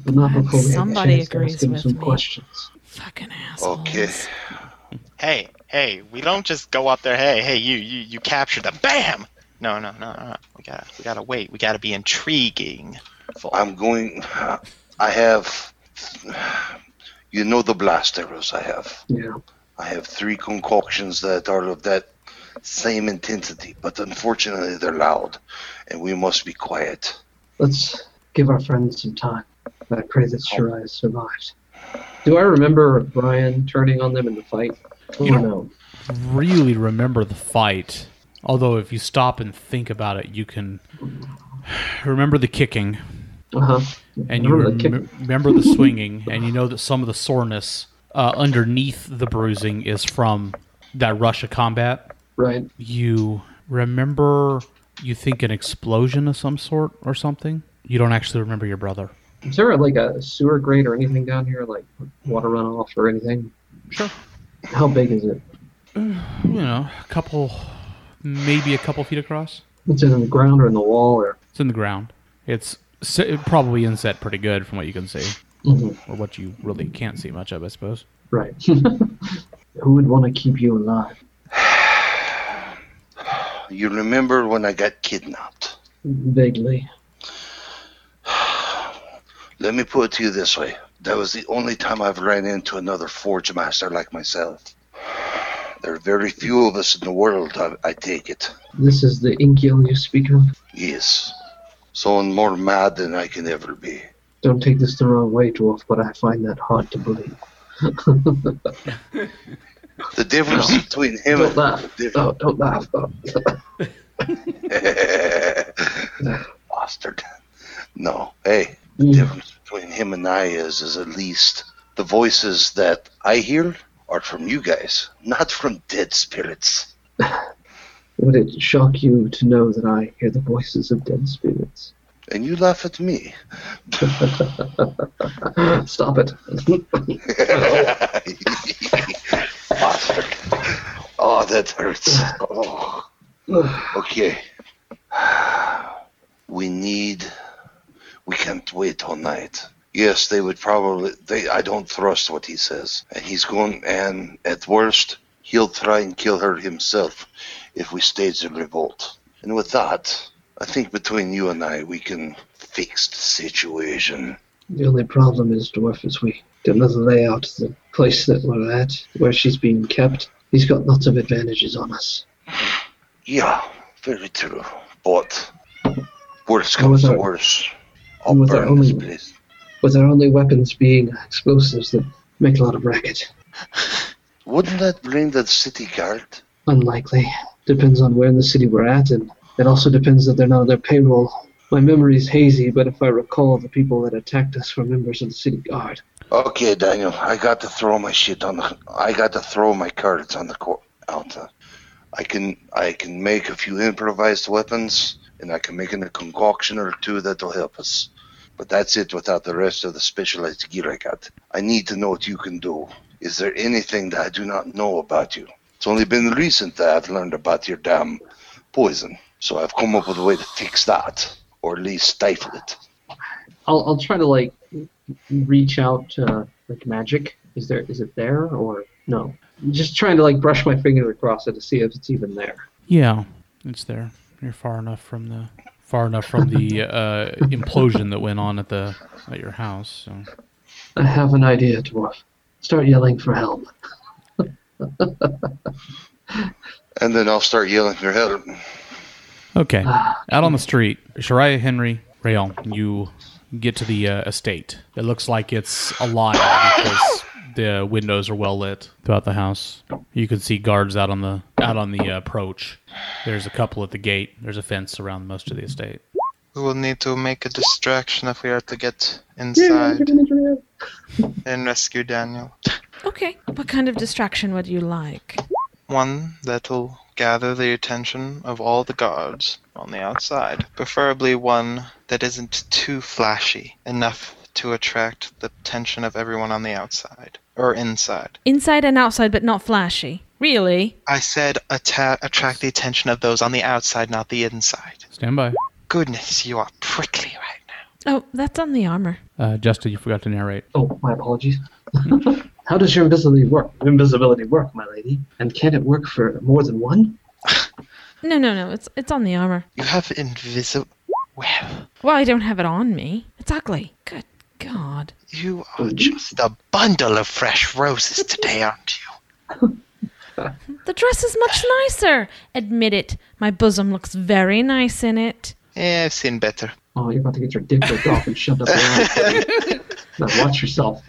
[SPEAKER 5] But not before we have a
[SPEAKER 3] Somebody
[SPEAKER 5] chance to
[SPEAKER 3] agrees
[SPEAKER 5] ask him
[SPEAKER 3] with
[SPEAKER 5] some
[SPEAKER 3] me.
[SPEAKER 5] questions.
[SPEAKER 3] Fucking asshole.
[SPEAKER 4] Okay.
[SPEAKER 6] Hey, hey, we don't just go up there. Hey, hey, you, you, you captured them. Bam! No, no, no, no. We gotta, we gotta wait. We gotta be intriguing.
[SPEAKER 4] I'm going. I have. You know the blast arrows I have.
[SPEAKER 5] Yeah.
[SPEAKER 4] I have three concoctions that are of that same intensity, but unfortunately they're loud, and we must be quiet.
[SPEAKER 5] Let's give our friends some time. I pray that Shirai has survived. Do I remember Brian turning on them in the fight? Oh,
[SPEAKER 1] You don't-
[SPEAKER 5] no.
[SPEAKER 1] really remember the fight. Although, if you stop and think about it, you can remember the kicking
[SPEAKER 5] Uh huh.
[SPEAKER 1] and you
[SPEAKER 5] Remember
[SPEAKER 1] remember
[SPEAKER 5] the
[SPEAKER 1] the, remember the swinging, and you know that some of the soreness uh, underneath the bruising is from that rush of combat.
[SPEAKER 5] Right.
[SPEAKER 1] You remember, you think an explosion of some sort or something. You don't actually remember your brother.
[SPEAKER 5] Is there like a sewer grate or anything down here, like water runoff or anything?
[SPEAKER 1] Sure.
[SPEAKER 5] How big is it?
[SPEAKER 1] You know, a couple, maybe a couple feet across.
[SPEAKER 5] Is it in the ground or in the wall or?
[SPEAKER 1] It's in the ground. It's si- probably inset pretty good from what you can see.
[SPEAKER 5] Mhm.
[SPEAKER 1] or what you really can't see much of, I suppose.
[SPEAKER 5] Right. Who would want to keep you alive?
[SPEAKER 4] You remember when I got kidnapped?
[SPEAKER 5] Vaguely.
[SPEAKER 4] Let me put it to you this way. That was the only time I've ran into another forge master like myself. There are very few of us in the world, I, I take it.
[SPEAKER 5] This is the Inkiel you speak of.
[SPEAKER 4] Yes. Someone more mad than I can ever be.
[SPEAKER 5] Don't take this the wrong way, dwarf, but I find that hard to believe.
[SPEAKER 4] The difference between him
[SPEAKER 5] Don't
[SPEAKER 4] and
[SPEAKER 5] laugh.
[SPEAKER 4] the
[SPEAKER 5] Oh, don't laugh. Oh.
[SPEAKER 4] diff- bastard. No. Hey, the
[SPEAKER 5] Mm.
[SPEAKER 4] difference between him and I is is at least the voices that I hear are from you guys, not from dead spirits.
[SPEAKER 5] Would it shock you to know that I hear the voices of dead spirits?
[SPEAKER 4] And you laugh at me.
[SPEAKER 5] Stop it.
[SPEAKER 4] Bastard. Oh, that hurts. Oh. Okay. We need. We can't wait all night. Yes, they would probably. They. I don't trust what he says, and he's going. And at worst, he'll try and kill her himself if we stage a revolt. And with that, I think between you and I, we can fix the situation.
[SPEAKER 5] The only problem is, dwarf, is we don't know the layout of the place that we're at, where she's being kept. He's got lots of advantages on us.
[SPEAKER 4] Yeah, very true. But worse
[SPEAKER 5] And with
[SPEAKER 4] comes to
[SPEAKER 5] our-
[SPEAKER 4] worse. I'll
[SPEAKER 5] and with our
[SPEAKER 4] burn this
[SPEAKER 5] only-
[SPEAKER 4] place.
[SPEAKER 5] With our only weapons being explosives that make a lot of racket.
[SPEAKER 4] Wouldn't that bring that city guard?
[SPEAKER 5] Unlikely. Depends on where in the city we're at, and it also depends that they're not on their payroll. My memory's hazy, but if I recall, the people that attacked us were members of the city guard.
[SPEAKER 4] Okay, Daniel, I got to throw my shit on the. I got to throw my cards on the court out. uh, I can I can make a few improvised weapons, and I can make a concoction or two that'll help us. But that's it without the rest of the specialized gear I got. I need to know what you can do. Is there anything that I do not know about you? It's only been recent that I've learned about your damn poison, so I've come up with a way to fix that, or at least stifle it.
[SPEAKER 5] I'll, I'll try to like reach out to like magic. Is there is it there or no? I'm just trying to like brush my finger across it to see if it's even there.
[SPEAKER 1] Yeah, it's there. You're far enough from the far enough from the uh, implosion that went on at the at your house. So.
[SPEAKER 5] I have an idea, dwarf. Start yelling for help.
[SPEAKER 4] And then I'll start yelling for help.
[SPEAKER 1] Okay, out on the street, Shariah Henry Rayon, you get to the uh, estate. It looks like it's alive because the windows are well lit throughout the house. You can see guards out on the out on the uh, approach. There's a couple at the gate. There's a fence around most of the estate.
[SPEAKER 6] We will need to make a distraction if we are to get inside and rescue Daniel.
[SPEAKER 3] Okay. What kind of distraction would you like?
[SPEAKER 6] One that'll gather the attention of all the guards on the outside. Preferably one that isn't too flashy, enough to attract the attention of everyone on the outside or inside.
[SPEAKER 3] Inside and outside, but not flashy. Really?
[SPEAKER 6] I said atta- attract the attention of those on the outside, not the inside.
[SPEAKER 1] Stand by.
[SPEAKER 6] Goodness, you are prickly right now.
[SPEAKER 3] Oh, that's on the armor.
[SPEAKER 1] Uh, Justin, you forgot to narrate.
[SPEAKER 5] Oh, my apologies. How does your invisibility work? Invisibility work, my lady. And can it work for more than one?
[SPEAKER 3] No, no, no. It's it's on the armor.
[SPEAKER 6] You have invisible. Well,
[SPEAKER 3] Well, I don't have it on me. It's ugly. Good God.
[SPEAKER 6] you are just a bundle of fresh roses today, aren't you?
[SPEAKER 3] The dress is much nicer. Admit it. My bosom looks very nice in it.
[SPEAKER 6] Yeah, I've seen better.
[SPEAKER 5] Oh, you're about to get your dick ripped off and shoved up your ass. now watch yourself.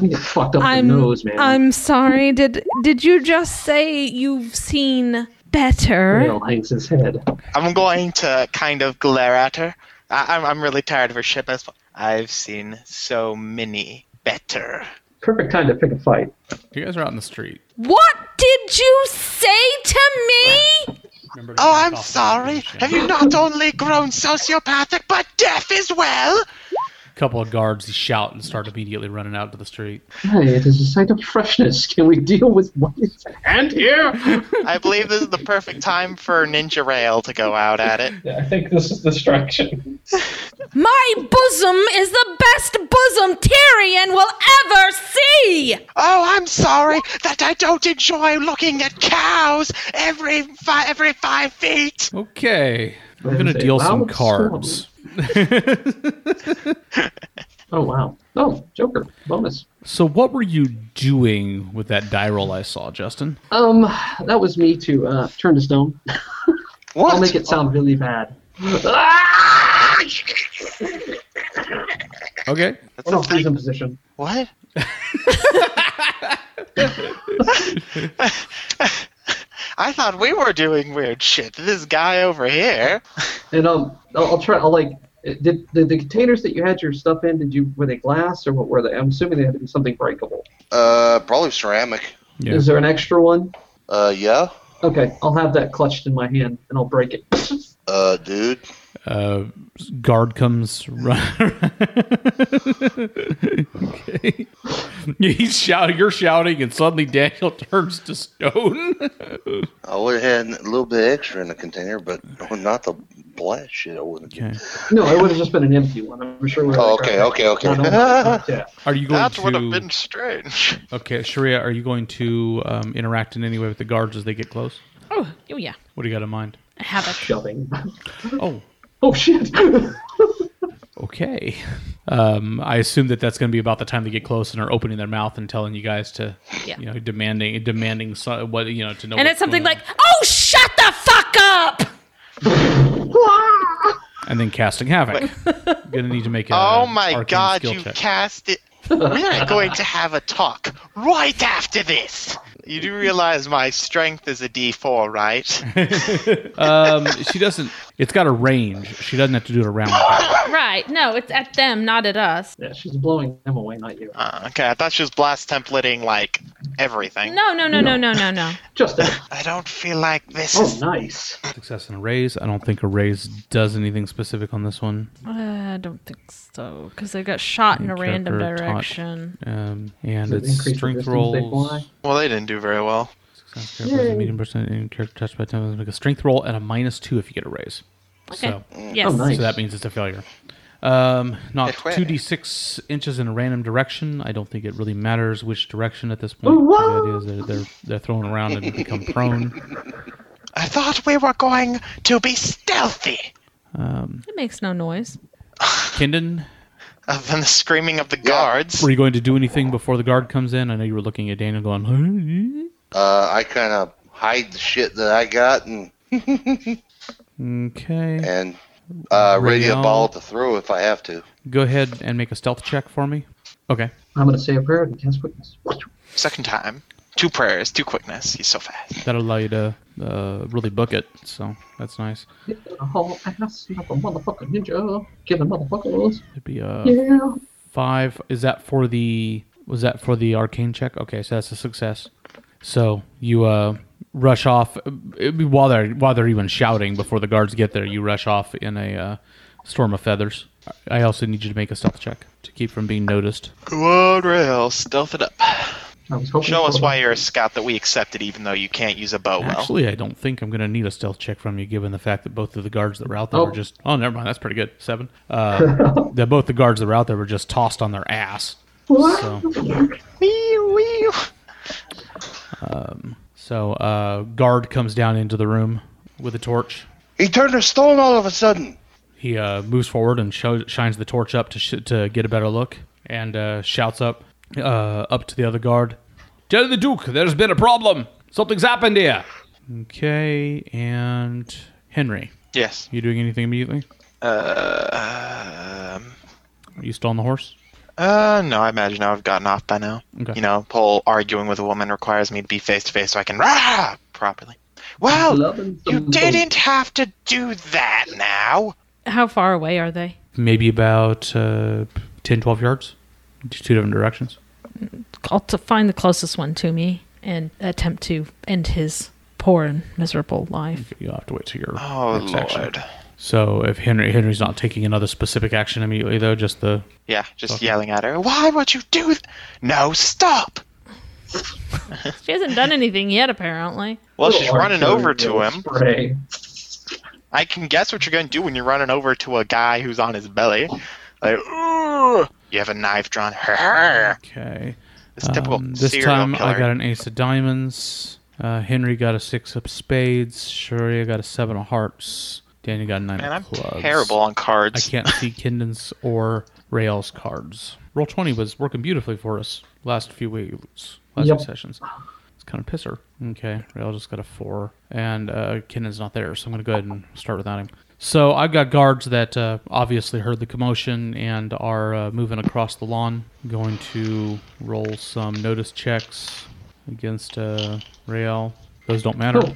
[SPEAKER 5] You get fucked up
[SPEAKER 3] I'm
[SPEAKER 5] the nose, man.
[SPEAKER 3] I'm sorry. Did did you just say you've seen better?
[SPEAKER 5] Dale hangs his head.
[SPEAKER 6] I'm going to kind of glare at her. I, I'm, I'm really tired of her shit. That's why- I've seen so many better.
[SPEAKER 5] Perfect time to pick a fight.
[SPEAKER 1] You guys are out in the street.
[SPEAKER 3] What did you say to me?
[SPEAKER 1] Remember to
[SPEAKER 6] Oh,
[SPEAKER 1] back
[SPEAKER 6] I'm
[SPEAKER 1] off the
[SPEAKER 6] sorry.
[SPEAKER 1] position.
[SPEAKER 6] Have you not only grown sociopathic, but deaf as well?
[SPEAKER 1] couple of guards shout and start immediately running out to the street.
[SPEAKER 5] Hey, it is a sight of freshness. Can we deal with what is at hand here?
[SPEAKER 6] I believe this is the perfect time for Ninja Rail to go out at it.
[SPEAKER 8] Yeah, I think this is distraction.
[SPEAKER 3] My bosom is the best bosom Tyrion will ever see.
[SPEAKER 6] Oh, I'm sorry that I don't enjoy looking at cows every fi- every five feet.
[SPEAKER 1] Okay. I'm going
[SPEAKER 5] There's
[SPEAKER 1] to
[SPEAKER 5] a
[SPEAKER 1] deal some
[SPEAKER 5] loud storm.
[SPEAKER 1] cards.
[SPEAKER 5] Oh wow. Oh, Joker. Bonus.
[SPEAKER 1] so, what were you doing with that die roll I saw, Justin?
[SPEAKER 5] Um, that was me to uh, turn to stone.
[SPEAKER 4] What? Ah!
[SPEAKER 5] I'll make it sound really bad.
[SPEAKER 1] Okay.
[SPEAKER 6] That's
[SPEAKER 5] Or
[SPEAKER 6] a
[SPEAKER 5] I'll freeze
[SPEAKER 6] thing.
[SPEAKER 5] in position.
[SPEAKER 6] What? I thought we were doing weird shit. This guy over here.
[SPEAKER 5] And um, I'll, I'll try. I'll like. Did the, the containers that you had your stuff in? Did you were they glass or what were they? I'm assuming they had to be something breakable.
[SPEAKER 4] Uh, probably ceramic.
[SPEAKER 1] Yeah.
[SPEAKER 5] Is there an extra one?
[SPEAKER 4] Uh, yeah.
[SPEAKER 5] Okay, I'll have that clutched in my hand and I'll break it.
[SPEAKER 4] Uh, dude.
[SPEAKER 1] Uh, guard comes run. okay. He's shouting, you're shouting, and suddenly Daniel turns to stone.
[SPEAKER 4] I would have had a little bit extra in the container, but not the black shit. I wouldn't.
[SPEAKER 1] okay.
[SPEAKER 4] get.
[SPEAKER 5] no, it would have just been an empty one. I'm sure. We're
[SPEAKER 4] Oh,
[SPEAKER 5] like,
[SPEAKER 4] okay,
[SPEAKER 5] all
[SPEAKER 4] okay, okay.
[SPEAKER 5] right, no, no, yeah.
[SPEAKER 1] Are you going
[SPEAKER 6] That
[SPEAKER 1] to.
[SPEAKER 6] would have been strange.
[SPEAKER 1] Okay, Sharia, are you going to um, interact in any way with the guards as they get close?
[SPEAKER 3] Oh, oh yeah.
[SPEAKER 1] What do you got in mind?
[SPEAKER 3] Havoc.
[SPEAKER 5] Shoving.
[SPEAKER 1] Oh,
[SPEAKER 5] Oh shit.
[SPEAKER 1] okay. Um, I assume that that's going to be about the time they get close and are opening their mouth and telling you guys to,
[SPEAKER 3] Yeah.
[SPEAKER 1] you know, demanding demanding so, what you know to know.
[SPEAKER 3] And
[SPEAKER 1] what's
[SPEAKER 3] it's something
[SPEAKER 1] going
[SPEAKER 3] like, "Oh, shut the fuck up."
[SPEAKER 1] on. and then casting havoc. Gonna need to make a
[SPEAKER 6] Oh my
[SPEAKER 1] arcane
[SPEAKER 6] god,
[SPEAKER 1] skill
[SPEAKER 6] you
[SPEAKER 1] check.
[SPEAKER 6] cast it. We're going to have a talk right after this. You do realize my strength is a D4, right?
[SPEAKER 1] um, she doesn't. It's got a range. She doesn't have to do it around.
[SPEAKER 3] Right. No, it's at them, not at us.
[SPEAKER 5] yeah, she's blowing them away, not you.
[SPEAKER 6] Uh, okay, I thought she was blast templating like everything.
[SPEAKER 3] No, no, no, no, no, no, no.
[SPEAKER 5] Just that.
[SPEAKER 6] I don't feel like this
[SPEAKER 5] Oh,
[SPEAKER 6] is.
[SPEAKER 5] nice.
[SPEAKER 1] Success and a raise. I don't think a raise does anything specific on this one.
[SPEAKER 3] Uh, I don't think so, because they got shot in a random
[SPEAKER 1] Character taught.
[SPEAKER 3] direction.
[SPEAKER 1] Um, and
[SPEAKER 5] Does it
[SPEAKER 1] it's
[SPEAKER 5] increase the
[SPEAKER 1] strength
[SPEAKER 5] distance they
[SPEAKER 1] rolls.
[SPEAKER 5] fly?
[SPEAKER 6] Well, they didn't do very well.
[SPEAKER 1] Sounds good. Raise a medium percent in character touched by 10. Make a strength roll and a minus two if you get a raise.
[SPEAKER 3] Okay.
[SPEAKER 1] So,
[SPEAKER 3] Yes.
[SPEAKER 5] Oh, nice.
[SPEAKER 1] so that means it's a failure. Um, knock
[SPEAKER 6] way.
[SPEAKER 1] 2d6 inches in a random direction. I don't think it really matters which direction at this point.
[SPEAKER 5] Oh,
[SPEAKER 1] The
[SPEAKER 5] wow.
[SPEAKER 1] idea is they're, they're, they're thrown around and become prone.
[SPEAKER 6] I thought we were going to be stealthy.
[SPEAKER 3] It makes no noise.
[SPEAKER 1] Kindon,
[SPEAKER 6] Other than the screaming of the guards.
[SPEAKER 1] were you going to do anything before the guard comes in? I know you were looking at Daniel going, "Huh?"
[SPEAKER 4] Uh, I kind of hide the shit that I got and
[SPEAKER 1] okay.
[SPEAKER 4] and uh, ready a
[SPEAKER 1] Rayon.
[SPEAKER 4] ball to throw if I have to.
[SPEAKER 1] Go ahead and make a stealth check for me. Okay.
[SPEAKER 5] I'm gonna say a prayer and cast witness.
[SPEAKER 6] Second time. Two prayers, two quickness. He's so fast.
[SPEAKER 1] That'll allow you to uh, really book it. So that's nice.
[SPEAKER 5] A whole ass like a motherfucking ninja, giving motherfuckers.
[SPEAKER 1] It'd be uh, a
[SPEAKER 5] Yeah.
[SPEAKER 1] five. Is that for the? Was that for the arcane check? Okay, so that's a success. So you uh, rush off it'd be while they're while they're even shouting before the guards get there. You rush off in a uh, storm of feathers. I also need you to make a stealth check to keep from being noticed.
[SPEAKER 6] Good rail, stealth it up.
[SPEAKER 5] I was hoping
[SPEAKER 6] Show
[SPEAKER 5] for
[SPEAKER 6] us
[SPEAKER 5] that.
[SPEAKER 6] why you're a scout that we accepted, even though you can't use a bow Oh, well.
[SPEAKER 1] Actually, I don't think I'm going to need a stealth check from you, given the fact that both of the guards that were out there
[SPEAKER 5] Oh.
[SPEAKER 1] were just. Oh, never mind. That's pretty good. Seven. Uh, that both the guards that were out there were just tossed on their ass. So,
[SPEAKER 6] Wee, wee.
[SPEAKER 1] um, so uh, guard comes down into the room with a torch.
[SPEAKER 4] He turned to stone all of a sudden.
[SPEAKER 1] He uh, moves forward and sho- shines the torch up to sh- to get a better look, and uh, shouts up uh, up to the other guard. Tell the Duke, there's been a problem. Something's happened here. Okay, and Henry,
[SPEAKER 6] Yes.
[SPEAKER 1] you doing anything immediately?
[SPEAKER 6] Uh, um,
[SPEAKER 1] Are you still on the horse?
[SPEAKER 6] Uh, no, I imagine I've gotten off by now.
[SPEAKER 1] Okay.
[SPEAKER 6] You know, Paul arguing with a woman requires me to be face to face so I can rah properly. Well, you didn't have to do that now.
[SPEAKER 3] How far away are they?
[SPEAKER 1] Maybe about uh, 10, 12 yards, just two different directions.
[SPEAKER 3] I'll to find the closest one to me and attempt to end his poor and miserable life.
[SPEAKER 1] You'll have to wait till your
[SPEAKER 6] Oh
[SPEAKER 1] next action.
[SPEAKER 6] lord.
[SPEAKER 1] So if Henry Henry's not taking another specific action immediately though, just the
[SPEAKER 6] Yeah, just
[SPEAKER 1] Okay.
[SPEAKER 6] yelling at her. Why would you do? Th- no, stop.
[SPEAKER 3] She hasn't done anything yet, apparently.
[SPEAKER 6] Well, she's running over to him.
[SPEAKER 8] Spray.
[SPEAKER 6] I can guess what you're going to do when you're running over to a guy who's on his belly. Like, ooh, you have a knife drawn. It's
[SPEAKER 1] okay.
[SPEAKER 6] typical
[SPEAKER 1] Um, this
[SPEAKER 6] serial
[SPEAKER 1] time
[SPEAKER 6] killer.
[SPEAKER 1] I got an ace of diamonds. Uh, Henry got a six of spades. Sharia got a seven of hearts. Daniel got a nine
[SPEAKER 6] Man,
[SPEAKER 1] of
[SPEAKER 6] I'm
[SPEAKER 1] clubs.
[SPEAKER 6] terrible on
[SPEAKER 1] I
[SPEAKER 6] cards.
[SPEAKER 1] can't see Kindon's or Rail's cards. Roll twenty was working beautifully for us last few weeks, last
[SPEAKER 8] Yep.
[SPEAKER 1] few sessions. It's kind of pisser. Okay, Rail just got a four, and uh, Kindon's not there, so I'm gonna go ahead and start without him. So I've got guards that uh, obviously heard the commotion and are uh, moving across the lawn. going to roll some notice checks against uh, Rail. Those don't matter
[SPEAKER 5] Oh,
[SPEAKER 8] Cool.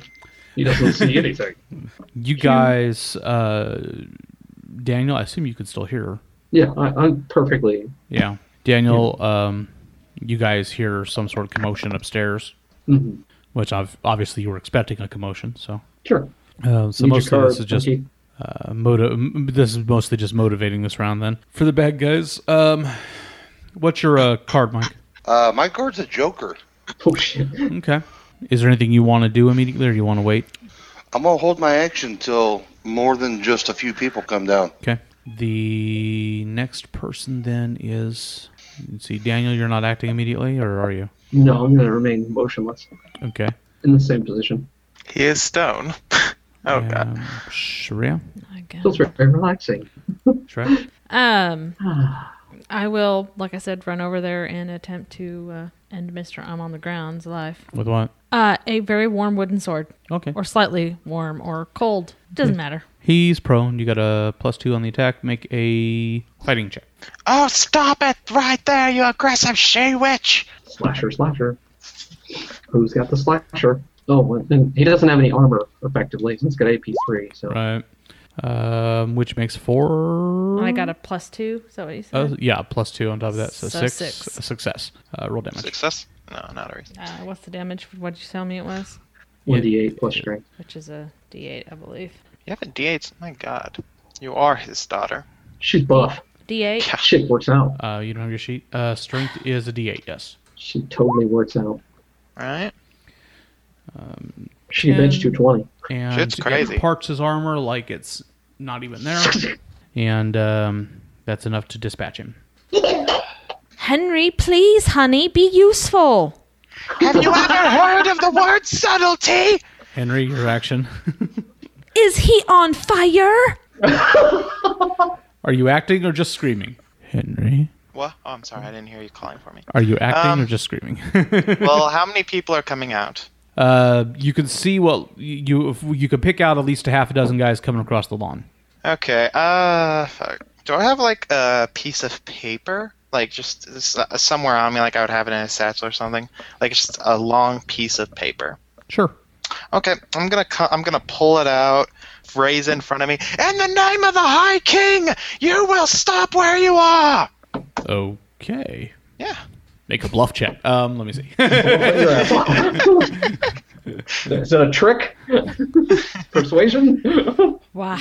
[SPEAKER 8] He doesn't see anything.
[SPEAKER 1] you guys uh daniel i assume you could still hear
[SPEAKER 8] Yeah, I, I'm perfectly.
[SPEAKER 1] yeah daniel um you guys hear some sort of commotion upstairs
[SPEAKER 8] Mhm.
[SPEAKER 1] which i've obviously you were expecting a commotion so
[SPEAKER 8] Sure.
[SPEAKER 1] uh, so
[SPEAKER 8] Need your
[SPEAKER 1] most of
[SPEAKER 8] card,
[SPEAKER 1] this is just
[SPEAKER 8] monkey.
[SPEAKER 1] uh, motiv- m- this is mostly just motivating this round then for the bad guys um what's your uh, card mike
[SPEAKER 4] Uh, my card's a joker.
[SPEAKER 8] Oh shit.
[SPEAKER 1] okay is there anything you want to do immediately or you want to wait
[SPEAKER 4] I'm gonna hold my action till more than just a few people come down.
[SPEAKER 1] Okay. The next person then is. let's see, Daniel, you're not acting immediately, or are you?
[SPEAKER 5] No, I'm gonna remain motionless
[SPEAKER 1] Okay.
[SPEAKER 5] in the same position.
[SPEAKER 6] He is stone. oh god.
[SPEAKER 1] Um, Sharia?
[SPEAKER 3] I guess.
[SPEAKER 5] Feels very relaxing.
[SPEAKER 1] Sharia?
[SPEAKER 3] Um, I will, like I said, run over there and attempt to uh, end Mister I'm on the ground's life.
[SPEAKER 1] With what?
[SPEAKER 3] Uh, a very warm wooden sword,
[SPEAKER 1] Okay.
[SPEAKER 3] or slightly warm or cold, doesn't matter.
[SPEAKER 1] He's prone. You got a plus two on the attack. Make a fighting check.
[SPEAKER 6] Oh, stop it right there, you aggressive she witch.
[SPEAKER 5] Slasher, slasher. Who's got the slasher? Oh, and he doesn't have any armor, effectively. He's got AP three, so
[SPEAKER 1] Right. Um, which makes four.
[SPEAKER 3] I got a plus two, so what you
[SPEAKER 1] Uh,
[SPEAKER 3] said?
[SPEAKER 1] yeah, plus two on top of that. So,
[SPEAKER 3] So
[SPEAKER 1] six.
[SPEAKER 3] six.
[SPEAKER 1] Success. Uh, roll damage.
[SPEAKER 6] Success? No, not always.
[SPEAKER 3] Uh, what's the damage? What did you tell me it was?
[SPEAKER 5] one D eight plus strength.
[SPEAKER 3] Which is a D8, I believe.
[SPEAKER 6] You have a D8. My god. You are his daughter.
[SPEAKER 5] She's buff.
[SPEAKER 3] D8.
[SPEAKER 5] Shit works out.
[SPEAKER 1] Uh, you don't have your sheet. Uh, strength is a D8, yes.
[SPEAKER 5] She totally works out.
[SPEAKER 6] Right?
[SPEAKER 5] She can bench
[SPEAKER 3] Um,
[SPEAKER 5] two twenty.
[SPEAKER 1] and
[SPEAKER 6] Shit's
[SPEAKER 1] it
[SPEAKER 6] crazy.
[SPEAKER 1] parts his armor like it's not even there, and um, that's enough to dispatch him.
[SPEAKER 3] Henry, please, honey, be useful.
[SPEAKER 6] Have you ever heard of the word subtlety?
[SPEAKER 1] Henry, your action.
[SPEAKER 3] Is he on fire?
[SPEAKER 1] are you acting or just screaming? Henry,
[SPEAKER 6] What? Oh, I'm sorry. I didn't hear you calling for me.
[SPEAKER 1] are you acting
[SPEAKER 6] Um,
[SPEAKER 1] or just screaming?
[SPEAKER 6] Well, how many people are coming out?
[SPEAKER 1] uh, you can see what you if you can pick out at least a half a dozen guys coming across the lawn.
[SPEAKER 6] Okay. Uh, fuck. Do I have like a piece of paper, like just s- uh, somewhere on me, like I would have it in a satchel or something, like just a long piece of paper?
[SPEAKER 1] Sure.
[SPEAKER 6] Okay, I'm gonna cu- I'm gonna pull it out, raise it in front of me. In the name of the High King, you will stop where you are.
[SPEAKER 1] Okay.
[SPEAKER 6] Yeah.
[SPEAKER 1] Make a bluff check. Um, let me see.
[SPEAKER 8] Is that a trick? Persuasion?
[SPEAKER 3] Wow.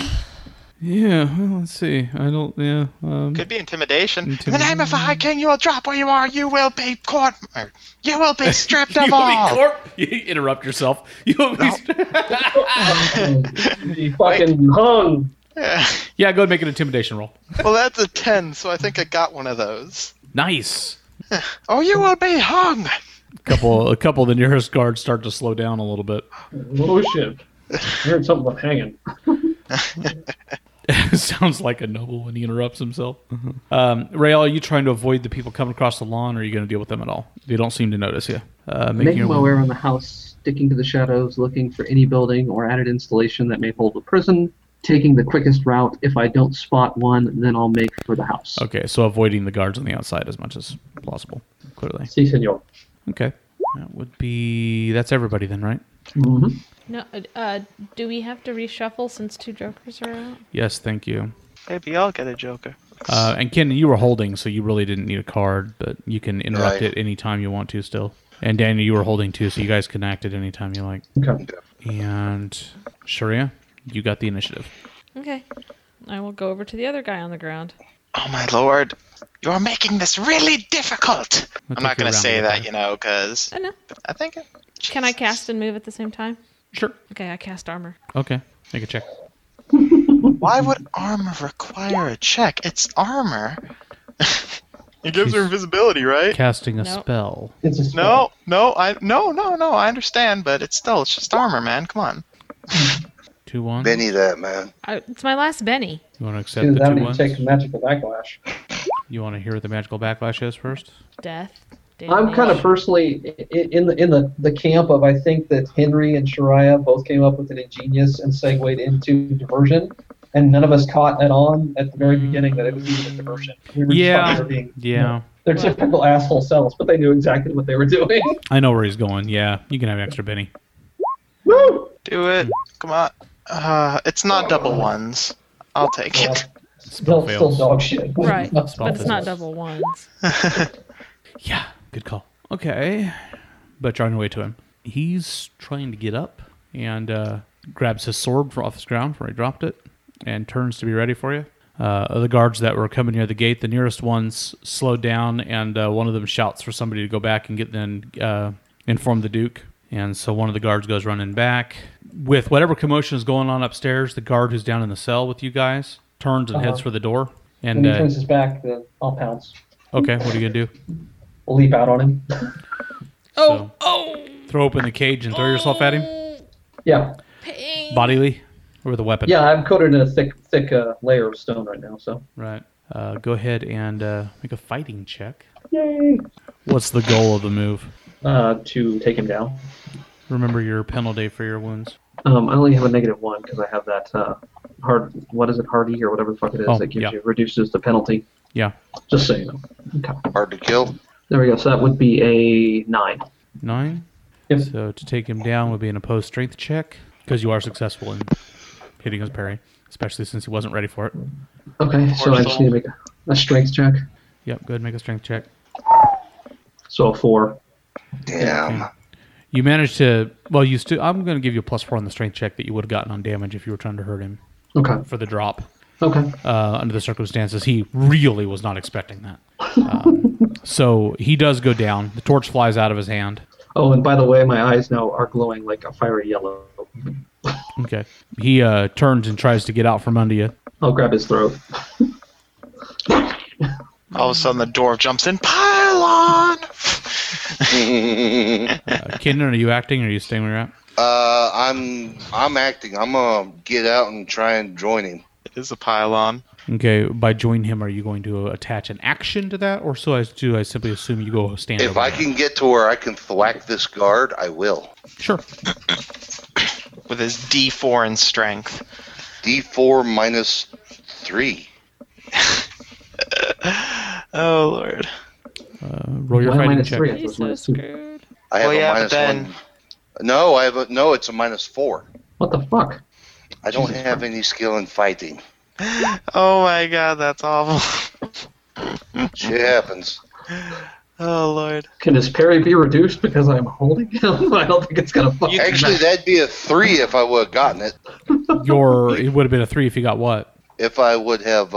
[SPEAKER 1] yeah. Well, let's see. I don't. Yeah. Um,
[SPEAKER 6] Could be intimidation. In the name of the High King, you will drop where you are. You will be caught. or, You will be stripped of
[SPEAKER 1] you will be
[SPEAKER 6] all.
[SPEAKER 1] corp- you interrupt yourself. You will be.
[SPEAKER 8] He fucking hung.
[SPEAKER 6] Yeah.
[SPEAKER 1] yeah. Go ahead and make an intimidation roll.
[SPEAKER 6] well, that's a ten, so I think I got one of those.
[SPEAKER 1] Nice.
[SPEAKER 6] Oh, you will be hung.
[SPEAKER 1] couple a couple of the nearest guards start to slow down a little bit
[SPEAKER 8] Oh shit. I heard something about hanging.
[SPEAKER 1] sounds like a noble when he interrupts himself um, rail are you trying to avoid the people coming across the lawn or are you going to deal with them at all they don't seem to notice you uh, make
[SPEAKER 5] Making
[SPEAKER 1] your-
[SPEAKER 5] my way around the house, sticking to the shadows, looking for any building or added installation that may hold a prison taking the quickest route. If I don't spot one, then I'll make for the house.
[SPEAKER 1] Okay, so avoiding the guards on the outside as much as possible, clearly.
[SPEAKER 8] Si, senor.
[SPEAKER 1] Okay. That would be. That's everybody then, right?
[SPEAKER 5] hmm
[SPEAKER 3] No, uh, do we have to reshuffle since two jokers are out?
[SPEAKER 1] Yes, thank you.
[SPEAKER 6] Maybe I'll get a joker.
[SPEAKER 1] Uh, and Ken, you were holding, so you really didn't need a card, but you can interrupt
[SPEAKER 4] Right.
[SPEAKER 1] it anytime you want to still. And Daniel, you were holding too, so you guys can act at any time you like.
[SPEAKER 8] Okay.
[SPEAKER 1] And Sharia, you got the initiative.
[SPEAKER 3] Okay. I will go over to the other guy on the ground.
[SPEAKER 6] Oh my lord, you're making this really difficult. I'm
[SPEAKER 1] take
[SPEAKER 6] not
[SPEAKER 1] you
[SPEAKER 6] gonna
[SPEAKER 1] around
[SPEAKER 6] say
[SPEAKER 1] the
[SPEAKER 6] that,
[SPEAKER 1] other.
[SPEAKER 6] you know, because
[SPEAKER 3] I know.
[SPEAKER 6] I think. it-
[SPEAKER 3] Can I
[SPEAKER 6] Jesus.
[SPEAKER 3] cast and move at the same time?
[SPEAKER 1] Sure.
[SPEAKER 3] Okay, I cast armor.
[SPEAKER 1] Okay. Make a check.
[SPEAKER 6] Why would armor require a check? It's armor. it gives her invisibility, right?
[SPEAKER 1] Casting a
[SPEAKER 3] Nope.
[SPEAKER 1] spell.
[SPEAKER 8] It's a spell.
[SPEAKER 6] No, no, I no, no, no. I understand, but it's still it's just armor, man. Come on.
[SPEAKER 1] Two one.
[SPEAKER 4] Benny that, man.
[SPEAKER 3] I, it's my last Benny.
[SPEAKER 1] You want to accept
[SPEAKER 8] See,
[SPEAKER 1] the
[SPEAKER 8] that
[SPEAKER 1] two
[SPEAKER 8] means
[SPEAKER 1] ones?
[SPEAKER 8] take magical backlash.
[SPEAKER 1] You want to hear what the magical backlash is first?
[SPEAKER 3] Death.
[SPEAKER 8] I'm kind of
[SPEAKER 3] damnation.
[SPEAKER 8] personally i- i- in the in the, the camp of I think that Henry and Sharia both came up with an ingenious and segued into diversion, and none of us caught that on at the very beginning that it was even a diversion. We were just
[SPEAKER 1] Mm. Yeah.
[SPEAKER 8] thought they were being-
[SPEAKER 1] Yeah.
[SPEAKER 8] they're typical asshole cells, but they knew exactly what they were doing.
[SPEAKER 1] I know where he's going. Yeah. You can have an extra Benny.
[SPEAKER 8] Woo!
[SPEAKER 6] Do it. Come on. Uh, it's not double ones. I'll take
[SPEAKER 8] Yeah,
[SPEAKER 6] it.
[SPEAKER 1] Spell
[SPEAKER 8] still, still
[SPEAKER 1] fails.
[SPEAKER 8] dog shit.
[SPEAKER 3] Right,
[SPEAKER 1] Spell
[SPEAKER 3] But it's
[SPEAKER 1] business.
[SPEAKER 3] not double ones.
[SPEAKER 1] Yeah, good call. Okay, but you're on your way to him. He's trying to get up and uh, grabs his sword from off his ground where he dropped it and turns to be ready for you. Uh, the guards that were coming near the gate, the nearest ones slowed down, and uh, one of them shouts for somebody to go back and get then uh, inform the duke. And so one of the guards goes running back. With whatever commotion is going on upstairs, the guard who's down in the cell with you guys turns and heads
[SPEAKER 8] Uh-huh.
[SPEAKER 1] for the door.
[SPEAKER 8] When
[SPEAKER 1] And
[SPEAKER 8] he
[SPEAKER 1] uh,
[SPEAKER 8] turns his back, then I'll pounce.
[SPEAKER 1] okay, what are you gonna do?
[SPEAKER 8] I'll leap out on him.
[SPEAKER 1] Oh, oh! Throw open the cage and throw yourself at him
[SPEAKER 8] yeah,
[SPEAKER 1] bodily or with a weapon.
[SPEAKER 8] yeah, I'm coated in a thick thick uh, layer of stone right now, so
[SPEAKER 1] Right. Uh, go ahead and uh, make a fighting check.
[SPEAKER 8] yay!
[SPEAKER 1] What's the goal of the move?
[SPEAKER 8] Uh, to take him down.
[SPEAKER 1] Remember your penalty for your wounds.
[SPEAKER 5] Um, I only have a negative one because I have that uh, hard. What is it, hardy or whatever the fuck it is
[SPEAKER 1] Oh,
[SPEAKER 5] that gives
[SPEAKER 1] yeah.
[SPEAKER 5] you reduces the penalty.
[SPEAKER 1] Yeah.
[SPEAKER 8] Just so you know.
[SPEAKER 4] Hard to kill.
[SPEAKER 5] There we go. So that would be a nine.
[SPEAKER 1] Nine.
[SPEAKER 8] Yep.
[SPEAKER 1] So to take him down would be an opposed strength check because you are successful in hitting his parry, especially since he wasn't ready for it.
[SPEAKER 5] Okay, so I just need to make a, a strength check.
[SPEAKER 1] Yep. Go ahead and make a strength check.
[SPEAKER 5] So a four.
[SPEAKER 4] Damn.
[SPEAKER 1] You managed to. Well, you still. I'm going to give you a plus four on the strength check that you would have gotten on damage if you were trying to hurt him
[SPEAKER 5] Okay.
[SPEAKER 1] for the drop.
[SPEAKER 5] Okay.
[SPEAKER 1] uh, under the circumstances, he really was not expecting that. Um, so he does go down. The torch flies out of his hand.
[SPEAKER 5] Oh, and by the way, my eyes now are glowing like a fiery yellow.
[SPEAKER 1] Okay. He uh, turns and tries to get out from under you.
[SPEAKER 5] I'll grab his throat.
[SPEAKER 6] All of a sudden, the dwarf jumps in. Pylon.
[SPEAKER 1] Uh, Kenan, are you acting or are you staying where you're at?
[SPEAKER 4] Uh, I'm I'm acting. I'm gonna get out and try and join him.
[SPEAKER 6] it is a pylon.
[SPEAKER 1] Okay. By join him, are you going to attach an action to that, or so I do? I simply assume you go stand.
[SPEAKER 4] If
[SPEAKER 1] over
[SPEAKER 4] I
[SPEAKER 1] him?
[SPEAKER 4] can get to where I can thwack this guard, I will.
[SPEAKER 1] sure.
[SPEAKER 6] with his D4 in strength.
[SPEAKER 4] D4 minus three.
[SPEAKER 6] Oh lord.
[SPEAKER 1] Uh, roll your
[SPEAKER 5] Why
[SPEAKER 1] fighting
[SPEAKER 5] minus
[SPEAKER 1] check.
[SPEAKER 5] three? I
[SPEAKER 3] He's
[SPEAKER 5] was
[SPEAKER 3] so
[SPEAKER 5] minus two.
[SPEAKER 3] screwed.
[SPEAKER 4] I have
[SPEAKER 6] Well, yeah,
[SPEAKER 4] a
[SPEAKER 6] but
[SPEAKER 4] minus
[SPEAKER 6] then-
[SPEAKER 4] one. No, I have a no. It's a minus four.
[SPEAKER 5] What the fuck?
[SPEAKER 4] I don't have any skill in fighting.
[SPEAKER 6] Oh my god, that's awful.
[SPEAKER 4] Shit happens.
[SPEAKER 6] Oh lord.
[SPEAKER 5] Can his parry be reduced because I'm holding him? I don't think it's gonna fucking.
[SPEAKER 4] Actually, that'd be a three if I would have gotten it.
[SPEAKER 1] Your it would have been a three if you got what?
[SPEAKER 4] If I would have,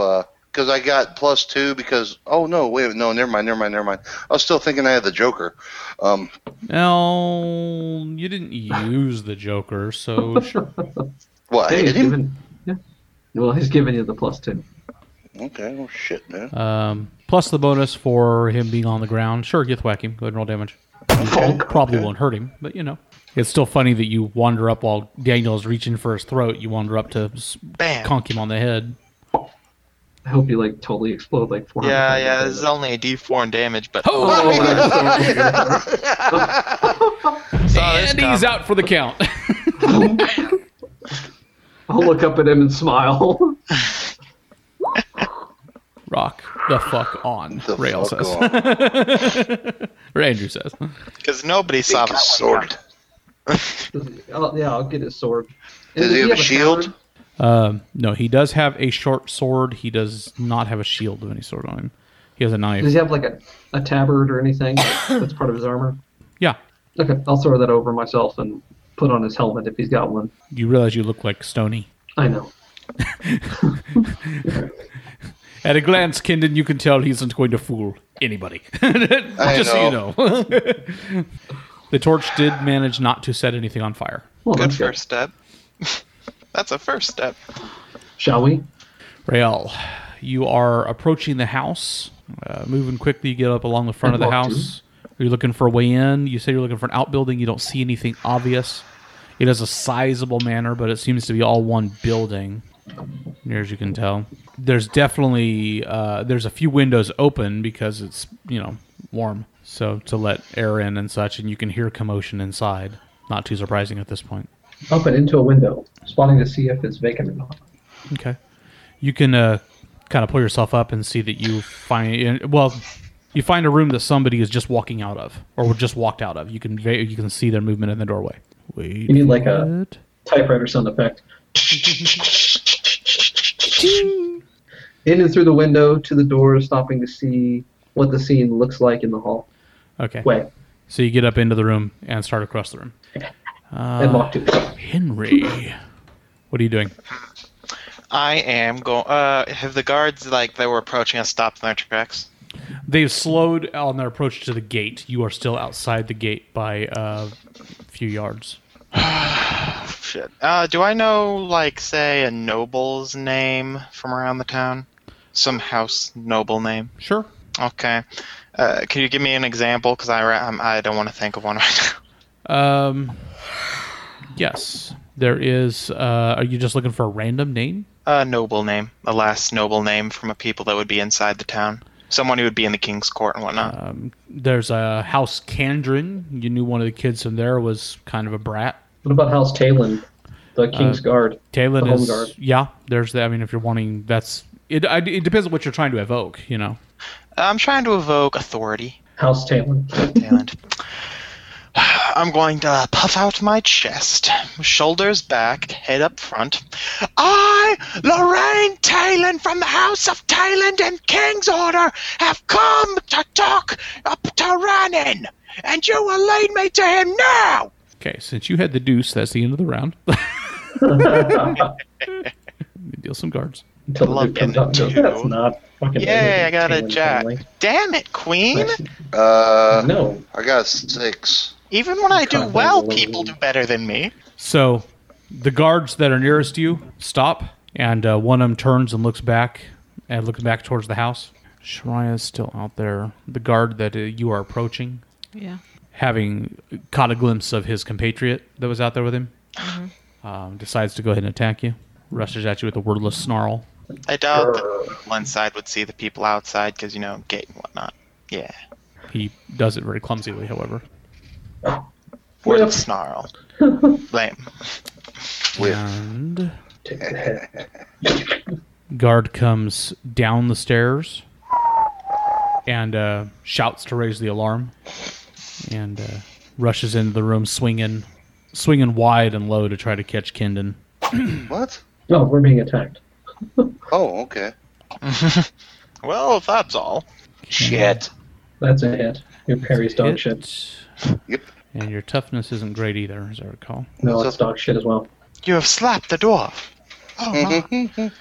[SPEAKER 4] because I got plus two. Because oh no, wait, no, never mind, never mind, never mind. I was still thinking I had the Joker. Um,
[SPEAKER 1] No, you didn't use the Joker, so sure.
[SPEAKER 4] what? I
[SPEAKER 5] Hey,
[SPEAKER 4] hit
[SPEAKER 5] he's
[SPEAKER 4] him?
[SPEAKER 5] given. Yeah. Well, he's giving you the plus two.
[SPEAKER 4] Okay. Oh shit, man.
[SPEAKER 1] Um, plus the bonus for him being on the ground. Sure, get whack him. Go ahead and roll damage. Probably won't hurt him, but you know. It's still funny that you wander up while Daniel's reaching for his throat. You wander up to s-
[SPEAKER 6] Bam.
[SPEAKER 1] conk him on the head.
[SPEAKER 5] I hope you like totally explode like four.
[SPEAKER 6] yeah, yeah, this is only a D4 in damage, but oh, Saw this
[SPEAKER 1] and he's
[SPEAKER 6] coming.
[SPEAKER 1] out for the count.
[SPEAKER 5] I'll look up at him and smile.
[SPEAKER 1] Rock the fuck on,
[SPEAKER 4] The
[SPEAKER 1] Rail
[SPEAKER 4] fuck
[SPEAKER 1] says. or Andrew says.
[SPEAKER 6] Because nobody saw
[SPEAKER 4] Take
[SPEAKER 6] that
[SPEAKER 4] his sword.
[SPEAKER 6] one
[SPEAKER 5] I'll, yeah, I'll get his sword.
[SPEAKER 4] Does
[SPEAKER 5] And
[SPEAKER 4] he have a shield?
[SPEAKER 5] counter?
[SPEAKER 1] Um, no, he does have a short sword. He does not have a shield of any sort on him. He has a
[SPEAKER 5] Does
[SPEAKER 1] knife.
[SPEAKER 5] he have like a, a tabard or anything that's part of his armor?
[SPEAKER 1] Yeah.
[SPEAKER 5] Okay, I'll throw that over myself and put on his helmet if he's got one.
[SPEAKER 1] You realize you look like Stony.
[SPEAKER 5] I know.
[SPEAKER 1] At a glance, Kindon, you can tell he's not going to fool anybody. Just so you know. the torch did manage not to set anything on fire.
[SPEAKER 5] Well,
[SPEAKER 6] Good
[SPEAKER 5] that's good.
[SPEAKER 6] first step. That's a first step.
[SPEAKER 5] Shall we?
[SPEAKER 1] Rael, you are approaching the house, uh, moving quickly. You get up along the front of the
[SPEAKER 5] I'd love
[SPEAKER 1] house. Are you looking for a way in? You say you're looking for an outbuilding. You don't see anything obvious. It is a sizable manor, but it seems to be all one building, near as you can tell. There's definitely uh, there's a few windows open because it's you know warm, so to let air in and such, and you can hear commotion inside. Not too surprising at this point.
[SPEAKER 5] Up and into a window, spotting to see if it's vacant or not.
[SPEAKER 1] Okay. You can uh, kind of pull yourself up and see that you find well, you find a room that somebody is just walking out of, or just walked out of. You can ve- you can see their movement in the doorway. Wait.
[SPEAKER 5] You need, like, a-
[SPEAKER 1] for it.
[SPEAKER 5] Typewriter sound effect. In and through the window to the door, stopping to see what the scene looks like in the hall.
[SPEAKER 1] okay.
[SPEAKER 5] Wait,
[SPEAKER 1] So you get up into the room and start across the room. Uh,
[SPEAKER 5] and walk to
[SPEAKER 1] Henry, what are you doing?
[SPEAKER 6] I am going. Uh, have the guards like they were approaching us stopped in their tracks?
[SPEAKER 1] They've slowed on their approach to the gate. You are still outside the gate by uh, a few yards.
[SPEAKER 6] Shit. Uh, do I know like say a noble's name from around the town? Some house noble name.
[SPEAKER 1] Sure.
[SPEAKER 6] Okay. Uh, can you give me an example? Because I ra- um, I don't want to think of one right now.
[SPEAKER 1] Um, yes, there is. Uh, are you just looking for a random name?
[SPEAKER 6] A noble name, a last noble name from a people that would be inside the town. Someone who would be in the king's court and whatnot.
[SPEAKER 1] There's a House Candrin. You knew one of the kids from there was kind of a brat.
[SPEAKER 5] What about House Talon, the
[SPEAKER 1] uh,
[SPEAKER 5] King's Guard?
[SPEAKER 1] Talon
[SPEAKER 5] The Home
[SPEAKER 1] is
[SPEAKER 5] Guard.
[SPEAKER 1] yeah. There's that. I mean, if you're wanting, that's it. I, it depends on what you're trying to evoke. You know.
[SPEAKER 6] I'm trying to evoke authority.
[SPEAKER 5] House Talon.
[SPEAKER 6] Talent. I'm going to puff out my chest, shoulders back, head up front. I, Lorraine Talon from the House of Talon and King's Order, have come to talk up to Rannin, and you will lead me to him now!
[SPEAKER 1] Okay, since you had the deuce, that's the end of the round. Deal some guards.
[SPEAKER 5] Until the
[SPEAKER 6] Love
[SPEAKER 5] dude comes
[SPEAKER 6] getting
[SPEAKER 5] up and goes,
[SPEAKER 6] two.
[SPEAKER 5] that's not fucking.
[SPEAKER 6] Yay,
[SPEAKER 5] Asian
[SPEAKER 6] I got a
[SPEAKER 5] Talon
[SPEAKER 6] jack.
[SPEAKER 5] family."
[SPEAKER 6] Damn it, Queen!
[SPEAKER 4] Uh,
[SPEAKER 5] No,
[SPEAKER 4] I got a six.
[SPEAKER 6] Even when I do
[SPEAKER 5] Can't
[SPEAKER 6] well,
[SPEAKER 5] believe-
[SPEAKER 6] people do better than me.
[SPEAKER 1] So, the guards that are nearest to you stop, and uh, one of them turns and looks back, and looking back towards the house. Shariah is still out there. The guard that uh, you are approaching,
[SPEAKER 3] Yeah.
[SPEAKER 1] having caught a glimpse of his compatriot that was out there with him, um, decides to go ahead and attack you. Rushes at you with a wordless snarl.
[SPEAKER 6] I doubt that the people inside would see the people outside because, you know, gate and whatnot. Yeah.
[SPEAKER 1] He does it very clumsily, however.
[SPEAKER 6] Word
[SPEAKER 5] Whip.
[SPEAKER 6] of snarl. Lame.
[SPEAKER 1] And guard comes down the stairs and uh, shouts to raise the alarm, and uh, rushes into the room, swinging, swinging wide and low to try to catch Kendon.
[SPEAKER 4] What?
[SPEAKER 5] no, we're being attacked.
[SPEAKER 4] Oh, okay.
[SPEAKER 6] Well, if that's all.
[SPEAKER 2] Shit.
[SPEAKER 5] That's a hit. Your parry's dog shit.
[SPEAKER 1] Hit.
[SPEAKER 4] Yep.
[SPEAKER 1] And your toughness isn't great either, as I recall.
[SPEAKER 5] No, it's dog shit as well.
[SPEAKER 6] You have slapped the dwarf. Oh,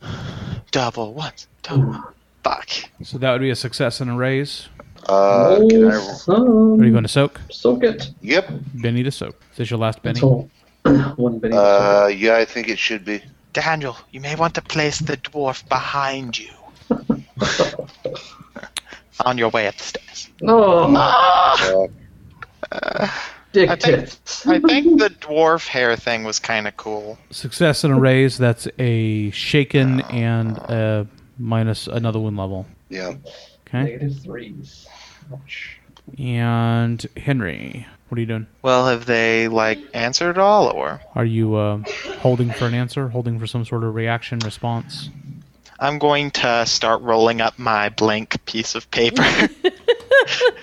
[SPEAKER 6] my. double once, double. Fuck.
[SPEAKER 1] So that would be a success and a raise.
[SPEAKER 4] Uh,
[SPEAKER 5] Oh,
[SPEAKER 4] can I?
[SPEAKER 5] some.
[SPEAKER 1] Are you going to soak?
[SPEAKER 5] soak it?
[SPEAKER 4] Yep.
[SPEAKER 1] Benny to soak. Is this your last Benny?
[SPEAKER 5] That's all. One bitty.
[SPEAKER 4] Uh, yeah, I think it should be.
[SPEAKER 6] Daniel, you may want to place the dwarf behind you. On your way up the stairs.
[SPEAKER 5] no,
[SPEAKER 4] Uh,
[SPEAKER 5] Oh. dick
[SPEAKER 6] I think-
[SPEAKER 5] tits.
[SPEAKER 6] I think the dwarf hair thing was kind of cool.
[SPEAKER 1] Success and a raise. That's a shaken and uh minus another one level.
[SPEAKER 4] yeah.
[SPEAKER 1] Okay.
[SPEAKER 5] Negative threes. Ouch.
[SPEAKER 1] And Henry, What are you doing?
[SPEAKER 6] Well, have they like answered at all, or
[SPEAKER 1] Are you uh, holding for an answer? Holding for some sort of reaction response?
[SPEAKER 6] I'm going to start rolling up my blank piece of paper.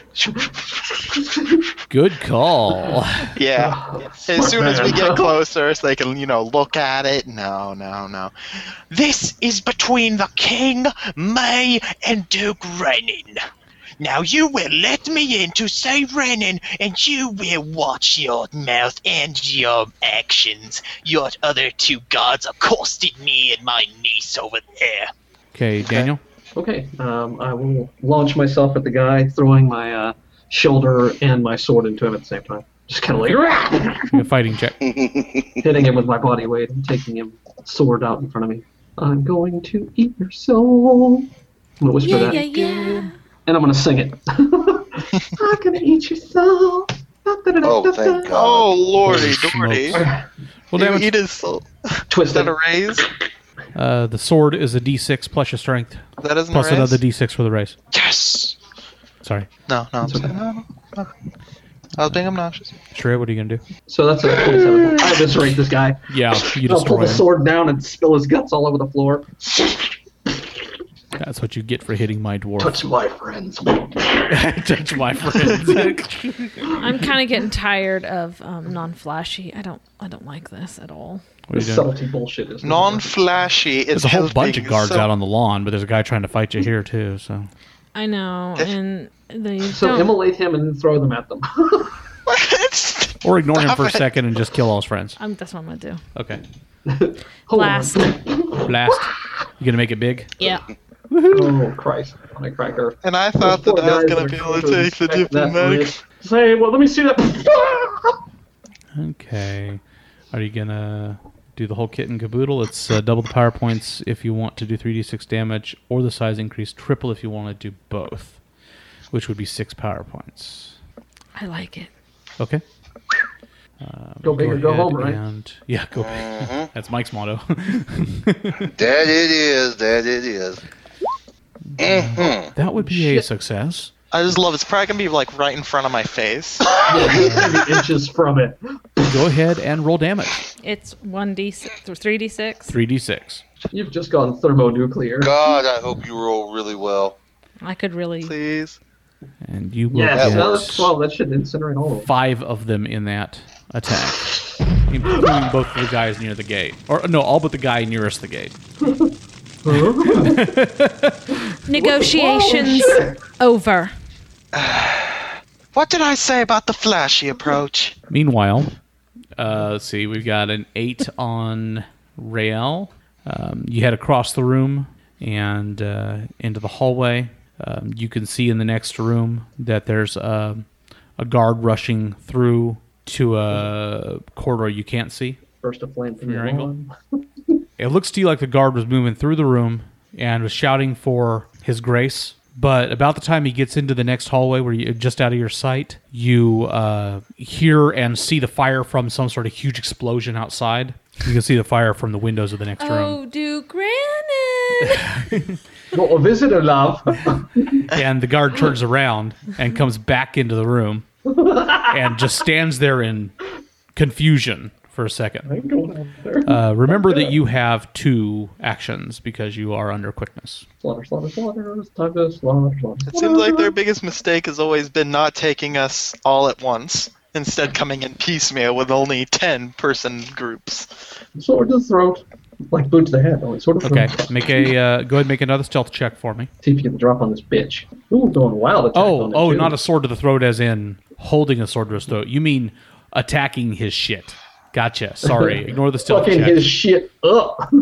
[SPEAKER 1] Good call.
[SPEAKER 6] yeah. As soon as we get closer, so they can, you know, look at it. No, no, no. This is between the king, May, and Duke Renin. Now you will let me in to save Renin, and you will watch your mouth and your actions. Your other two guards accosted me and my niece over there.
[SPEAKER 1] Okay, Daniel.
[SPEAKER 5] Okay, um, I will launch myself at the guy, throwing my uh, shoulder and my sword into him at the same time. Just kind of like "Rah!"
[SPEAKER 1] Make a fighting check.
[SPEAKER 5] hitting him with my body weight and taking him sword out in front of me. I'm going to eat your soul. I'm gonna whisper
[SPEAKER 3] Yeah,
[SPEAKER 5] that,
[SPEAKER 3] yeah, yeah.
[SPEAKER 5] and I'm gonna sing it. I'm gonna eat your soul.
[SPEAKER 4] Oh, thank God.
[SPEAKER 6] Oh, lordy,
[SPEAKER 1] Holy
[SPEAKER 6] dordy.
[SPEAKER 1] smokes. Well,
[SPEAKER 6] You
[SPEAKER 1] damage.
[SPEAKER 6] eat his soul. Is
[SPEAKER 5] Twist
[SPEAKER 6] that
[SPEAKER 5] it.
[SPEAKER 6] a raise?
[SPEAKER 1] Uh, the sword is a D6 plus your strength
[SPEAKER 6] That isn't
[SPEAKER 1] plus
[SPEAKER 6] a raise?
[SPEAKER 1] another D6 for the race.
[SPEAKER 6] Yes!
[SPEAKER 1] Sorry,
[SPEAKER 6] No, no, I'm sorry. No, no, no. I was being obnoxious.
[SPEAKER 1] Shreya, what are you gonna do?
[SPEAKER 5] So that's a 27. I eviscerate this guy.
[SPEAKER 1] Yeah, you
[SPEAKER 5] I'll pull
[SPEAKER 1] destroy
[SPEAKER 5] the
[SPEAKER 1] him.
[SPEAKER 5] sword down and spill his guts all over the floor.
[SPEAKER 1] That's what you get for hitting my dwarf.
[SPEAKER 5] Touch my friends.
[SPEAKER 1] Touch my friends.
[SPEAKER 3] I'm kind of getting tired of um, non-flashy. I don't. I don't like this at all.
[SPEAKER 1] What are
[SPEAKER 5] This
[SPEAKER 1] you doing?
[SPEAKER 5] subtlety bullshit is
[SPEAKER 6] Non-flashy is
[SPEAKER 1] There's a whole bunch of
[SPEAKER 6] helping,
[SPEAKER 1] guards
[SPEAKER 6] so-
[SPEAKER 1] out on the lawn, but there's a guy trying to fight you here too. So
[SPEAKER 3] I know, and they
[SPEAKER 5] So
[SPEAKER 3] don't.
[SPEAKER 5] immolate him and then throw them at them.
[SPEAKER 6] What?
[SPEAKER 1] or ignore him for a
[SPEAKER 6] Stop it.
[SPEAKER 1] second and just kill all his friends.
[SPEAKER 3] I'm, Um, that's what I'm gonna do.
[SPEAKER 1] Okay,
[SPEAKER 5] Hold on.
[SPEAKER 3] Blast.
[SPEAKER 1] blast. You gonna make it big?
[SPEAKER 3] Yeah.
[SPEAKER 5] Oh Christ! On a cracker.
[SPEAKER 6] And I thought that I was going to be able to take the diplomatic.
[SPEAKER 5] Say, well, let me see that.
[SPEAKER 1] Okay. Are you gonna do the whole kit and caboodle? It's uh, double the power points if you want to do 3d6 damage, or the size increase triple if you want to do both, which would be six power points.
[SPEAKER 3] I like it.
[SPEAKER 1] Okay.
[SPEAKER 5] go big or go
[SPEAKER 1] ahead
[SPEAKER 5] home, right?
[SPEAKER 1] And, yeah, go big. That's Mike's motto.
[SPEAKER 4] That it is. That it is. Mm-hmm.
[SPEAKER 1] that would be a
[SPEAKER 5] Shit.
[SPEAKER 1] success.
[SPEAKER 6] I just love it. It's probably going to be like right in front of my face.
[SPEAKER 5] Yeah, maybe inches from it.
[SPEAKER 1] Go ahead and roll damage.
[SPEAKER 3] It's one d six, three d six.
[SPEAKER 1] 3d6.
[SPEAKER 5] You've just gone thermonuclear.
[SPEAKER 4] God, I hope you roll really well.
[SPEAKER 3] I could really.
[SPEAKER 6] Please.
[SPEAKER 1] And you will
[SPEAKER 5] Yes,
[SPEAKER 1] get
[SPEAKER 5] another twelve. That should incinerate all of them.
[SPEAKER 1] five of them in that attack, including both of the guys near the gate. Or, no, all but the guy nearest the gate.
[SPEAKER 3] Negotiations over.
[SPEAKER 6] What did I say about the flashy approach?
[SPEAKER 1] Meanwhile, uh, let's see, we've got an eight on Rael. Um, you head across the room and uh, into the hallway. Um, you can see in the next room that there's a, a guard rushing through to a corridor you can't see.
[SPEAKER 5] First a flame from
[SPEAKER 1] your
[SPEAKER 5] your
[SPEAKER 1] angle?
[SPEAKER 5] lawn.
[SPEAKER 1] It looks to you like the guard was moving through the room and was shouting for his grace. But about the time he gets into the next hallway, where you just out of your sight, you uh, hear and see the fire from some sort of huge explosion outside. You can see the fire from the windows of the next
[SPEAKER 8] Um,
[SPEAKER 1] room,
[SPEAKER 3] Oh, Duke Grannon.
[SPEAKER 5] Not a visitor, love.
[SPEAKER 1] and the guard turns around and comes back into the room and just stands there in confusion for a second.
[SPEAKER 5] I'm going out there.
[SPEAKER 1] Uh, remember that you have two actions because you are under quickness.
[SPEAKER 5] slaughter, slaughter, slaughter. It's time to slaughter, slaughter.
[SPEAKER 6] It seems like their biggest mistake has always been not taking us all at once, instead coming in piecemeal with only 10-person groups.
[SPEAKER 5] Sword to the throat. Like boot to the head. Only sword to the
[SPEAKER 1] Okay,
[SPEAKER 5] throat.
[SPEAKER 1] make a uh, go ahead. and Make another stealth check for me.
[SPEAKER 5] See if you can drop on this bitch. Ooh, going wild attack
[SPEAKER 1] Oh,
[SPEAKER 5] on it,
[SPEAKER 1] oh,
[SPEAKER 5] too.
[SPEAKER 1] not a sword to the throat, as in holding a sword to his throat. You mean attacking his shit? Gotcha. Sorry, ignore the stealth
[SPEAKER 5] Fucking
[SPEAKER 1] check.
[SPEAKER 5] his shit up.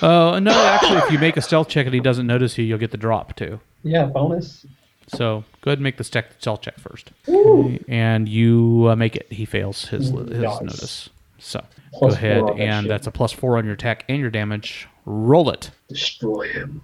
[SPEAKER 1] Uh, no, actually, if you make a stealth check and he doesn't notice you, you'll get the drop too.
[SPEAKER 5] yeah, bonus.
[SPEAKER 1] So go ahead and make the stealth stealth check first, Okay, and you uh, make it. He fails his his
[SPEAKER 5] Nice.
[SPEAKER 1] notice. So
[SPEAKER 5] Plus
[SPEAKER 1] go ahead,
[SPEAKER 5] four on that
[SPEAKER 1] and
[SPEAKER 5] shit.
[SPEAKER 1] that's a plus four on your attack and your damage. Roll it.
[SPEAKER 5] Destroy him.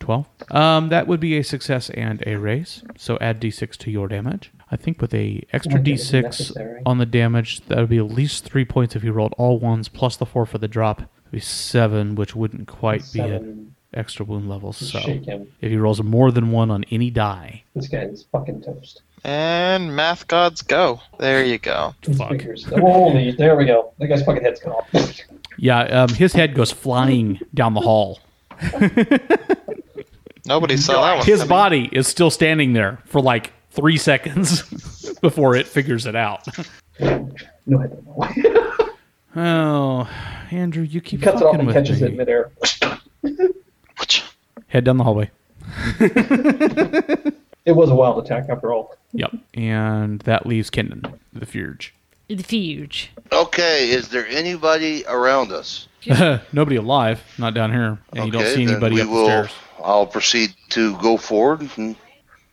[SPEAKER 1] Twelve. Um, that would be a success and a raise. So add d6 to your damage. I think with a extra
[SPEAKER 5] Not that it's
[SPEAKER 1] d6
[SPEAKER 5] necessary.
[SPEAKER 1] on the damage, that would be at least three points if you rolled all ones plus the four for the drop. Would be seven, which wouldn't quite be it.
[SPEAKER 5] Seven.
[SPEAKER 1] extra wound levels. So
[SPEAKER 8] Shake him.
[SPEAKER 1] if he rolls more than one on any die,
[SPEAKER 8] This guy is fucking toast.
[SPEAKER 6] And math gods go. There you go.
[SPEAKER 8] His
[SPEAKER 1] Fuck.
[SPEAKER 8] fingers. Holy, there we go. That guy's fucking head's cut off.
[SPEAKER 1] yeah, um, his head goes flying down the hall.
[SPEAKER 6] Nobody saw that one.
[SPEAKER 1] His
[SPEAKER 6] coming.
[SPEAKER 1] body is still standing there for like three seconds before it figures it out.
[SPEAKER 8] No, I don't know.
[SPEAKER 1] Oh, Andrew, you keep
[SPEAKER 8] Cuts it off
[SPEAKER 1] fucking
[SPEAKER 8] and
[SPEAKER 1] with
[SPEAKER 8] catches it
[SPEAKER 1] me.
[SPEAKER 8] midair.
[SPEAKER 1] Head down the hallway.
[SPEAKER 8] It was a wild attack after all.
[SPEAKER 1] Yep. And that leaves Kendon, the Fuge.
[SPEAKER 3] It's huge.
[SPEAKER 4] Okay, is there anybody around us?
[SPEAKER 1] Nobody alive, not down here, and you don't
[SPEAKER 4] Okay,
[SPEAKER 1] see
[SPEAKER 4] then
[SPEAKER 1] anybody
[SPEAKER 4] we
[SPEAKER 1] up the
[SPEAKER 4] will-
[SPEAKER 1] stairs.
[SPEAKER 4] I'll proceed to go forward. and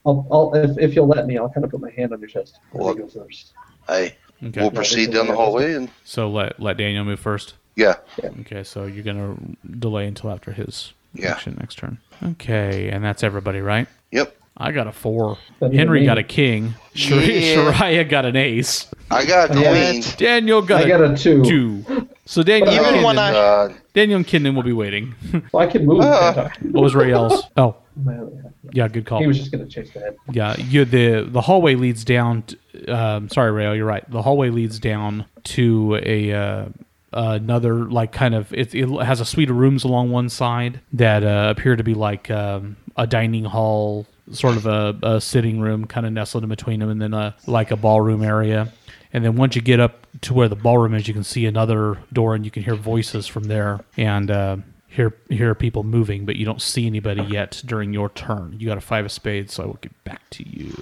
[SPEAKER 8] I'll, I'll, if, if you'll let me, I'll kind of put my hand on your chest. Let me
[SPEAKER 4] What?
[SPEAKER 8] go first.
[SPEAKER 4] I
[SPEAKER 1] Okay.
[SPEAKER 4] will proceed down the hallway and
[SPEAKER 1] So let let Daniel move first.
[SPEAKER 4] yeah,
[SPEAKER 1] Okay, so you're gonna delay until after his
[SPEAKER 4] Yeah.
[SPEAKER 1] action next turn. Okay, and that's everybody, right?
[SPEAKER 4] yep.
[SPEAKER 1] I got a four.
[SPEAKER 8] That'd be
[SPEAKER 1] Henry
[SPEAKER 8] me.
[SPEAKER 1] got a king. Shari-
[SPEAKER 6] Yeah.
[SPEAKER 1] Shariah got an ace.
[SPEAKER 4] I got a queen.
[SPEAKER 1] Daniel got,
[SPEAKER 8] I got a two.
[SPEAKER 1] two. So Daniel, and
[SPEAKER 6] Even
[SPEAKER 1] Kendon,
[SPEAKER 6] when I-
[SPEAKER 4] Uh,
[SPEAKER 1] Daniel and Kendon will be waiting.
[SPEAKER 8] Well, I can move.
[SPEAKER 4] Ah.
[SPEAKER 8] can't I?
[SPEAKER 1] what was Rayel's? Oh,
[SPEAKER 8] My other-
[SPEAKER 1] yeah, good call.
[SPEAKER 8] He was just going to chase the head.
[SPEAKER 1] Yeah, you the the hallway leads down. T- um, sorry, Rayo, you're right. The hallway leads down to a uh, another like kind of it, it has a suite of rooms along one side that uh, appear to be like um, a dining hall, sort of a, a sitting room, kind of nestled in between them, and then a like a ballroom area. And then once you get up to where the ballroom is, you can see another door, and you can hear voices from there, and uh, hear hear people moving, but you don't see anybody yet during your turn. You got a five of spades, so I will get back to you.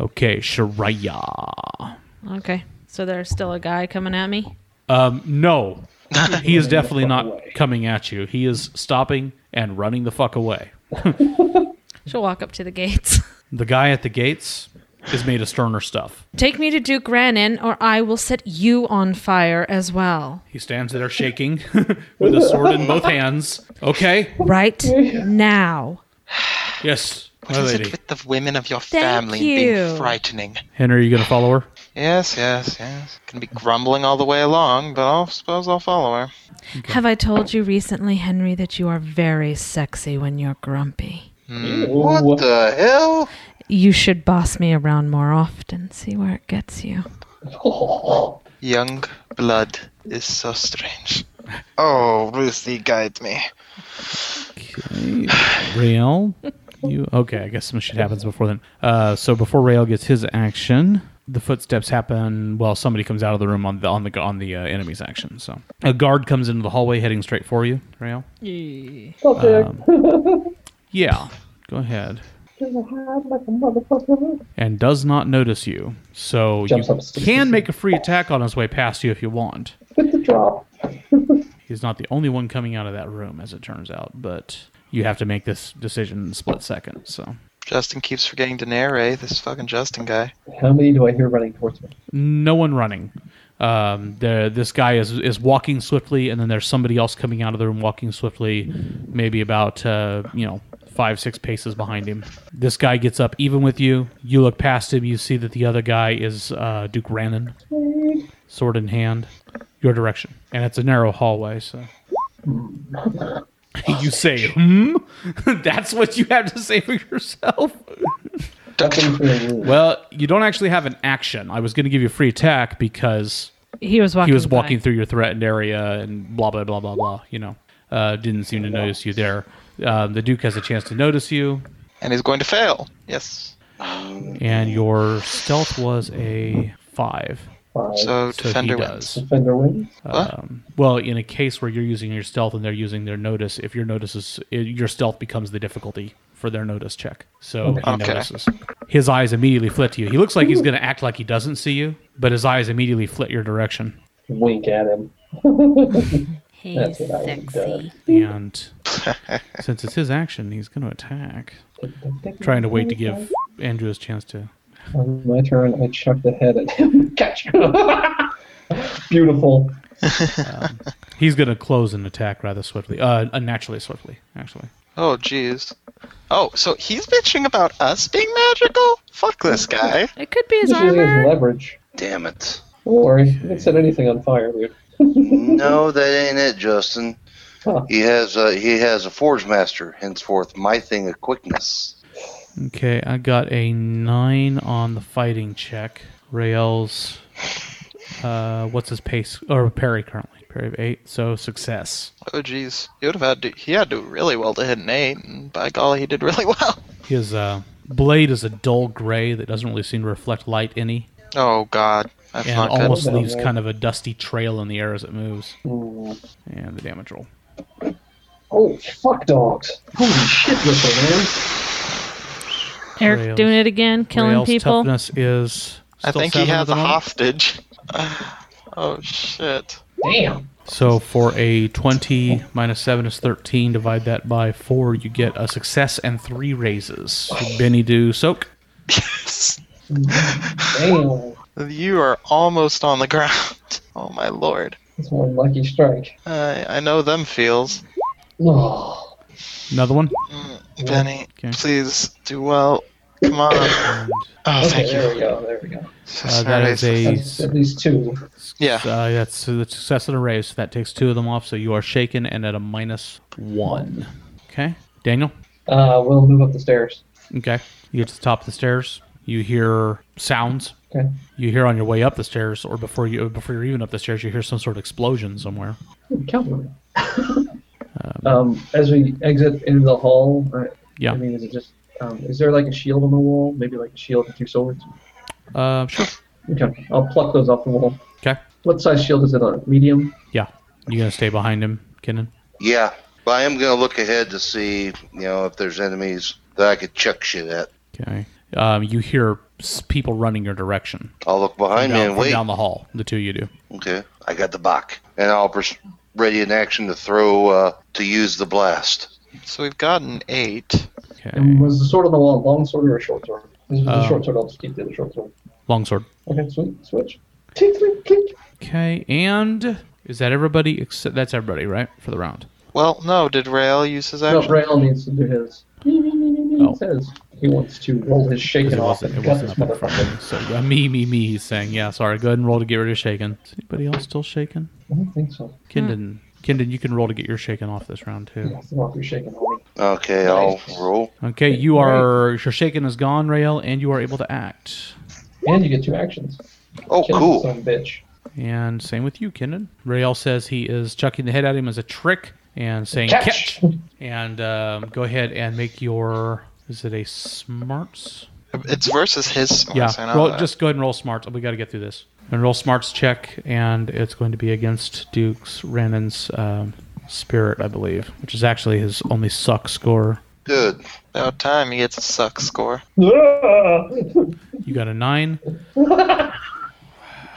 [SPEAKER 1] Okay, Shariah.
[SPEAKER 3] Okay. So there's still a guy coming at me.
[SPEAKER 1] Um, no, he is definitely not coming at you. He is stopping and running the fuck away.
[SPEAKER 3] She'll walk up to the gates.
[SPEAKER 1] The guy at the gates is made of sterner stuff.
[SPEAKER 3] Take me to Duke Grannon, or I will set you on fire as well.
[SPEAKER 1] He stands there shaking with a sword in both hands. Okay,
[SPEAKER 3] Right now.
[SPEAKER 1] yes, my
[SPEAKER 6] What is
[SPEAKER 1] lady.
[SPEAKER 6] it with the women of your
[SPEAKER 3] Thank
[SPEAKER 6] family
[SPEAKER 3] you.
[SPEAKER 6] being frightening?
[SPEAKER 1] Henry, are you gonna follow her?
[SPEAKER 6] Yes, yes, yes. Can be grumbling all the way along, but I'll suppose I'll follow her.
[SPEAKER 3] Have I told you recently, Henry, that you are very sexy when you're grumpy?
[SPEAKER 8] Ooh.
[SPEAKER 4] what the hell?
[SPEAKER 3] You should boss me around more often, see where it gets you.
[SPEAKER 6] Young blood is so strange. Oh, Ruthie, guide me.
[SPEAKER 1] Rael, you okay? I guess some shit happens before then. Uh, so before Rael gets his action, the footsteps happen. Well, somebody comes out of the room on the on the on the uh, enemy's action. So a guard comes into the hallway, heading straight for you, Rael. Yeah, go ahead. And does not notice you, so
[SPEAKER 8] Jumps
[SPEAKER 1] you
[SPEAKER 8] up, sticks
[SPEAKER 1] can
[SPEAKER 8] his-
[SPEAKER 1] make a free attack on his way past you if you want.
[SPEAKER 8] With the drop.
[SPEAKER 1] He's not the only one coming out of that room, as it turns out, but you have to make this decision in a split second. So
[SPEAKER 6] Justin keeps forgetting to narrate this fucking Justin guy.
[SPEAKER 8] How many do I hear running towards me?
[SPEAKER 1] no one running. Um, there, this guy is is walking swiftly, and then there's somebody else coming out of the room walking swiftly, maybe about uh, you know five six paces behind him. This guy gets up even with you. You look past him. You see that the other guy is uh, Duke Rannon, sword in hand, your direction, and it's a narrow hallway. So you say, "Hmm." That's what you have to say for yourself.
[SPEAKER 8] Nothing for you.
[SPEAKER 1] Well, you don't actually have an action. I was going to give you a free attack because
[SPEAKER 3] He was walking.
[SPEAKER 1] he was
[SPEAKER 3] by.
[SPEAKER 1] walking through your threatened area and blah blah blah blah blah. You know, uh, didn't seem to notice you there. Um, the Duke has a chance to notice you,
[SPEAKER 6] And he's going to fail. Yes.
[SPEAKER 1] and your stealth was a five.
[SPEAKER 8] Five.
[SPEAKER 6] So,
[SPEAKER 1] So
[SPEAKER 6] defender
[SPEAKER 1] he
[SPEAKER 6] wins.
[SPEAKER 1] does.
[SPEAKER 8] Defender wins.
[SPEAKER 1] Um, well, in a case where you're using your stealth and they're using their notice, if your notice is i- your stealth becomes the difficulty for their notice check. So he
[SPEAKER 6] Okay.
[SPEAKER 1] notices. His eyes immediately flit to you. He looks like he's going to act like he doesn't see you, but his eyes immediately flit your direction.
[SPEAKER 8] Wink at him.
[SPEAKER 3] He's
[SPEAKER 8] That's what I would
[SPEAKER 3] sexy.
[SPEAKER 1] And since it's his action, he's going to attack. Trying to wait to give Andrew his chance to.
[SPEAKER 8] On my turn, I chuck the head at him. Catch. Beautiful.
[SPEAKER 1] He's going to close an attack rather swiftly, uh, unnaturally swiftly, actually.
[SPEAKER 6] Oh, jeez. Oh, so he's bitching about us being magical? Fuck this guy.
[SPEAKER 3] It could be his
[SPEAKER 8] Just using his
[SPEAKER 3] armor.
[SPEAKER 8] leverage.
[SPEAKER 4] Damn it!
[SPEAKER 8] Don't worry. You can set anything on fire, dude.
[SPEAKER 4] No, that ain't it, Justin.
[SPEAKER 5] Huh.
[SPEAKER 4] He has a, he has a forge master, henceforth my thing of quickness.
[SPEAKER 1] Okay, I got a nine on the fighting check. Rael's, uh, what's his pace or parry currently? Parry of eight, so success.
[SPEAKER 6] Oh, jeez. He would have had to, he had to do really well to hit an eight, and by golly, he did really well.
[SPEAKER 1] His uh, blade is a dull gray that doesn't really seem to reflect light any,
[SPEAKER 6] Oh, God. That's
[SPEAKER 1] and
[SPEAKER 6] not good.
[SPEAKER 1] almost
[SPEAKER 5] bad.
[SPEAKER 1] leaves kind of a dusty trail in the air as it moves.
[SPEAKER 5] Mm.
[SPEAKER 1] And the damage roll.
[SPEAKER 5] Oh, fuck dogs. Holy shit, Ripper, man.
[SPEAKER 8] Eric
[SPEAKER 1] Rails.
[SPEAKER 8] doing it again, killing
[SPEAKER 1] Rael's
[SPEAKER 8] people.
[SPEAKER 1] toughness is.
[SPEAKER 6] I
[SPEAKER 1] still
[SPEAKER 6] think he
[SPEAKER 1] seven at
[SPEAKER 6] has
[SPEAKER 1] the
[SPEAKER 6] a
[SPEAKER 1] moment.
[SPEAKER 6] hostage. oh, shit.
[SPEAKER 5] Damn.
[SPEAKER 1] So for a 20 minus 7 is 13. Divide that by 4, you get a success and 3 raises. Benny do soak.
[SPEAKER 6] Yes.
[SPEAKER 5] Damn.
[SPEAKER 6] You are almost on the ground. Oh, my lord.
[SPEAKER 5] That's one lucky strike.
[SPEAKER 6] I I know them feels.
[SPEAKER 5] Oh.
[SPEAKER 1] Another one.
[SPEAKER 6] Benny,
[SPEAKER 1] Okay.
[SPEAKER 6] please do well. Come on.
[SPEAKER 1] And
[SPEAKER 6] Oh,
[SPEAKER 5] okay,
[SPEAKER 6] thank
[SPEAKER 5] there
[SPEAKER 6] you.
[SPEAKER 5] we go. There we go.
[SPEAKER 1] uh, that is a.
[SPEAKER 5] That's at least two.
[SPEAKER 6] Yeah.
[SPEAKER 1] Uh, that's the success of the raise. So that takes two of them off. So you are shaken and at a minus 1. Okay. Daniel.
[SPEAKER 5] Uh, we'll move up the stairs.
[SPEAKER 1] Okay. You get to the top of the stairs. You hear sounds.
[SPEAKER 5] Okay.
[SPEAKER 1] You hear on your way up the stairs, or before you before you're even up the stairs, you hear some sort of explosion somewhere.
[SPEAKER 5] Ooh, cavalry. um, as we exit into the hall, I,
[SPEAKER 1] Yeah.
[SPEAKER 5] I mean, is it just? Um, is there like a shield on the wall? Maybe like a shield and two swords.
[SPEAKER 1] Uh, sure.
[SPEAKER 5] Okay, I'll pluck those off the wall.
[SPEAKER 1] Okay.
[SPEAKER 5] What size shield is it on? Medium.
[SPEAKER 1] Yeah. You gonna stay behind him, Kenan?
[SPEAKER 4] Yeah, but I am gonna look ahead to see you know if there's enemies that I could chuck shit at.
[SPEAKER 1] Okay. Um, you hear s- people running your direction
[SPEAKER 4] I'll look behind me
[SPEAKER 1] down,
[SPEAKER 4] and
[SPEAKER 1] from
[SPEAKER 4] wait.
[SPEAKER 1] down the hall. The two of you do.
[SPEAKER 4] Okay, I got the Bach, and I'll pers- ready in action to throw uh, to use the blast.
[SPEAKER 6] So we've got an eight.
[SPEAKER 1] Okay.
[SPEAKER 5] And was the sword on the wall a long sword or a short sword? This is the
[SPEAKER 1] Um,
[SPEAKER 5] short sword. I'll just keep the other short sword.
[SPEAKER 1] Longsword.
[SPEAKER 5] Okay, sweet. Switch. Click, click, click.
[SPEAKER 1] Okay. And is that everybody? Except that's everybody, right, for the round.
[SPEAKER 6] Well, no. Did Rael use his
[SPEAKER 5] No,
[SPEAKER 6] action?
[SPEAKER 5] Rael needs to do his. Me, me, me, me, me,
[SPEAKER 1] Oh.
[SPEAKER 5] Says he wants to roll his
[SPEAKER 1] 'Cause
[SPEAKER 5] shaken
[SPEAKER 1] it
[SPEAKER 5] off
[SPEAKER 1] wasn't.
[SPEAKER 5] and
[SPEAKER 1] It
[SPEAKER 5] cut
[SPEAKER 1] wasn't
[SPEAKER 5] this
[SPEAKER 1] up in front
[SPEAKER 5] motherfucker.
[SPEAKER 1] of me. So uh, me, me, me. He's saying, yeah. Sorry. Go ahead and roll to get rid of shaken. Is anybody else still shaken?
[SPEAKER 5] I don't think so.
[SPEAKER 1] Kindon. Kindon, you can roll to get your shaken off this round too.
[SPEAKER 5] That's the rock you're shaking on me.
[SPEAKER 4] Okay,
[SPEAKER 5] Nice.
[SPEAKER 4] I'll roll.
[SPEAKER 1] Okay, you are your shaken is gone, Rael, and you are able to act.
[SPEAKER 5] And you get two actions.
[SPEAKER 4] Oh,
[SPEAKER 5] Kill
[SPEAKER 4] cool.
[SPEAKER 5] Some bitch.
[SPEAKER 1] And same with you, Kindon. Rael says he is chucking the head at him as a trick and saying catch.
[SPEAKER 5] Catch.
[SPEAKER 1] And um, go ahead and make your is it a smarts?
[SPEAKER 6] It's versus his.
[SPEAKER 1] Yeah.
[SPEAKER 6] smarts, I know
[SPEAKER 1] Roll,
[SPEAKER 6] that.
[SPEAKER 1] just go ahead and roll smarts. We got to get through this. And roll smarts check, and it's going to be against Duke's Renan's um, spirit, I believe, which is actually his only suck score.
[SPEAKER 4] Good.
[SPEAKER 6] About time he gets a suck score.
[SPEAKER 1] You got a nine.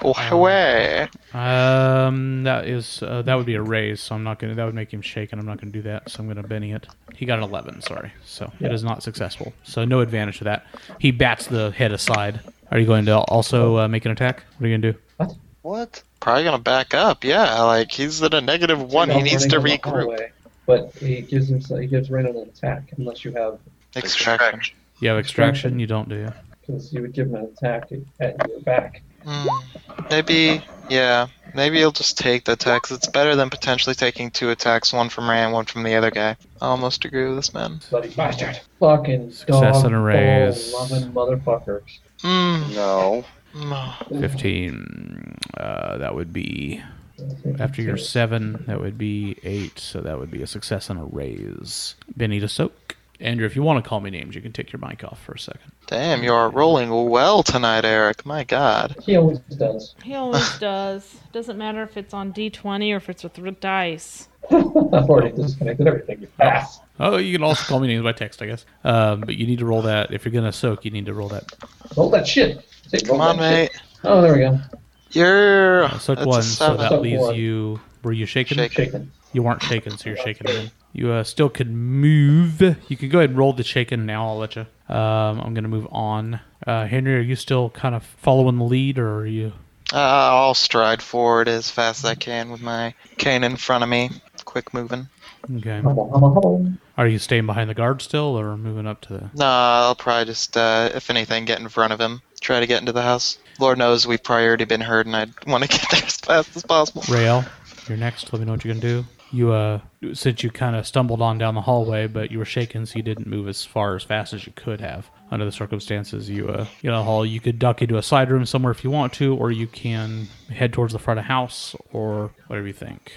[SPEAKER 1] Oh,
[SPEAKER 6] Way.
[SPEAKER 1] Um, that is uh, that would be a raise, so I'm not gonna. That would make him shake, and I'm not gonna do that. So I'm gonna Benny it. He got an 11. Sorry, so it is not successful. So no advantage to that. He bats the head aside. Are you going to also uh, make an attack? What are you gonna do?
[SPEAKER 4] What?
[SPEAKER 6] Probably gonna back up. Yeah, like he's at a negative one. He
[SPEAKER 5] Not
[SPEAKER 6] needs to
[SPEAKER 5] running in the
[SPEAKER 6] regroup.
[SPEAKER 5] hallway, But he gives him. He gives Renan an attack unless you have,
[SPEAKER 6] Extraction.
[SPEAKER 1] You have extraction. You don't do. You?
[SPEAKER 5] because you would give him an attack at your back.
[SPEAKER 6] Mm, maybe, yeah. Maybe he'll just take the attacks. It's better than potentially taking two attacks, one from Ray and one from the other guy. I almost agree with this man.
[SPEAKER 5] Bloody bastard. Fucking
[SPEAKER 1] Success
[SPEAKER 5] dog
[SPEAKER 1] and a raise.
[SPEAKER 5] Loving motherfuckers.
[SPEAKER 6] Mm,
[SPEAKER 4] No.
[SPEAKER 6] mm.
[SPEAKER 1] 15. Uh, that would be after your seven. That would be eight. So that would be a success and a raise. Benny to soak. Andrew, if you want to call me names, you can take your mic off for a second.
[SPEAKER 6] Damn, you are rolling well tonight, Eric. My God.
[SPEAKER 5] He always does.
[SPEAKER 8] He always does. Doesn't matter if it's on D20 or if it's with r- dice.
[SPEAKER 5] I've already disconnected everything. You ass.
[SPEAKER 1] Oh, you can also call me names by text, I guess. Um, but you need to roll that. If you're going to soak, you need to roll that.
[SPEAKER 5] Roll that shit. Say, roll
[SPEAKER 6] Come on,
[SPEAKER 5] that shit.
[SPEAKER 6] mate.
[SPEAKER 5] Oh, there we go.
[SPEAKER 6] You're.
[SPEAKER 1] Soak
[SPEAKER 6] that's a
[SPEAKER 1] one, so
[SPEAKER 6] seven.
[SPEAKER 1] that
[SPEAKER 5] Soak
[SPEAKER 1] leaves
[SPEAKER 5] one.
[SPEAKER 1] you. Were you shaken?
[SPEAKER 6] Shaken.
[SPEAKER 5] Shaken.
[SPEAKER 1] You weren't shaken, so you're shaken again. You uh, still could move. You could go ahead and roll the shaken now. I'll let you. Um, I'm going to move on. Uh, Henry, are you still kind of following the lead, or are you?
[SPEAKER 6] Uh, I'll stride forward as fast as I can with my cane in front of me. Quick moving.
[SPEAKER 1] Okay.
[SPEAKER 5] Hubble, hubble, hubble.
[SPEAKER 1] Are you staying behind the guard still, or moving up to the?
[SPEAKER 6] Nah, I'll probably just, uh, if anything, get in front of him. Try to get into the house. Lord knows we've probably already been heard, and I want to get there as fast as possible.
[SPEAKER 1] Rail, you're next. Let me know what you can do. You, uh, since you kind of stumbled on down the hallway, but you were shaken, so you didn't move as far as fast as you could have under the circumstances. You, uh, you know, hall. You could duck into a side room somewhere if you want to, or you can head towards the front of house, or whatever you think.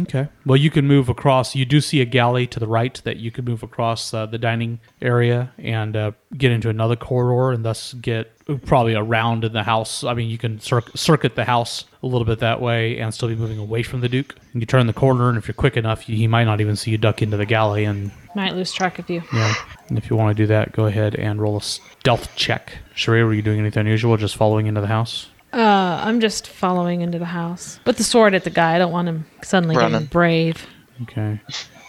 [SPEAKER 1] Okay. Well, you can move across. You do see a galley to the right that you could move across uh, the dining area and uh, get into another corridor and thus get uh, probably around in the house. I mean, you can cir- circuit the house a little bit that way and still be moving away from the Duke. You turn the corner, and if you're quick enough, he might not even see you duck into the galley. And,
[SPEAKER 3] Might lose track of you.
[SPEAKER 1] yeah. and if you want to do that, go ahead and roll a stealth check. Sharia, were you doing anything unusual? Just following into the house?
[SPEAKER 3] Uh, I'm just following into the house with the sword at the guy. I don't want him suddenly
[SPEAKER 6] Running.
[SPEAKER 3] getting brave.
[SPEAKER 1] Okay.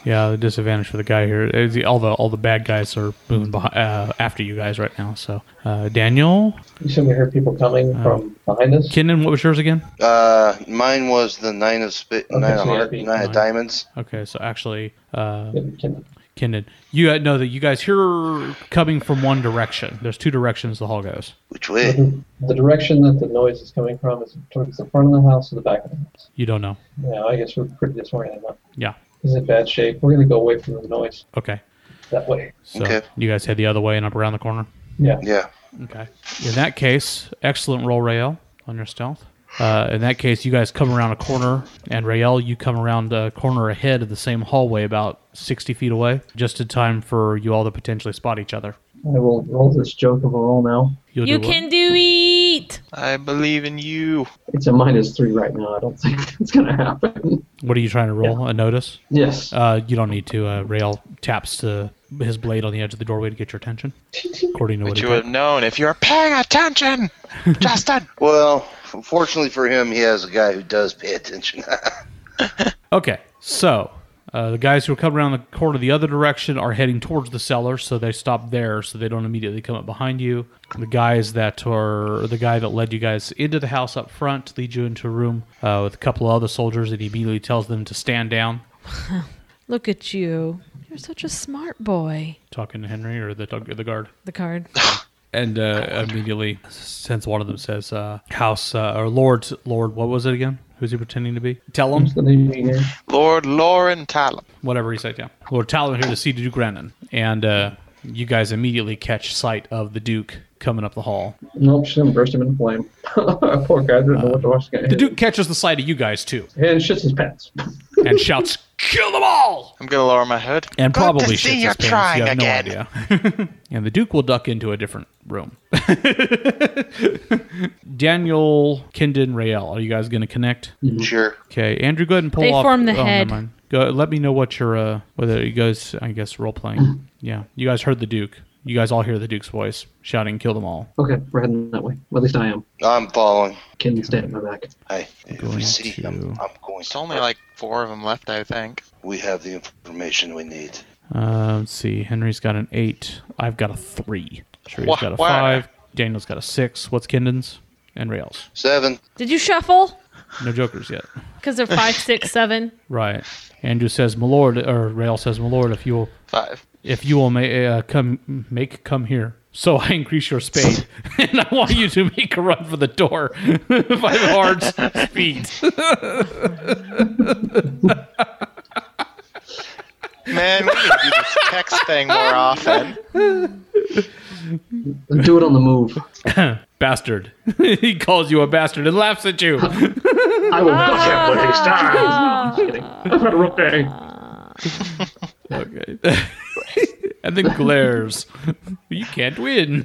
[SPEAKER 1] Yeah, the disadvantage for the guy here. Uh, the- All the all the bad guys are moving behind, uh, after you guys right now. So, uh, Daniel,
[SPEAKER 8] You said we heard people coming
[SPEAKER 1] Oh.
[SPEAKER 8] from behind us.
[SPEAKER 1] Kinnan, what was yours again?
[SPEAKER 4] Uh, mine was the nine of spit,
[SPEAKER 8] Okay,
[SPEAKER 4] nine
[SPEAKER 8] so
[SPEAKER 4] of
[SPEAKER 8] yeah,
[SPEAKER 4] heart,
[SPEAKER 8] be
[SPEAKER 4] nine of
[SPEAKER 1] mine.
[SPEAKER 4] diamonds.
[SPEAKER 1] Okay, so actually, uh,
[SPEAKER 8] Yeah, we can-
[SPEAKER 1] Kinnan, you uh, know that you guys here are coming from one direction. There's two directions the hall goes.
[SPEAKER 4] Which
[SPEAKER 5] Mm-hmm.
[SPEAKER 4] way?
[SPEAKER 8] The the direction that the noise is coming from is towards the front of the house or the back of the house.
[SPEAKER 1] You don't know.
[SPEAKER 8] Yeah, I guess we're pretty disoriented. Now.
[SPEAKER 1] Yeah.
[SPEAKER 8] This is in bad shape. We're gonna go away from the noise
[SPEAKER 1] Okay.
[SPEAKER 8] that way.
[SPEAKER 1] So
[SPEAKER 4] Okay.
[SPEAKER 1] you guys head the other way and up around the corner.
[SPEAKER 8] Yeah.
[SPEAKER 4] Yeah.
[SPEAKER 1] Okay. In that case, excellent roll, Rael, on your stealth. Uh, in that case, you guys come around a corner, and Rael, you come around a corner ahead of the same hallway, about 60 feet away, just in time for you all to potentially spot each other.
[SPEAKER 5] I will roll this joke of a roll now.
[SPEAKER 1] You'll
[SPEAKER 3] You
[SPEAKER 1] do what?
[SPEAKER 3] can do it.
[SPEAKER 6] I believe in you.
[SPEAKER 5] It's a minus three right now. I don't think it's gonna happen.
[SPEAKER 1] What are you trying to roll? A notice?
[SPEAKER 5] Yes.
[SPEAKER 1] Uh, you don't need to. Uh, Rael taps to his blade on the edge of the doorway to get your attention, according to what
[SPEAKER 6] But
[SPEAKER 1] he
[SPEAKER 6] you would
[SPEAKER 1] did.
[SPEAKER 6] have known if you were paying attention, Justin.
[SPEAKER 4] Well, fortunately for him, he has a guy who does pay attention.
[SPEAKER 1] Okay, so uh, the guys who are coming around the corner the other direction are heading towards the cellar, so they stop there, so they don't immediately come up behind you. The guys that are the guy that led you guys into the house up front leads you into a room uh, with a couple of other soldiers, and he immediately tells them to stand down.
[SPEAKER 3] Look at you. You're such a smart boy.
[SPEAKER 1] Talking to Henry or the the guard.
[SPEAKER 3] The card.
[SPEAKER 1] And uh, immediately, since one of them says, uh, "House uh, or Lord, Lord, what was it again? Who's he pretending to be? Tell him
[SPEAKER 5] What's the name again?
[SPEAKER 6] Lord Lauren Talon.
[SPEAKER 1] whatever he said, yeah. Lord Talon here to see Duke Renan. And uh, you guys immediately catch sight of the Duke coming up the hall.
[SPEAKER 5] Nope, she's gonna burst him in flame. Poor guy didn't know what to watch.
[SPEAKER 1] Uh, The Duke catches the sight of you guys too
[SPEAKER 5] and shits his pants.
[SPEAKER 1] and shouts, Kill them all!
[SPEAKER 6] I'm gonna lower my hood.
[SPEAKER 1] And
[SPEAKER 6] Good
[SPEAKER 1] probably
[SPEAKER 6] to
[SPEAKER 1] shits
[SPEAKER 6] see
[SPEAKER 1] his
[SPEAKER 6] you
[SPEAKER 1] pants.
[SPEAKER 6] trying
[SPEAKER 1] you have
[SPEAKER 6] again.
[SPEAKER 1] no idea. and the Duke will duck into a different room. Daniel, Kindon, Rael, are you guys going to connect?
[SPEAKER 4] sure.
[SPEAKER 1] Okay, Andrew, go ahead and pull
[SPEAKER 3] They
[SPEAKER 1] off.
[SPEAKER 3] form the
[SPEAKER 1] oh, never
[SPEAKER 3] head.
[SPEAKER 1] mind. Go, let me know what your uh, whether you guys, I guess, role playing. yeah, you guys heard the Duke. You guys all hear the Duke's voice shouting, "Kill them all."
[SPEAKER 5] Okay, we're heading that way. Well, at least I am.
[SPEAKER 4] I'm following.
[SPEAKER 5] Ken's dead in my back.
[SPEAKER 4] Hey, if
[SPEAKER 1] Going
[SPEAKER 4] we see him,
[SPEAKER 1] to-
[SPEAKER 4] I'm going.
[SPEAKER 6] It's
[SPEAKER 4] To
[SPEAKER 6] only like four of them left, I think.
[SPEAKER 4] we have the information we need.
[SPEAKER 1] Uh, let's see. Henry's got an eight. I've got a three. Sherry's
[SPEAKER 6] Wha-
[SPEAKER 1] got a
[SPEAKER 6] wha-
[SPEAKER 1] five. Daniel's got a six. What's Kindon's and Rails?
[SPEAKER 4] Seven.
[SPEAKER 3] Did you shuffle?
[SPEAKER 1] No jokers yet.
[SPEAKER 3] Because they're five, six, seven.
[SPEAKER 1] Right. Andrew says, "My lord," or Rail says, "My lord, if you'll
[SPEAKER 6] Five.
[SPEAKER 1] if you will ma- uh, come make come here." So I increase your spade, and I want you to make a run for the door by large speed.
[SPEAKER 6] Man, we need to do this text thing more often.
[SPEAKER 5] Do it on the move.
[SPEAKER 1] bastard. he calls you a bastard and laughs at you.
[SPEAKER 5] I will duck him when he stands. No, I'm kidding. I've had a rough day.
[SPEAKER 1] okay. and then glares. you can't win.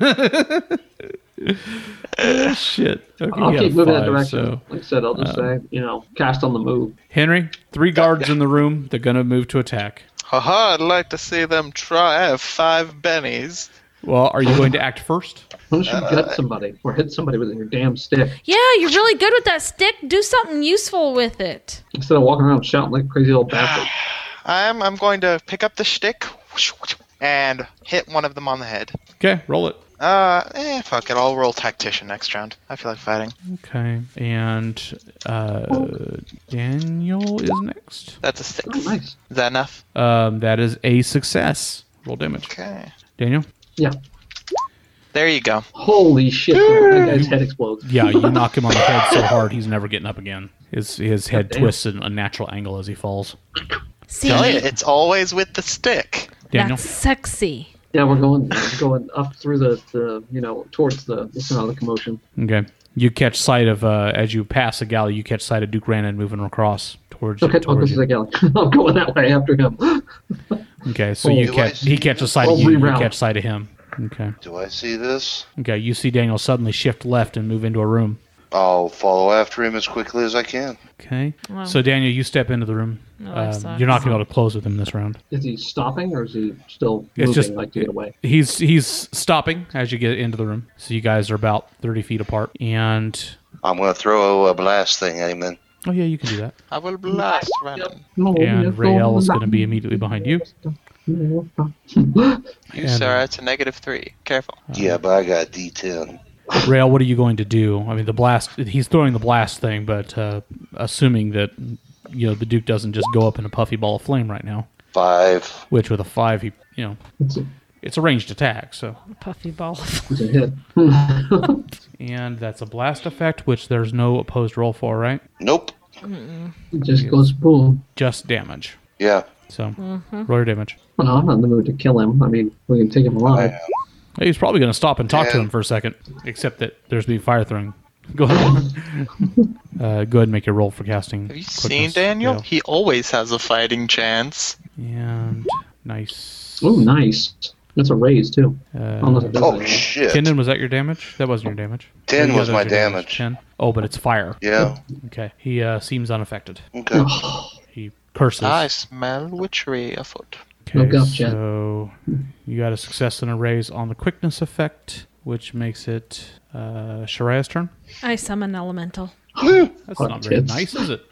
[SPEAKER 1] Oh, Shit. Okay,
[SPEAKER 5] I'll
[SPEAKER 1] you got a
[SPEAKER 5] keep moving that
[SPEAKER 1] five,
[SPEAKER 5] direction.
[SPEAKER 1] so- uh,
[SPEAKER 5] Like I said, I'll just say, you know, cast on the move.
[SPEAKER 1] Henry, three guards in the room. They're gonna move to attack.
[SPEAKER 6] Haha, I'd like to see them try. I have five bennies.
[SPEAKER 1] Well, are you going to act first?
[SPEAKER 5] Why don't you gut somebody or hit somebody with your damn stick
[SPEAKER 3] Yeah, you're really good with that stick. Do something useful with it.
[SPEAKER 5] instead of walking around shouting like a crazy old bastard?
[SPEAKER 6] I'm I'm going to pick up the shtick and hit one of them on the head.
[SPEAKER 1] Okay, roll it.
[SPEAKER 6] Uh, eh, fuck it. I'll roll tactician next round. I feel like fighting.
[SPEAKER 1] Okay, and uh, Daniel is next.
[SPEAKER 6] That's a six.
[SPEAKER 5] Oh, nice.
[SPEAKER 6] Is that enough?
[SPEAKER 1] Um, that is a success. Roll damage.
[SPEAKER 6] Okay.
[SPEAKER 1] Daniel.
[SPEAKER 5] Yeah.
[SPEAKER 6] There you go.
[SPEAKER 8] Holy shit! That guy's head explodes.
[SPEAKER 1] Yeah, you knock him on the head so hard he's never getting up again. His his head
[SPEAKER 8] Goddamn.
[SPEAKER 1] twists at an unnatural angle as he falls.
[SPEAKER 3] See,
[SPEAKER 6] Tell ya, Oh, it's always with the stick.
[SPEAKER 1] Daniel,
[SPEAKER 3] that's sexy.
[SPEAKER 5] Yeah, we're going we're going up through the, the you know towards the the sound of the commotion.
[SPEAKER 1] okay. You catch sight of uh, as you pass the galley, you catch sight of Duke Rannon moving across towards
[SPEAKER 5] Okay, oh,
[SPEAKER 1] towards
[SPEAKER 5] this is
[SPEAKER 1] you.
[SPEAKER 5] the galley. I'm going that way after him.
[SPEAKER 1] Okay, so you
[SPEAKER 4] Oh,
[SPEAKER 1] catch
[SPEAKER 4] I-
[SPEAKER 1] he catches sight of
[SPEAKER 5] Oh,
[SPEAKER 1] you, you
[SPEAKER 5] reroute.
[SPEAKER 1] catch sight of him. Okay.
[SPEAKER 4] Do I see this?
[SPEAKER 1] Okay, you see Daniel suddenly shift left and move into a room.
[SPEAKER 4] I'll follow after him as quickly as I can.
[SPEAKER 1] Okay.
[SPEAKER 3] Wow.
[SPEAKER 1] So Daniel, you step into the room.
[SPEAKER 3] Oh, that
[SPEAKER 1] Um,
[SPEAKER 3] sucks.
[SPEAKER 1] you're not gonna be able to close with him this round.
[SPEAKER 5] Is he stopping or is he still
[SPEAKER 1] It's
[SPEAKER 5] moving
[SPEAKER 1] just-
[SPEAKER 5] like to get away?
[SPEAKER 1] He's he's stopping as you get into the room. So you guys are about thirty feet apart. And
[SPEAKER 4] I'm going to throw a blast thing at him then.
[SPEAKER 1] oh yeah, you can do that.
[SPEAKER 6] I will blast Renan.
[SPEAKER 5] No,
[SPEAKER 1] And Rael is gonna be immediately behind you.
[SPEAKER 6] You,
[SPEAKER 1] And-
[SPEAKER 6] Sarah, it's a negative three. Careful.
[SPEAKER 4] Yeah, but I got D10.
[SPEAKER 1] Rail, what are you going to do? I mean, the blast. He's throwing the blast thing, but uh, assuming that you know the Duke doesn't just go up in a puffy ball of flame right now,
[SPEAKER 4] Five.
[SPEAKER 1] which with a five, he you know
[SPEAKER 5] It's a,
[SPEAKER 1] it's a ranged attack. So
[SPEAKER 3] Puffy ball.
[SPEAKER 5] it's a hit.
[SPEAKER 1] and that's a blast effect, which there's no opposed roll for, right?
[SPEAKER 4] Nope.
[SPEAKER 5] It just goes boom.
[SPEAKER 1] Just damage.
[SPEAKER 4] Yeah.
[SPEAKER 1] So roll your damage.
[SPEAKER 5] Well, no, I'm not in the mood to kill him. I mean, we can take him
[SPEAKER 4] I
[SPEAKER 5] alive.
[SPEAKER 4] am.
[SPEAKER 1] Hey, He's probably going to stop and talk to
[SPEAKER 4] Yeah.
[SPEAKER 1] him for a second, except that there's be fire throwing. Go ahead. uh, go ahead and make your roll for casting.
[SPEAKER 6] Have you seen
[SPEAKER 1] quickness.
[SPEAKER 6] Daniel?
[SPEAKER 1] Yeah.
[SPEAKER 6] He always has a fighting chance.
[SPEAKER 1] And nice.
[SPEAKER 5] Oh, nice. That's a raise too.
[SPEAKER 1] Uh,
[SPEAKER 5] Unless it doesn't
[SPEAKER 4] Oh,
[SPEAKER 5] raise.
[SPEAKER 4] shit.
[SPEAKER 1] Tendon, was that your damage? That wasn't your damage.
[SPEAKER 4] Ten
[SPEAKER 1] Yeah,
[SPEAKER 4] was
[SPEAKER 1] that
[SPEAKER 4] my
[SPEAKER 1] your
[SPEAKER 4] damage.
[SPEAKER 1] Ten. Oh, but it's fire.
[SPEAKER 4] Yeah.
[SPEAKER 1] Okay. He uh, seems unaffected.
[SPEAKER 4] Okay.
[SPEAKER 1] He curses.
[SPEAKER 6] I smell witchery afoot.
[SPEAKER 1] Okay,
[SPEAKER 5] No guff yet.
[SPEAKER 1] so you got a success and a raise on the quickness effect, which makes it uh, Shariah's turn.
[SPEAKER 3] I summon elemental.
[SPEAKER 1] That's
[SPEAKER 5] Hot
[SPEAKER 1] not very
[SPEAKER 5] tits.
[SPEAKER 1] nice, is it?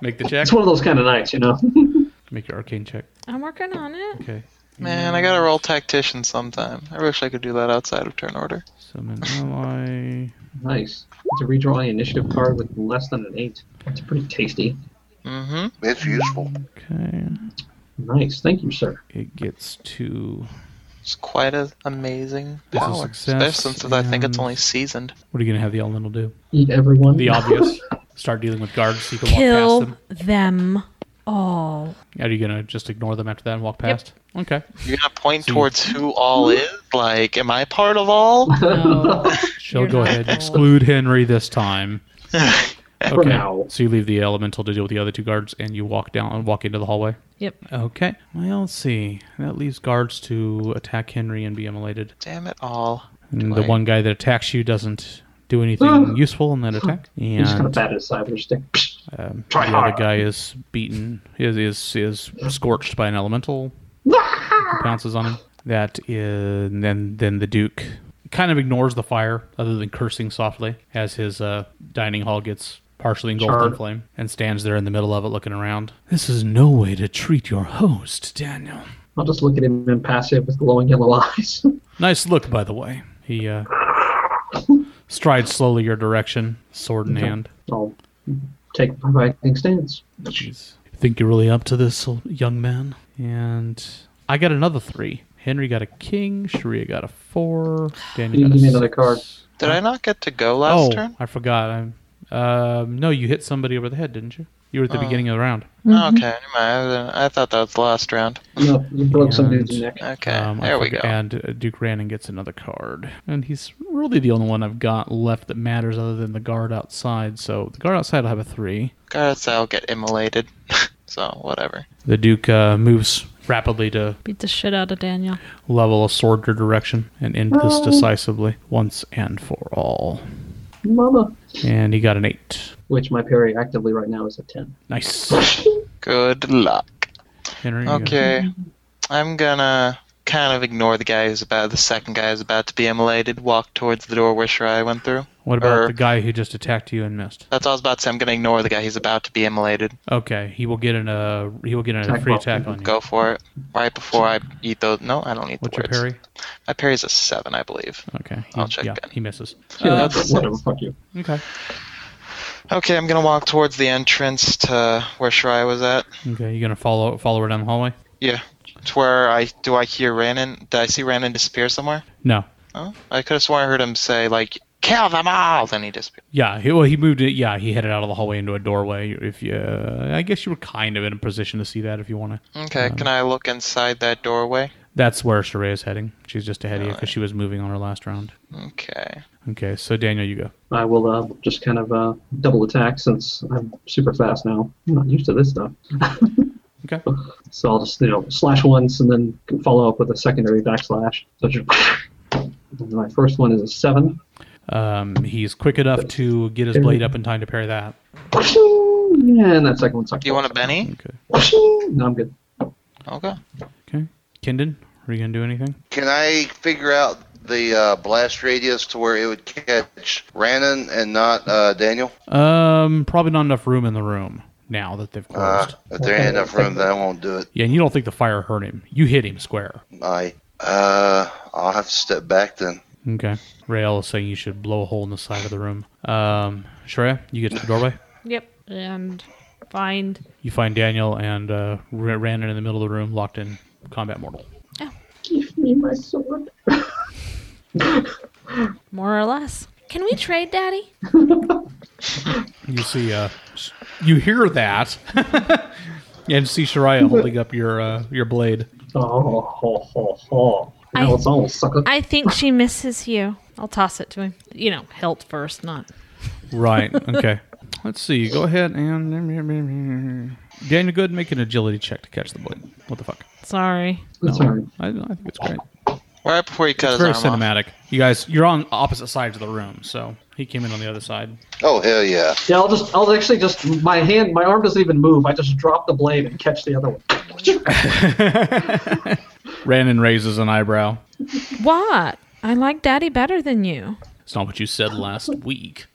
[SPEAKER 1] Make the check.
[SPEAKER 5] It's one of those kind of nights, you know.
[SPEAKER 1] Make your arcane check.
[SPEAKER 3] I'm working on it.
[SPEAKER 1] Okay.
[SPEAKER 6] Man, I
[SPEAKER 1] Mm.
[SPEAKER 6] gotta roll tactician sometime. I wish I could do that outside of turn order.
[SPEAKER 1] Summon ally.
[SPEAKER 5] nice. It's a redraw initiative card with less than an eight. It's pretty tasty.
[SPEAKER 6] Mm-hmm.
[SPEAKER 4] It's useful.
[SPEAKER 1] Okay.
[SPEAKER 5] Nice. Thank you, sir.
[SPEAKER 1] It gets to.
[SPEAKER 6] It's quite an amazing
[SPEAKER 1] It's a
[SPEAKER 6] power.
[SPEAKER 1] success,
[SPEAKER 6] Especially since I think it's
[SPEAKER 1] and-
[SPEAKER 6] only seasoned.
[SPEAKER 1] What are you going to have the elemental do?
[SPEAKER 5] Eat everyone.
[SPEAKER 1] The obvious. Start dealing with guards so you can walk past
[SPEAKER 3] Kill
[SPEAKER 1] them.
[SPEAKER 3] them all.
[SPEAKER 1] Are you going to just ignore them after that and walk past? Okay.
[SPEAKER 6] You're gonna point
[SPEAKER 1] See.
[SPEAKER 6] towards who all is? Like, am I part of all?
[SPEAKER 3] No.
[SPEAKER 1] She'll
[SPEAKER 3] You're
[SPEAKER 1] go
[SPEAKER 3] not
[SPEAKER 1] ahead and
[SPEAKER 3] old.
[SPEAKER 1] exclude Henry this time.
[SPEAKER 5] For now.
[SPEAKER 1] So you leave the elemental to deal with the other two guards, and you walk down and walk into the hallway.
[SPEAKER 3] Yep.
[SPEAKER 1] Okay. Well, let's see. That leaves guards to attack Henry and be immolated.
[SPEAKER 6] Damn it all.
[SPEAKER 1] And the
[SPEAKER 6] Right.
[SPEAKER 1] one guy that attacks you doesn't do anything useful in that attack.
[SPEAKER 5] He's kind of
[SPEAKER 1] And
[SPEAKER 5] batted aside with a stick.
[SPEAKER 1] um,
[SPEAKER 5] Try
[SPEAKER 1] the other
[SPEAKER 5] harder.
[SPEAKER 1] guy is beaten, is, is is scorched by an elemental.
[SPEAKER 5] Ah!
[SPEAKER 1] pounces on him. That is, and then then the Duke kind of ignores the fire, other than cursing softly as his uh, dining hall gets partially engulfed in
[SPEAKER 5] Charred.
[SPEAKER 1] flame, and stands there in the middle of it, looking around. This is no way to treat your host, Daniel.
[SPEAKER 5] I'll just look at him impassive with glowing yellow eyes.
[SPEAKER 1] Nice look, by the way. He uh, strides slowly your direction, sword in hand.
[SPEAKER 5] I'll take my fighting stance.
[SPEAKER 1] Jeez. Think you're really up to this, old- young man? And I got another three. Henry got a king. Sharia got a four. Daniel
[SPEAKER 5] You
[SPEAKER 1] got a
[SPEAKER 5] give me another
[SPEAKER 1] six.
[SPEAKER 5] card.
[SPEAKER 6] Did I not get to go
[SPEAKER 1] Oh,
[SPEAKER 6] last turn?
[SPEAKER 1] I forgot. I'm, um, no, you hit somebody over the head, didn't you? You were at the beginning of the round.
[SPEAKER 6] Oh, okay, never mind. I I thought that was the last round.
[SPEAKER 5] No, you broke some dude's
[SPEAKER 1] And-
[SPEAKER 5] neck.
[SPEAKER 6] Okay,
[SPEAKER 1] Um, I
[SPEAKER 6] there we go.
[SPEAKER 1] forgot- And uh, Duke Rannon gets another card, and he's really the only one I've got left that matters, other than the guard outside. So the guard outside will have a three.
[SPEAKER 6] Guards, I'll get immolated. so, whatever.
[SPEAKER 1] The Duke uh, moves rapidly to
[SPEAKER 3] Beat the shit out of Daniel.
[SPEAKER 1] level a sword your direction and end this decisively once and for all.
[SPEAKER 5] Mama.
[SPEAKER 1] And he got an eight.
[SPEAKER 5] Which my parry actively right now is a 10.
[SPEAKER 1] Nice.
[SPEAKER 6] Good luck.
[SPEAKER 1] Henry. you got-
[SPEAKER 6] Okay. I'm gonna kind of ignore the guy who's about the second guy who's about to be immolated, walk towards the door where Shirai went through.
[SPEAKER 1] What about
[SPEAKER 6] Or-
[SPEAKER 1] the guy who just attacked you and missed?
[SPEAKER 6] That's all I was about to say. I'm gonna ignore the guy who's about to be immolated.
[SPEAKER 1] Okay, he will get an uh, he will get an, a
[SPEAKER 5] Attack
[SPEAKER 1] free
[SPEAKER 5] roll.
[SPEAKER 1] attack on you.
[SPEAKER 6] Go for it. Right before I eat those no, I don't eat
[SPEAKER 1] What's
[SPEAKER 6] the
[SPEAKER 1] your
[SPEAKER 6] words.
[SPEAKER 1] parry?
[SPEAKER 6] My parry's a seven, I believe.
[SPEAKER 1] Okay, he,
[SPEAKER 6] I'll check
[SPEAKER 1] yeah,
[SPEAKER 6] that.
[SPEAKER 1] he misses.
[SPEAKER 5] Yeah,
[SPEAKER 6] that's-
[SPEAKER 5] Uh, whatever, fuck you.
[SPEAKER 1] Okay,
[SPEAKER 6] Okay, I'm gonna walk towards the entrance to where Shirai was at.
[SPEAKER 1] okay, you gonna follow follow her down the hallway?
[SPEAKER 6] Yeah. It's where I do I hear Rannon? Did I see Rannon disappear somewhere?
[SPEAKER 9] No.
[SPEAKER 6] Oh, I could have sworn I heard him say like "kill them all," then he disappeared.
[SPEAKER 9] Yeah, he, well, he moved it. Yeah, he headed out of the hallway into a doorway. If you, uh, I guess you were kind of in a position to see that if you want to.
[SPEAKER 6] Okay, can I look inside that doorway?
[SPEAKER 9] That's where Sheree is heading. She's just ahead of you because
[SPEAKER 6] Alright.
[SPEAKER 9] she was moving on her last round.
[SPEAKER 6] Okay.
[SPEAKER 9] Okay, so Daniel, you go.
[SPEAKER 5] I will uh, just kind of uh, double attack since I'm super fast now. I'm not used to this stuff.
[SPEAKER 9] Okay.
[SPEAKER 5] So I'll just you know slash once and then follow up with a secondary backslash. So just and my first one is a seven.
[SPEAKER 9] Um, he's quick enough to get his blade up in time to parry that.
[SPEAKER 5] Yeah, and that second one sucks.
[SPEAKER 6] Do you want a Benny?
[SPEAKER 9] Okay.
[SPEAKER 5] No, I'm good.
[SPEAKER 6] Okay.
[SPEAKER 9] Okay. Kindon, are you gonna do anything?
[SPEAKER 4] Can I figure out the uh, blast radius to where it would catch Rannon and not uh, Daniel?
[SPEAKER 9] Um, probably not enough room in the room now that they've
[SPEAKER 4] Uh,
[SPEAKER 9] closed.
[SPEAKER 4] if there ain't enough room, then I won't do it.
[SPEAKER 9] yeah, and you don't think the fire hurt him? You hit him square.
[SPEAKER 4] I uh, I'll have to step back then.
[SPEAKER 9] Okay. Rael is saying you should blow a hole in the side of the room. Um, Shreya, you get to the doorway.
[SPEAKER 8] Yep. And find.
[SPEAKER 9] You find Daniel and uh, R- Rannon in the middle of the room, locked in combat mortal.
[SPEAKER 5] Give me my sword.
[SPEAKER 8] More or less. Can we trade, Daddy?
[SPEAKER 9] You see, uh, s- you hear that, and see Shariah holding up your uh, your blade.
[SPEAKER 5] Oh, ho, ho, ho.
[SPEAKER 8] I-
[SPEAKER 5] Now it's all sucker.
[SPEAKER 8] I think she misses you. I'll toss it to him. You know, hilt first, not.
[SPEAKER 9] Right. Okay. Let's see. Go ahead mm, and Daniel, go ahead and make an agility check to catch the blade. What the fuck?
[SPEAKER 8] Sorry.
[SPEAKER 5] That's
[SPEAKER 9] No,
[SPEAKER 5] all right.
[SPEAKER 9] I, I think it's great.
[SPEAKER 6] Right before he cut
[SPEAKER 9] It's very
[SPEAKER 6] his arm off.
[SPEAKER 9] cinematic. You guys, you're on opposite sides of the room, so he came in on the other side.
[SPEAKER 4] Oh hell yeah!
[SPEAKER 5] Yeah, I'll just, I'll actually just, my hand, my arm doesn't even move. I just drop the blade and catch the other one. Oh,
[SPEAKER 9] Rannon raises an eyebrow.
[SPEAKER 8] What? I like Daddy better than you.
[SPEAKER 9] It's not what you said last week.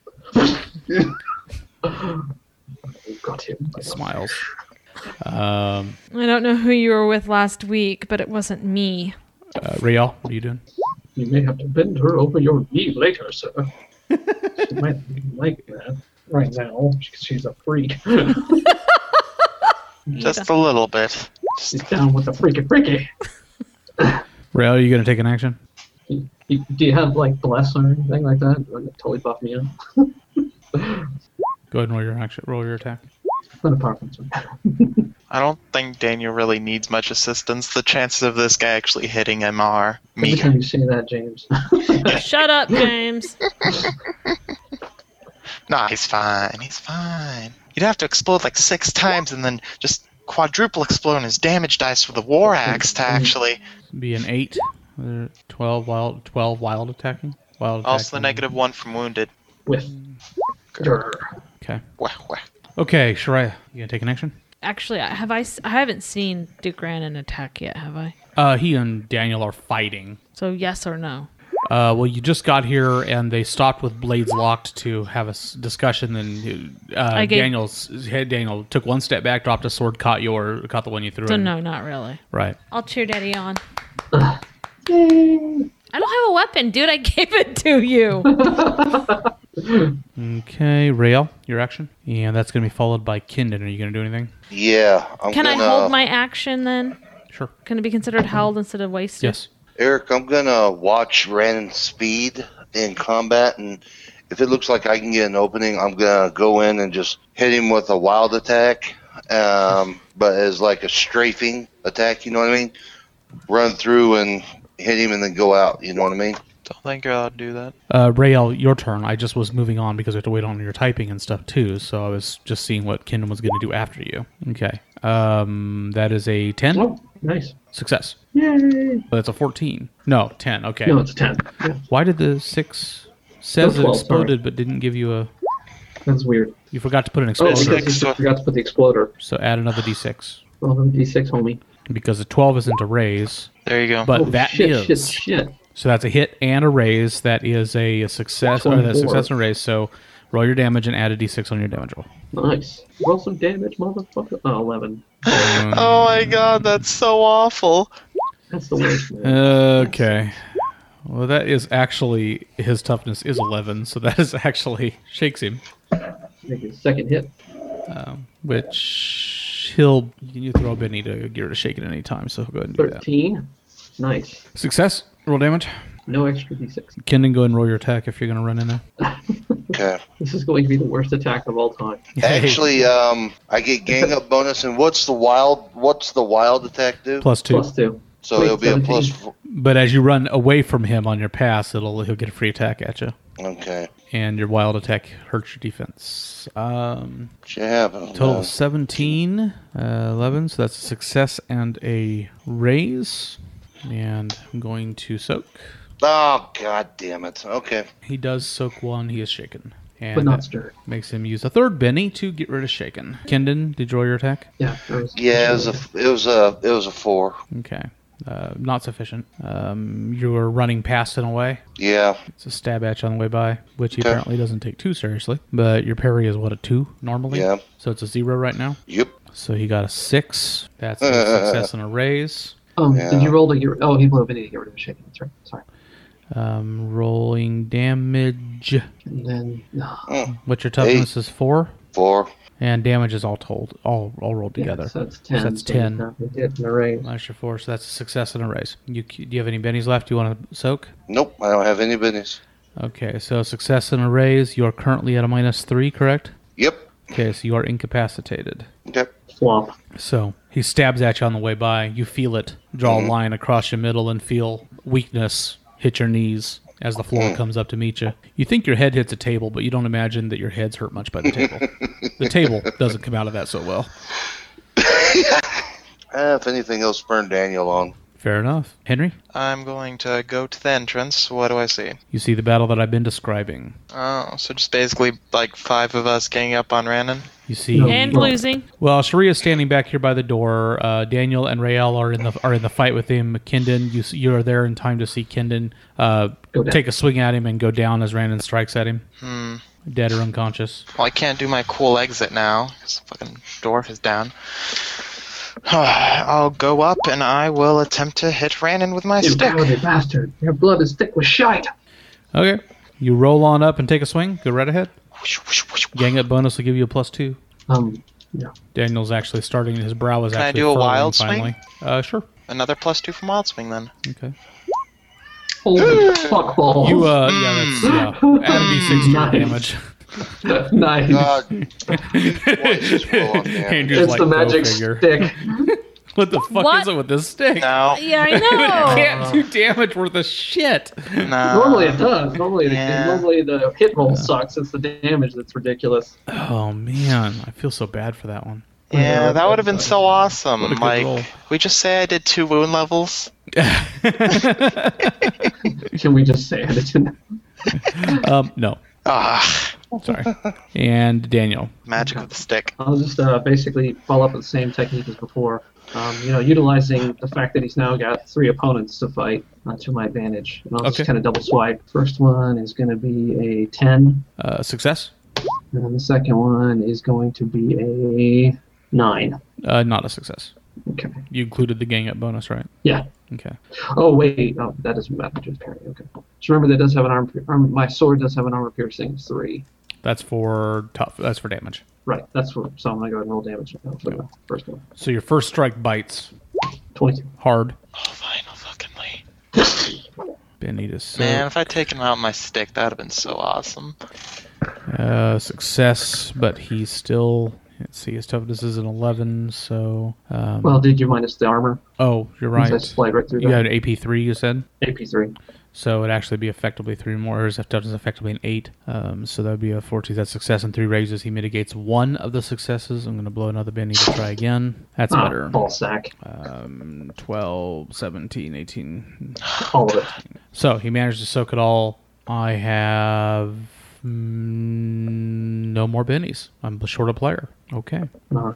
[SPEAKER 5] Got him.
[SPEAKER 9] He smiles. Um,
[SPEAKER 8] I don't know who you were with last week, but it wasn't me.
[SPEAKER 9] uh, Rael, what are you doing?
[SPEAKER 5] You may have to bend her over your knee later, sir. she might like that right now because she's a freak.
[SPEAKER 6] Just a little bit.
[SPEAKER 5] she's down with the freaky freaky.
[SPEAKER 9] Rael, are you going to take an action?
[SPEAKER 5] You, do you have like bless or anything like that? Would it totally buff me up.
[SPEAKER 9] Go ahead and roll your action. Roll your attack.
[SPEAKER 5] Not a preference.
[SPEAKER 6] I don't think Daniel really needs much assistance. The chances of this guy actually hitting him are
[SPEAKER 5] Every
[SPEAKER 6] meager.
[SPEAKER 5] time you say that, James.
[SPEAKER 8] Shut up, James.
[SPEAKER 6] Nah, he's fine. He's fine. You'd have to explode like six times and then just quadruple explode on his damage dice for the war axe to actually.
[SPEAKER 9] Be an eight, uh, twelve wild, twelve wild attacking. Wild.
[SPEAKER 6] Also, the
[SPEAKER 9] attacking.
[SPEAKER 6] negative one from wounded.
[SPEAKER 5] With. Grr.
[SPEAKER 9] Okay.
[SPEAKER 6] Wah, wah.
[SPEAKER 9] Okay, Shariah, you gonna take an action?
[SPEAKER 8] Actually, I- have I? s- I haven't seen Duke Rannon attack yet, have I?
[SPEAKER 9] Uh, he and Daniel are fighting.
[SPEAKER 8] So yes or no?
[SPEAKER 9] Uh, well, you just got here, and they stopped with blades locked to have a s- discussion. Then uh,
[SPEAKER 8] I gave-
[SPEAKER 9] Daniel's head. Daniel took one step back, dropped a sword, caught your, caught the one you threw.
[SPEAKER 8] So
[SPEAKER 9] in.
[SPEAKER 8] no, not really.
[SPEAKER 9] Hmm. Right.
[SPEAKER 8] I'll cheer Daddy on. I don't have a weapon, dude. I gave it to you.
[SPEAKER 9] Okay, Rail, your action, and that's gonna be followed by Kindon. Are you gonna do anything?
[SPEAKER 4] Yeah, I'm
[SPEAKER 8] Can I
[SPEAKER 4] gonna.
[SPEAKER 8] hold my action then?
[SPEAKER 9] Sure.
[SPEAKER 8] Can it be considered held instead of wasted?
[SPEAKER 9] Yes.
[SPEAKER 4] Eric, I'm gonna watch Rannon's speed in combat, and if it looks like I can get an opening, I'm gonna go in and just hit him with a wild attack, um, but as like a strafing attack. You know what I mean? Run through and hit him, and then go out. You know what I mean?
[SPEAKER 6] Don't think you're allowed to do that.
[SPEAKER 9] Uh, Rael, your turn. I just was moving on because we have to wait on your typing and stuff too. So I was just seeing what Kindon was gonna do after you. Okay. Um, that is a ten.
[SPEAKER 5] Oh, nice.
[SPEAKER 9] Success.
[SPEAKER 5] Yay.
[SPEAKER 9] That's a 14. No, 10. Okay.
[SPEAKER 5] No, it's a 10. Yeah,
[SPEAKER 9] Why did the 6 says
[SPEAKER 5] No,
[SPEAKER 9] it
[SPEAKER 5] 12,
[SPEAKER 9] exploded but didn't give you a
[SPEAKER 5] that's weird.
[SPEAKER 9] you forgot to put an
[SPEAKER 5] Oh,
[SPEAKER 9] explosion.
[SPEAKER 5] because he
[SPEAKER 6] so-
[SPEAKER 5] forgot to put the exploder.
[SPEAKER 9] So add another d6
[SPEAKER 5] Well, then D6, homie.
[SPEAKER 9] because the 12 isn't a raise,
[SPEAKER 6] There you go.
[SPEAKER 9] but
[SPEAKER 5] Oh,
[SPEAKER 9] that is.
[SPEAKER 5] shit, shit, shit.
[SPEAKER 9] So that's a hit and a raise. That is a, success or that's
[SPEAKER 5] 24.
[SPEAKER 9] success and a raise. So roll your damage and add a d6 on your damage roll.
[SPEAKER 5] Nice. Roll some damage, motherfucker. Oh, 11.
[SPEAKER 6] oh my god, that's so awful.
[SPEAKER 5] That's the worst. man.
[SPEAKER 9] Okay. Well, that is actually his toughness is 11, so that is actually shakes him,
[SPEAKER 5] Make his second hit.
[SPEAKER 9] which he'll you throw a Benito gear to shake it at any time, so he'll go ahead and do that.
[SPEAKER 5] 13. Nice.
[SPEAKER 9] Success. Roll damage.
[SPEAKER 5] No extra d6.
[SPEAKER 9] Kendon, go ahead and roll your attack if you're going to run in there.
[SPEAKER 4] Okay.
[SPEAKER 5] This is going to be the worst attack of all time.
[SPEAKER 4] Actually, um, I get gang up bonus, and what's the wild? What's the wild attack do?
[SPEAKER 9] plus two.
[SPEAKER 5] Plus two.
[SPEAKER 4] so it'll be a plus.
[SPEAKER 5] 17.
[SPEAKER 4] Four.
[SPEAKER 9] But as you run away from him on your pass, it'll he'll get a free attack at you,
[SPEAKER 4] Okay.
[SPEAKER 9] and your wild attack hurts your defense. Um,
[SPEAKER 4] Shit happens.
[SPEAKER 9] total
[SPEAKER 4] man.
[SPEAKER 9] 17, uh, 11. So that's a success and a raise. And I'm going to soak.
[SPEAKER 4] Oh god damn it. Okay.
[SPEAKER 9] He does soak one. He is shaken, and
[SPEAKER 5] But not
[SPEAKER 9] that
[SPEAKER 5] stirred.
[SPEAKER 9] makes him use a third Benny to get rid of shaken. Kendon, did you roll your attack?
[SPEAKER 5] Yeah. that was-
[SPEAKER 4] Yeah, it was a it was a it was a four.
[SPEAKER 9] Okay. Uh, not sufficient. Um, you were running past and away.
[SPEAKER 4] Yeah.
[SPEAKER 9] It's a stab at you on the way by, which he
[SPEAKER 4] Okay.
[SPEAKER 9] apparently doesn't take too seriously. But your parry is what a two normally.
[SPEAKER 4] Yeah.
[SPEAKER 9] So it's a zero right now.
[SPEAKER 4] Yep.
[SPEAKER 9] So he got a six. That's a success and a raise.
[SPEAKER 5] Um, Did
[SPEAKER 4] Yeah.
[SPEAKER 5] you roll to get? Oh, he blew up. and He didn't get rid of the shaking. That's right. Sorry.
[SPEAKER 9] Um, rolling damage.
[SPEAKER 5] And then ah,
[SPEAKER 9] What your toughness is four,
[SPEAKER 4] Four.
[SPEAKER 9] and damage is all told, all all rolled together.
[SPEAKER 5] Yeah, so that's ten.
[SPEAKER 9] that's
[SPEAKER 5] so he's
[SPEAKER 9] 10.
[SPEAKER 5] not gonna get in the range.
[SPEAKER 9] Minus your four, so that's a success and a raise. You c- do you have any bennies left? You want to soak?
[SPEAKER 4] Nope. I don't have any business.
[SPEAKER 9] Okay, so success and a raise. You are currently at a minus three, correct?
[SPEAKER 4] Yep.
[SPEAKER 9] Okay, so you are incapacitated.
[SPEAKER 4] Okay.
[SPEAKER 5] Flop.
[SPEAKER 9] So he stabs at you on the way by. You feel it. Draw a line across your middle and feel weakness hit your knees as the floor comes up to meet you. You think your head hits a table, but you don't imagine that your head's hurt much by the table. the table doesn't come out of that so well.
[SPEAKER 4] Eh, if anything else, burn Daniel on.
[SPEAKER 9] Fair enough. Henry,
[SPEAKER 6] I'm going to go to the entrance. What do I see?
[SPEAKER 9] you see the battle that I've been describing.
[SPEAKER 6] Oh, so just basically like five of us getting up on Rannon.
[SPEAKER 9] You see
[SPEAKER 8] And losing.
[SPEAKER 9] Well, Sharia's standing back here by the door. Uh, Daniel and Rael are in the are in the fight with him. Kendon, you s- you are there in time to see Kendon uh,
[SPEAKER 5] Go down.
[SPEAKER 9] take a swing at him and go down as Randon strikes at him,
[SPEAKER 6] Hmm.
[SPEAKER 9] dead or unconscious.
[SPEAKER 6] Well, I can't do my cool exit now because fucking dwarf is down. I'll go up and I will attempt to hit Rannon with my
[SPEAKER 5] You
[SPEAKER 6] stick.
[SPEAKER 5] cowardly bastard! Your blood is thick with shite.
[SPEAKER 9] Okay, you roll on up and take a swing. Go right ahead. Gang up bonus will give you a plus two.
[SPEAKER 5] Um, yeah.
[SPEAKER 9] Daniel's actually starting. His brow is
[SPEAKER 6] Can I
[SPEAKER 9] actually
[SPEAKER 6] do a
[SPEAKER 9] furrowing
[SPEAKER 6] wild swing?
[SPEAKER 9] finally. Uh, sure.
[SPEAKER 6] Another plus two from Wild Swing then.
[SPEAKER 9] Okay.
[SPEAKER 5] Holy fuck balls.
[SPEAKER 9] You uh yeah
[SPEAKER 6] Hmm.
[SPEAKER 9] that's yeah. Add a d six to
[SPEAKER 5] Nice.
[SPEAKER 9] your damage.
[SPEAKER 5] nice.
[SPEAKER 4] God. Twice as well on damage.
[SPEAKER 9] Andrew's
[SPEAKER 5] it's
[SPEAKER 9] like,
[SPEAKER 5] the
[SPEAKER 9] "Go
[SPEAKER 5] magic
[SPEAKER 9] figure."
[SPEAKER 5] stick.
[SPEAKER 9] What the fuck
[SPEAKER 8] What?
[SPEAKER 9] is it with this stick?
[SPEAKER 6] No,
[SPEAKER 8] Yeah,
[SPEAKER 9] It
[SPEAKER 8] I know.
[SPEAKER 9] can't do damage worth a shit.
[SPEAKER 6] no.
[SPEAKER 5] Normally it does. Normally,
[SPEAKER 6] yeah.
[SPEAKER 5] the, normally the hit roll sucks. It's the damage that's ridiculous.
[SPEAKER 9] Oh man, I feel so bad for that one.
[SPEAKER 6] Yeah, that would have been so awesome.
[SPEAKER 9] What a good
[SPEAKER 6] like,
[SPEAKER 9] roll.
[SPEAKER 6] we just say I did two wound levels.
[SPEAKER 5] Can we just say it?
[SPEAKER 9] um, no,
[SPEAKER 6] Ah,
[SPEAKER 9] sorry. And Daniel,
[SPEAKER 6] magic of the stick.
[SPEAKER 5] I'll just uh, basically follow up with the same technique as before. Um, you know, utilizing the fact that he's now got three opponents to fight uh, to my advantage. And I'll
[SPEAKER 9] Okay.
[SPEAKER 5] just kind of double swipe. First one is going to be a 10,
[SPEAKER 9] uh, success.
[SPEAKER 5] and then the second one is going to be a 9.
[SPEAKER 9] Uh, not a success.
[SPEAKER 5] Okay.
[SPEAKER 9] You included the gang up bonus, right?
[SPEAKER 5] Yeah.
[SPEAKER 9] Okay.
[SPEAKER 5] Oh, wait. Oh, that doesn't matter. Just parry. Okay. Just remember that does have an arm, arm. My sword does have an armor piercing. of 3.
[SPEAKER 9] That's for tough. That's for damage.
[SPEAKER 5] Right. That's what. So I'm going to go ahead and roll damage now for the first one.
[SPEAKER 9] So your first strike bites
[SPEAKER 5] 22.
[SPEAKER 9] hard.
[SPEAKER 6] Oh, final fucking Lee.
[SPEAKER 9] Benita so,
[SPEAKER 6] Man, if I'd taken him out with my stick, that would have been so awesome.
[SPEAKER 9] uh, success, but he's still. Let's see, his toughness is an eleven. So, um,
[SPEAKER 5] Well, did you minus the armor?
[SPEAKER 9] oh, you're
[SPEAKER 5] Since I
[SPEAKER 9] right.
[SPEAKER 5] slide right through
[SPEAKER 9] You
[SPEAKER 5] that.
[SPEAKER 9] had AP three. You said.
[SPEAKER 5] AP3.
[SPEAKER 9] So it'd actually be effectively three more, or his toughness effectively an eight. Um, so that would be a 14. That's success and three raises. He mitigates one of the successes. I'm going to blow another Benny to try again. That's
[SPEAKER 5] Ah,
[SPEAKER 9] better.
[SPEAKER 5] ball sack.
[SPEAKER 9] Um, 12, 17, 18.
[SPEAKER 5] All of it.
[SPEAKER 9] So he managed to soak it all. I have mm, no more Bennies. I'm short a player. Okay.
[SPEAKER 5] All right.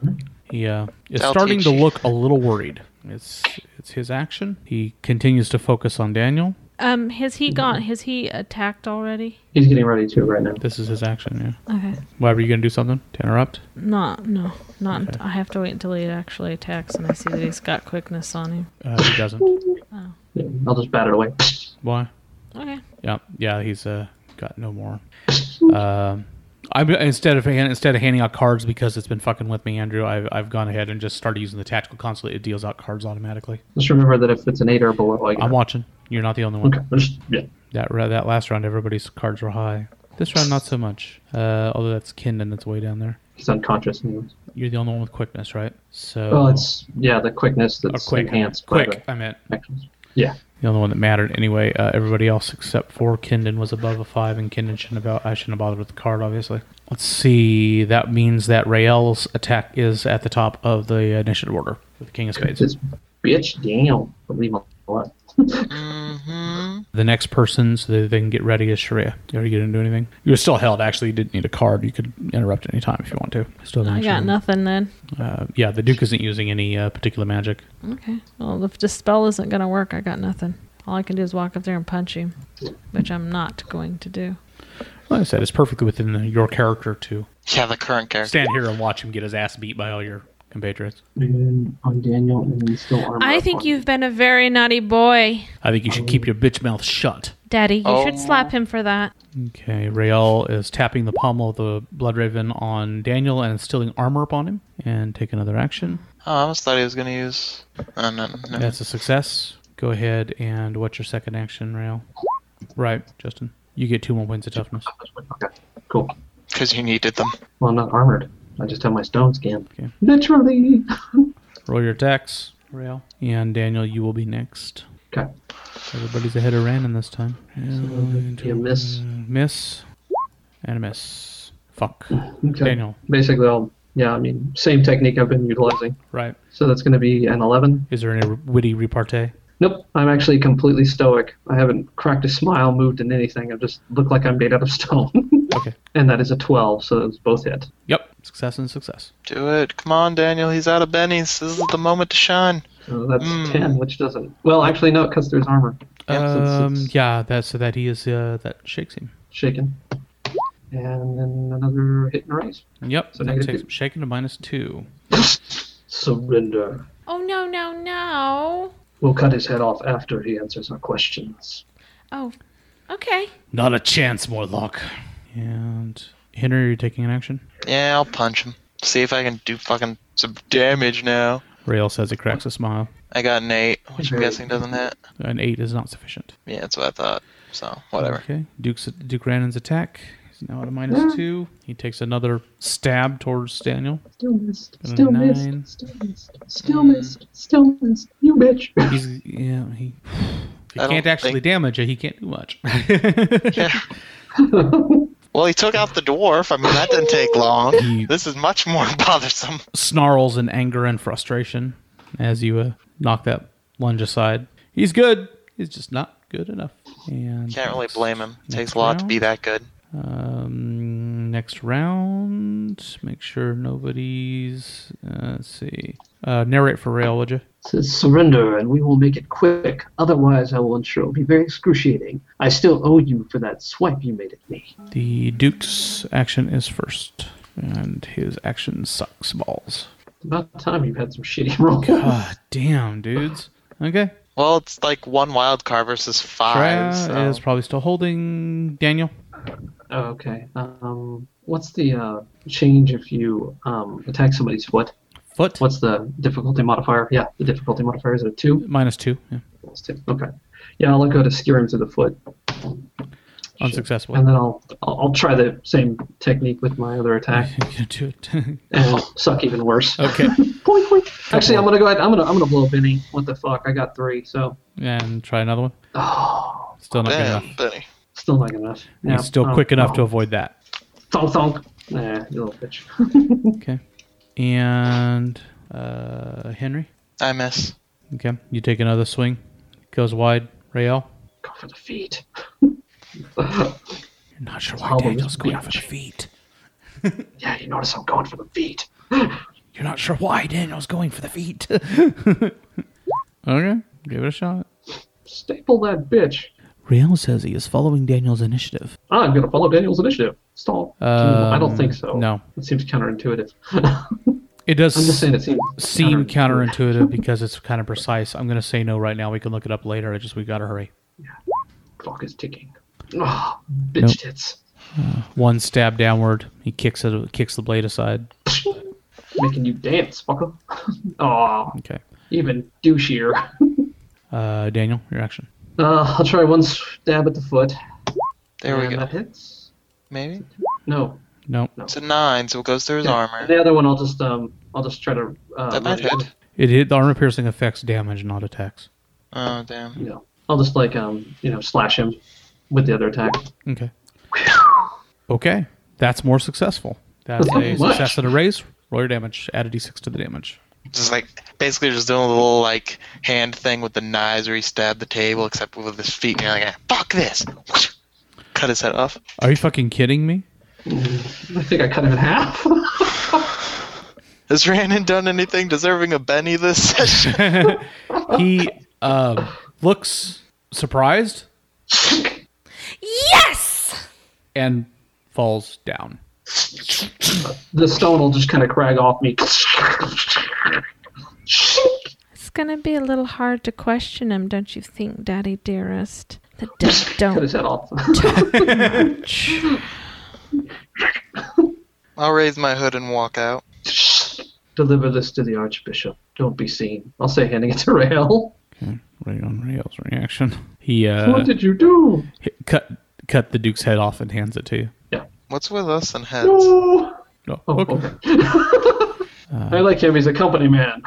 [SPEAKER 9] He uh, is
[SPEAKER 6] That'll
[SPEAKER 9] starting
[SPEAKER 6] teach
[SPEAKER 9] to
[SPEAKER 6] you.
[SPEAKER 9] look a little worried. It's it's his action. He continues to focus on Daniel.
[SPEAKER 8] Um, has he gone? Has he attacked already?
[SPEAKER 5] He's getting ready to right now.
[SPEAKER 9] This is his action. Yeah.
[SPEAKER 8] Okay.
[SPEAKER 9] Why were you going to do something to interrupt?
[SPEAKER 8] Not, no, not. I have to wait until he actually attacks, and I see that he's got quickness on him.
[SPEAKER 9] Uh, he doesn't.
[SPEAKER 5] Yeah, I'll just bat it away.
[SPEAKER 9] Why?
[SPEAKER 8] Okay.
[SPEAKER 9] Yeah, yeah, he's uh, got no more. Um I'm instead of hand- instead of handing out cards because it's been fucking with me, Andrew. I've, I've gone ahead and just started using the tactical console. It deals out cards automatically.
[SPEAKER 5] Just remember that if it's an eight or below, like
[SPEAKER 9] I'm watching. You're not the only one.
[SPEAKER 5] okay, just yeah.
[SPEAKER 9] That ra- that last round, everybody's cards were high. This round, not so much. Uh, although that's Kindon that's way down there.
[SPEAKER 5] He's unconscious. Anyways.
[SPEAKER 9] You're the only one with quickness, right? So
[SPEAKER 5] Well, it's yeah, the quickness
[SPEAKER 9] or
[SPEAKER 5] that's
[SPEAKER 9] quick,
[SPEAKER 5] enhanced. by
[SPEAKER 9] quick. I meant
[SPEAKER 5] the actions. Yeah.
[SPEAKER 9] the only one that mattered anyway. Uh, everybody else except for Kindon was above a five, and Kindon shouldn't have. I shouldn't have bothered with the card, obviously. Let's see. That means that Rael's attack is at the top of the initiative order with the King of Spades.
[SPEAKER 5] This bitch, damn. Leave him alone.
[SPEAKER 9] The next person, so that they can get ready, is Sharia. Are you going to do anything? You were still held. Actually, you didn't need a card. You could interrupt at any time if you want to. Still
[SPEAKER 8] I got nothing then.
[SPEAKER 9] Uh, yeah, the Duke isn't using any uh, particular magic.
[SPEAKER 8] Okay. Well, if this spell isn't gonna work, I got nothing. All I can do is walk up there and punch him, which I'm not going to do.
[SPEAKER 9] Like I said, it's perfectly within the, your character to
[SPEAKER 6] Yeah, the current character.
[SPEAKER 9] stand here and watch him get his ass beat by all your compatriots.
[SPEAKER 5] And on Daniel, and then still armor.
[SPEAKER 8] I
[SPEAKER 5] up
[SPEAKER 8] think
[SPEAKER 5] on
[SPEAKER 8] you've been a very naughty boy,
[SPEAKER 9] I think you should keep your bitch mouth shut.
[SPEAKER 8] Daddy. You should slap him for that.
[SPEAKER 9] Okay, Rael is tapping the pommel of the Blood Raven on Daniel and instilling armor upon him. And take another action.
[SPEAKER 6] Oh, I almost thought he was gonna use. Oh, no, no.
[SPEAKER 9] That's a success. Go ahead and what's your second action, Rail? Right, Justin. You get two more points of toughness.
[SPEAKER 5] Okay, cool.
[SPEAKER 6] Because you needed them.
[SPEAKER 5] Well, I'm not armored. I just have my stone skin.
[SPEAKER 9] Okay.
[SPEAKER 5] Literally.
[SPEAKER 9] Roll your attacks, Rail. And Daniel, you will be next.
[SPEAKER 5] Okay.
[SPEAKER 9] Everybody's ahead of Randon this time. And
[SPEAKER 5] You miss.
[SPEAKER 9] miss. And a miss. Fuck.
[SPEAKER 5] Okay.
[SPEAKER 9] Daniel.
[SPEAKER 5] Basically, I'll. Yeah, I mean, same technique I've been utilizing.
[SPEAKER 9] Right.
[SPEAKER 5] So that's going to be an 11.
[SPEAKER 9] Is there any witty repartee?
[SPEAKER 5] Nope, I'm actually completely stoic. I haven't cracked a smile, moved in anything. I just look like I'm made out of stone.
[SPEAKER 9] Okay.
[SPEAKER 5] and that is a 12, so those both hit.
[SPEAKER 9] Yep. Success and success.
[SPEAKER 6] Do it. Come on, Daniel. He's out of bennies. This is the moment to shine.
[SPEAKER 5] So that's
[SPEAKER 6] Mm.
[SPEAKER 5] 10, which doesn't. Well, actually, no, because there's armor. Yep, so
[SPEAKER 9] Um,
[SPEAKER 5] it's- it's
[SPEAKER 9] yeah, that's so that he is uh, that shakes him.
[SPEAKER 5] shaken. And then another hit and raise.
[SPEAKER 9] Yep.
[SPEAKER 5] So
[SPEAKER 9] that
[SPEAKER 5] negative
[SPEAKER 9] takes
[SPEAKER 5] two.
[SPEAKER 9] him shaken to minus two.
[SPEAKER 5] Surrender.
[SPEAKER 8] Oh no no no!
[SPEAKER 5] We'll cut his head off after he answers our questions.
[SPEAKER 8] Oh, okay.
[SPEAKER 9] Not a chance, Morlock. And Henry, are you taking an action?
[SPEAKER 6] Yeah, I'll punch him. See if I can do fucking some damage now.
[SPEAKER 9] Rail says it cracks a smile.
[SPEAKER 6] I got an eight, which I'm
[SPEAKER 5] Great.
[SPEAKER 6] guessing doesn't hit.
[SPEAKER 9] An eight is not sufficient.
[SPEAKER 6] Yeah, that's what I thought. So whatever.
[SPEAKER 9] Okay. Duke's Duke Rannon's attack. He's now at a minus two. He takes another stab towards Daniel.
[SPEAKER 5] Still missed.
[SPEAKER 9] Got a
[SPEAKER 5] Still
[SPEAKER 9] nine.
[SPEAKER 5] missed. Still missed. Still missed. Still missed. You bitch.
[SPEAKER 9] He's yeah, he he
[SPEAKER 6] I don't
[SPEAKER 9] can't actually
[SPEAKER 6] think-
[SPEAKER 9] damage it. He can't do much.
[SPEAKER 6] Yeah. well, he took out the dwarf. I mean, that didn't take long.
[SPEAKER 9] He-
[SPEAKER 6] This is much more bothersome.
[SPEAKER 9] Snarls in anger and frustration as you uh, knock that lunge aside. He's good. He's just not good enough. And
[SPEAKER 6] Can't really
[SPEAKER 9] next-
[SPEAKER 6] blame him.
[SPEAKER 9] next
[SPEAKER 6] Takes a lot to
[SPEAKER 9] round.
[SPEAKER 6] be that good.
[SPEAKER 9] Um, next round. Make sure nobody's. Uh, let's see. Uh, narrate for Rail, would you?
[SPEAKER 5] Says surrender, and we will make it quick. Otherwise, I will ensure it will be very excruciating. I still owe you for that swipe you made at me.
[SPEAKER 9] The Duke's action is first, and his action sucks balls.
[SPEAKER 5] About time you've had some shitty roll.
[SPEAKER 9] Ah, damn, dudes. Okay.
[SPEAKER 6] Well, it's like one wild card versus five.
[SPEAKER 9] Shreya
[SPEAKER 6] So.
[SPEAKER 9] is probably still holding Daniel.
[SPEAKER 5] Oh, okay. Um, what's the uh, change if you um, attack somebody's foot?
[SPEAKER 9] Foot
[SPEAKER 5] What's the difficulty modifier? Yeah, the difficulty modifier is a two.
[SPEAKER 9] minus two. Yeah.
[SPEAKER 5] It's two. Okay. Yeah, I'll go to skewer him to the foot,
[SPEAKER 9] Unsuccessful.
[SPEAKER 5] and then I'll I'll, I'll try the same technique with my other attack.
[SPEAKER 9] You do it.
[SPEAKER 5] and it'll suck even worse.
[SPEAKER 9] okay.
[SPEAKER 5] Boink, boink. Actually, I'm gonna go ahead. I'm gonna I'm gonna blow Benny. What the fuck? I got three, so
[SPEAKER 9] And try another one.
[SPEAKER 5] oh,
[SPEAKER 9] Still not good enough.
[SPEAKER 6] Damn, Benny.
[SPEAKER 5] still not enough. Yeah,
[SPEAKER 9] He's still
[SPEAKER 5] oh,
[SPEAKER 9] quick enough to
[SPEAKER 5] oh.
[SPEAKER 9] avoid that.
[SPEAKER 5] Thunk thunk. Nah, you little bitch.
[SPEAKER 9] Okay. And uh, Henry.
[SPEAKER 6] I miss.
[SPEAKER 9] Okay. You take another swing. Goes wide. Rael.
[SPEAKER 5] go for the feet.
[SPEAKER 9] You're not sure
[SPEAKER 5] How
[SPEAKER 9] why
[SPEAKER 5] about
[SPEAKER 9] Daniel's
[SPEAKER 5] this
[SPEAKER 9] going for the
[SPEAKER 5] bitch?
[SPEAKER 9] feet.
[SPEAKER 5] Yeah, you notice I'm going for the feet.
[SPEAKER 9] You're not sure why Daniel's going for the feet. okay. Give it a shot.
[SPEAKER 5] Staple that bitch. Ah,
[SPEAKER 9] Rael says he is following Daniel's initiative.
[SPEAKER 5] I'm gonna follow Daniel's initiative. Stall. I don't
[SPEAKER 9] Um,
[SPEAKER 5] think so.
[SPEAKER 9] no.
[SPEAKER 5] It seems counterintuitive. I'm
[SPEAKER 9] It does
[SPEAKER 5] just saying it seems
[SPEAKER 9] seem counterintuitive because it's kind of precise. I'm gonna say no right now. We can look it up later. I just we gotta hurry.
[SPEAKER 5] Clock is ticking. Ah, bitch
[SPEAKER 9] Nope.
[SPEAKER 5] tits.
[SPEAKER 9] One stab downward. He kicks it. Kicks the blade aside.
[SPEAKER 5] Making you dance, fucker. Aw,
[SPEAKER 9] Okay.
[SPEAKER 5] even douchier.
[SPEAKER 9] Uh, Daniel, your action.
[SPEAKER 5] Uh, I'll try one stab at the foot.
[SPEAKER 6] There we
[SPEAKER 5] and
[SPEAKER 6] go.
[SPEAKER 5] That hits.
[SPEAKER 6] Maybe
[SPEAKER 5] No.
[SPEAKER 9] No,
[SPEAKER 6] it's a nine, so it goes through his armor.
[SPEAKER 5] The other one, I'll just um, I'll just try to. Uh,
[SPEAKER 6] That might hit.
[SPEAKER 9] it hit. The armor piercing affects damage, not attacks.
[SPEAKER 6] Oh damn.
[SPEAKER 5] You know, I'll just like um, you know, slash him with the other attack.
[SPEAKER 9] Okay. Okay, that's more successful. That's a
[SPEAKER 5] What?
[SPEAKER 9] success at a raise. Roll your damage. Add a d6 to the damage.
[SPEAKER 6] Just like basically just doing a little like hand thing with the knives where he stabbed the table, except with his feet. And you're like, "Ah, fuck this. Cut his head off.
[SPEAKER 9] Are you fucking kidding me?
[SPEAKER 5] I think I cut him in half.
[SPEAKER 6] Has Randon done anything deserving a Benny this session?
[SPEAKER 9] He um, looks surprised
[SPEAKER 8] Yes!
[SPEAKER 9] and falls down.
[SPEAKER 5] the stone will just kind of crag off me.
[SPEAKER 8] It's gonna be a little hard to question him, don't you think, Daddy dearest? The dead don't
[SPEAKER 5] Cut his head off.
[SPEAKER 6] I'll raise my hood and walk out.
[SPEAKER 5] Deliver this to the archbishop. Don't be seen. I'll say handing it to Rael.
[SPEAKER 9] Right on Rails reaction. He
[SPEAKER 5] what
[SPEAKER 9] uh,
[SPEAKER 5] did you do?
[SPEAKER 9] hit- cut cut the duke's head off and hands it to you.
[SPEAKER 6] What's with us and heads?
[SPEAKER 5] Oh,
[SPEAKER 9] Oh,
[SPEAKER 5] oh,
[SPEAKER 9] okay.
[SPEAKER 5] okay. I like him. He's a company man.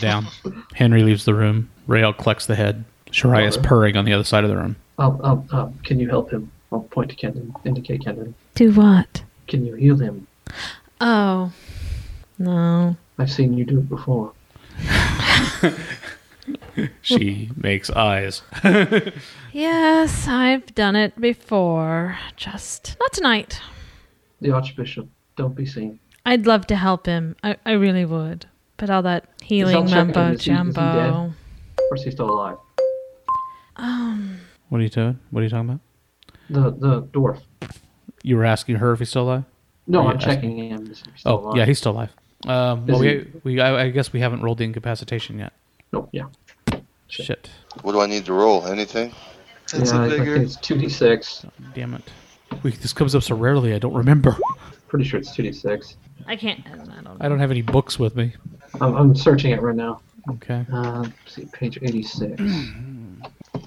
[SPEAKER 9] down. Henry leaves the room. Rael collects the head. Shariah is purring on the other side of the room.
[SPEAKER 5] um, um, um, can you help him? I'll point to Kendon. Indicate Kendon.
[SPEAKER 8] do what?
[SPEAKER 5] Can you heal him?
[SPEAKER 8] Oh. No.
[SPEAKER 5] I've seen you do it before.
[SPEAKER 9] She makes eyes.
[SPEAKER 8] Yes, I've done it before. Just not tonight.
[SPEAKER 5] The archbishop. Don't be seen.
[SPEAKER 8] I'd love to help him. I, I really would. But all that
[SPEAKER 5] I'll
[SPEAKER 8] healing
[SPEAKER 5] check on him.
[SPEAKER 8] mumbo
[SPEAKER 5] Is he- is he
[SPEAKER 8] jumbo.
[SPEAKER 5] dead? Of course, he's still alive.
[SPEAKER 8] Um,
[SPEAKER 9] What are you doing? What are you talking about?
[SPEAKER 5] The the dwarf.
[SPEAKER 9] You were asking her if he's still alive.
[SPEAKER 5] No,
[SPEAKER 9] Yeah,
[SPEAKER 5] I'm
[SPEAKER 9] I see.
[SPEAKER 5] checking him. He's still
[SPEAKER 9] Oh,
[SPEAKER 5] alive.
[SPEAKER 9] yeah, he's still alive. Um, well,
[SPEAKER 5] Is
[SPEAKER 9] we, we I, I guess we haven't rolled the incapacitation yet.
[SPEAKER 5] No, yeah.
[SPEAKER 9] Shit.
[SPEAKER 4] What do I need to roll? Anything?
[SPEAKER 6] That's
[SPEAKER 5] yeah,
[SPEAKER 6] a
[SPEAKER 5] I think
[SPEAKER 6] bigger.
[SPEAKER 5] it's 2d6.
[SPEAKER 9] Damn it. We, this comes up so rarely. I don't remember.
[SPEAKER 5] Pretty sure it's 2d6.
[SPEAKER 8] I can't. I don't know.
[SPEAKER 9] I don't have any books with me.
[SPEAKER 5] I'm, I'm searching it right now.
[SPEAKER 9] Okay.
[SPEAKER 5] Uh, let's see, page 86.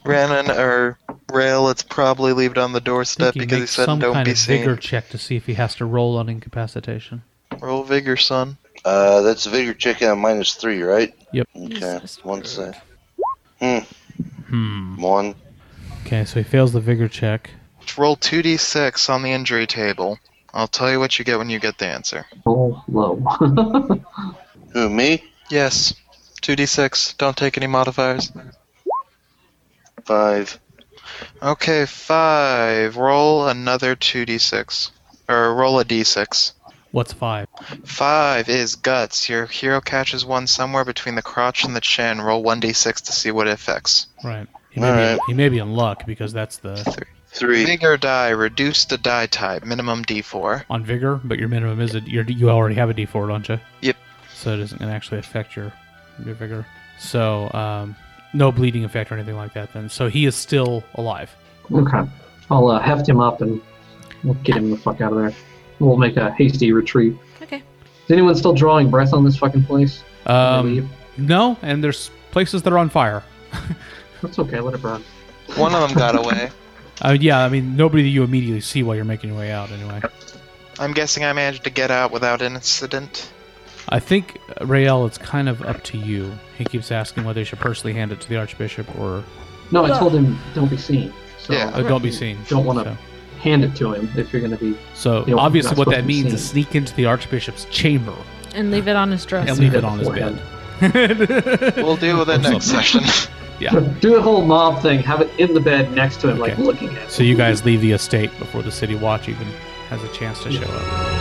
[SPEAKER 6] Randon or Rail, let's probably leave it on the
[SPEAKER 9] I
[SPEAKER 6] doorstep
[SPEAKER 9] think he
[SPEAKER 6] because he
[SPEAKER 9] makes
[SPEAKER 6] said
[SPEAKER 9] some
[SPEAKER 6] don't
[SPEAKER 9] kind
[SPEAKER 6] be
[SPEAKER 9] of
[SPEAKER 6] seen.
[SPEAKER 9] vigor check to see if he has to roll on incapacitation.
[SPEAKER 6] Roll vigor, son.
[SPEAKER 4] Uh, that's vigor check at minus three, right?
[SPEAKER 9] Yep.
[SPEAKER 4] Okay.
[SPEAKER 8] Jesus.
[SPEAKER 4] One sec. Hmm.
[SPEAKER 9] Hmm.
[SPEAKER 4] One.
[SPEAKER 9] Okay, so he fails the vigor check.
[SPEAKER 6] Let's roll 2d6 on the injury table. I'll tell you what you get when you get the answer.
[SPEAKER 5] Oh, low.
[SPEAKER 4] Who me?
[SPEAKER 6] Yes. 2d6. Don't take any modifiers.
[SPEAKER 4] Five.
[SPEAKER 6] Okay, 5. Roll another 2d6. Or roll a d6.
[SPEAKER 9] What's five?
[SPEAKER 6] 5 is guts. Your hero catches one somewhere between the crotch and the chin. Roll 1d6 to see what it affects.
[SPEAKER 9] Right. He may, be,
[SPEAKER 4] Alright.
[SPEAKER 9] he may be in luck because that's the
[SPEAKER 4] Three.
[SPEAKER 6] Vigor die. Reduce the die type. Minimum d4.
[SPEAKER 9] on vigor, but your minimum is a, your, you already have a d4, don't you?
[SPEAKER 6] Yep.
[SPEAKER 9] So it isn't going to actually affect your your vigor. So um, no bleeding effect or anything like that. Then so he is still alive.
[SPEAKER 5] okay. I'll uh, heft him up and we'll get him the fuck out of there. We'll make a hasty retreat.
[SPEAKER 8] Okay.
[SPEAKER 5] Is anyone still drawing breath on this fucking place? Can I
[SPEAKER 9] Um,
[SPEAKER 5] leave?
[SPEAKER 9] no, and there's places that are on fire.
[SPEAKER 5] That's okay, let it burn.
[SPEAKER 6] One of them got away.
[SPEAKER 9] Uh, yeah, I mean nobody that you immediately see while you're making your way out. Anyway,
[SPEAKER 6] I'm guessing I managed to get out without incident.
[SPEAKER 9] I think uh, Rael, it's kind of up to you. He keeps asking whether he should personally hand it to the archbishop or
[SPEAKER 5] No, I told him don't be seen. So
[SPEAKER 6] Yeah.
[SPEAKER 9] uh, don't be seen.
[SPEAKER 5] Don't wanna-
[SPEAKER 9] So-
[SPEAKER 5] hand it to him if you're going to be.
[SPEAKER 9] So,
[SPEAKER 5] You know,
[SPEAKER 9] obviously,
[SPEAKER 5] that's
[SPEAKER 9] what
[SPEAKER 5] what
[SPEAKER 9] that
[SPEAKER 5] I'm
[SPEAKER 9] means
[SPEAKER 5] saying.
[SPEAKER 9] is sneak into the archbishop's chamber
[SPEAKER 8] And leave it on his
[SPEAKER 9] and
[SPEAKER 8] dress.
[SPEAKER 9] leave it on his bed.
[SPEAKER 5] beforehand.
[SPEAKER 6] We'll deal with that next session.
[SPEAKER 5] Do a whole mob thing. Have it in the bed next to him, like
[SPEAKER 9] Okay.
[SPEAKER 5] looking at him.
[SPEAKER 9] So you guys leave the estate before the city watch even has a chance to show up.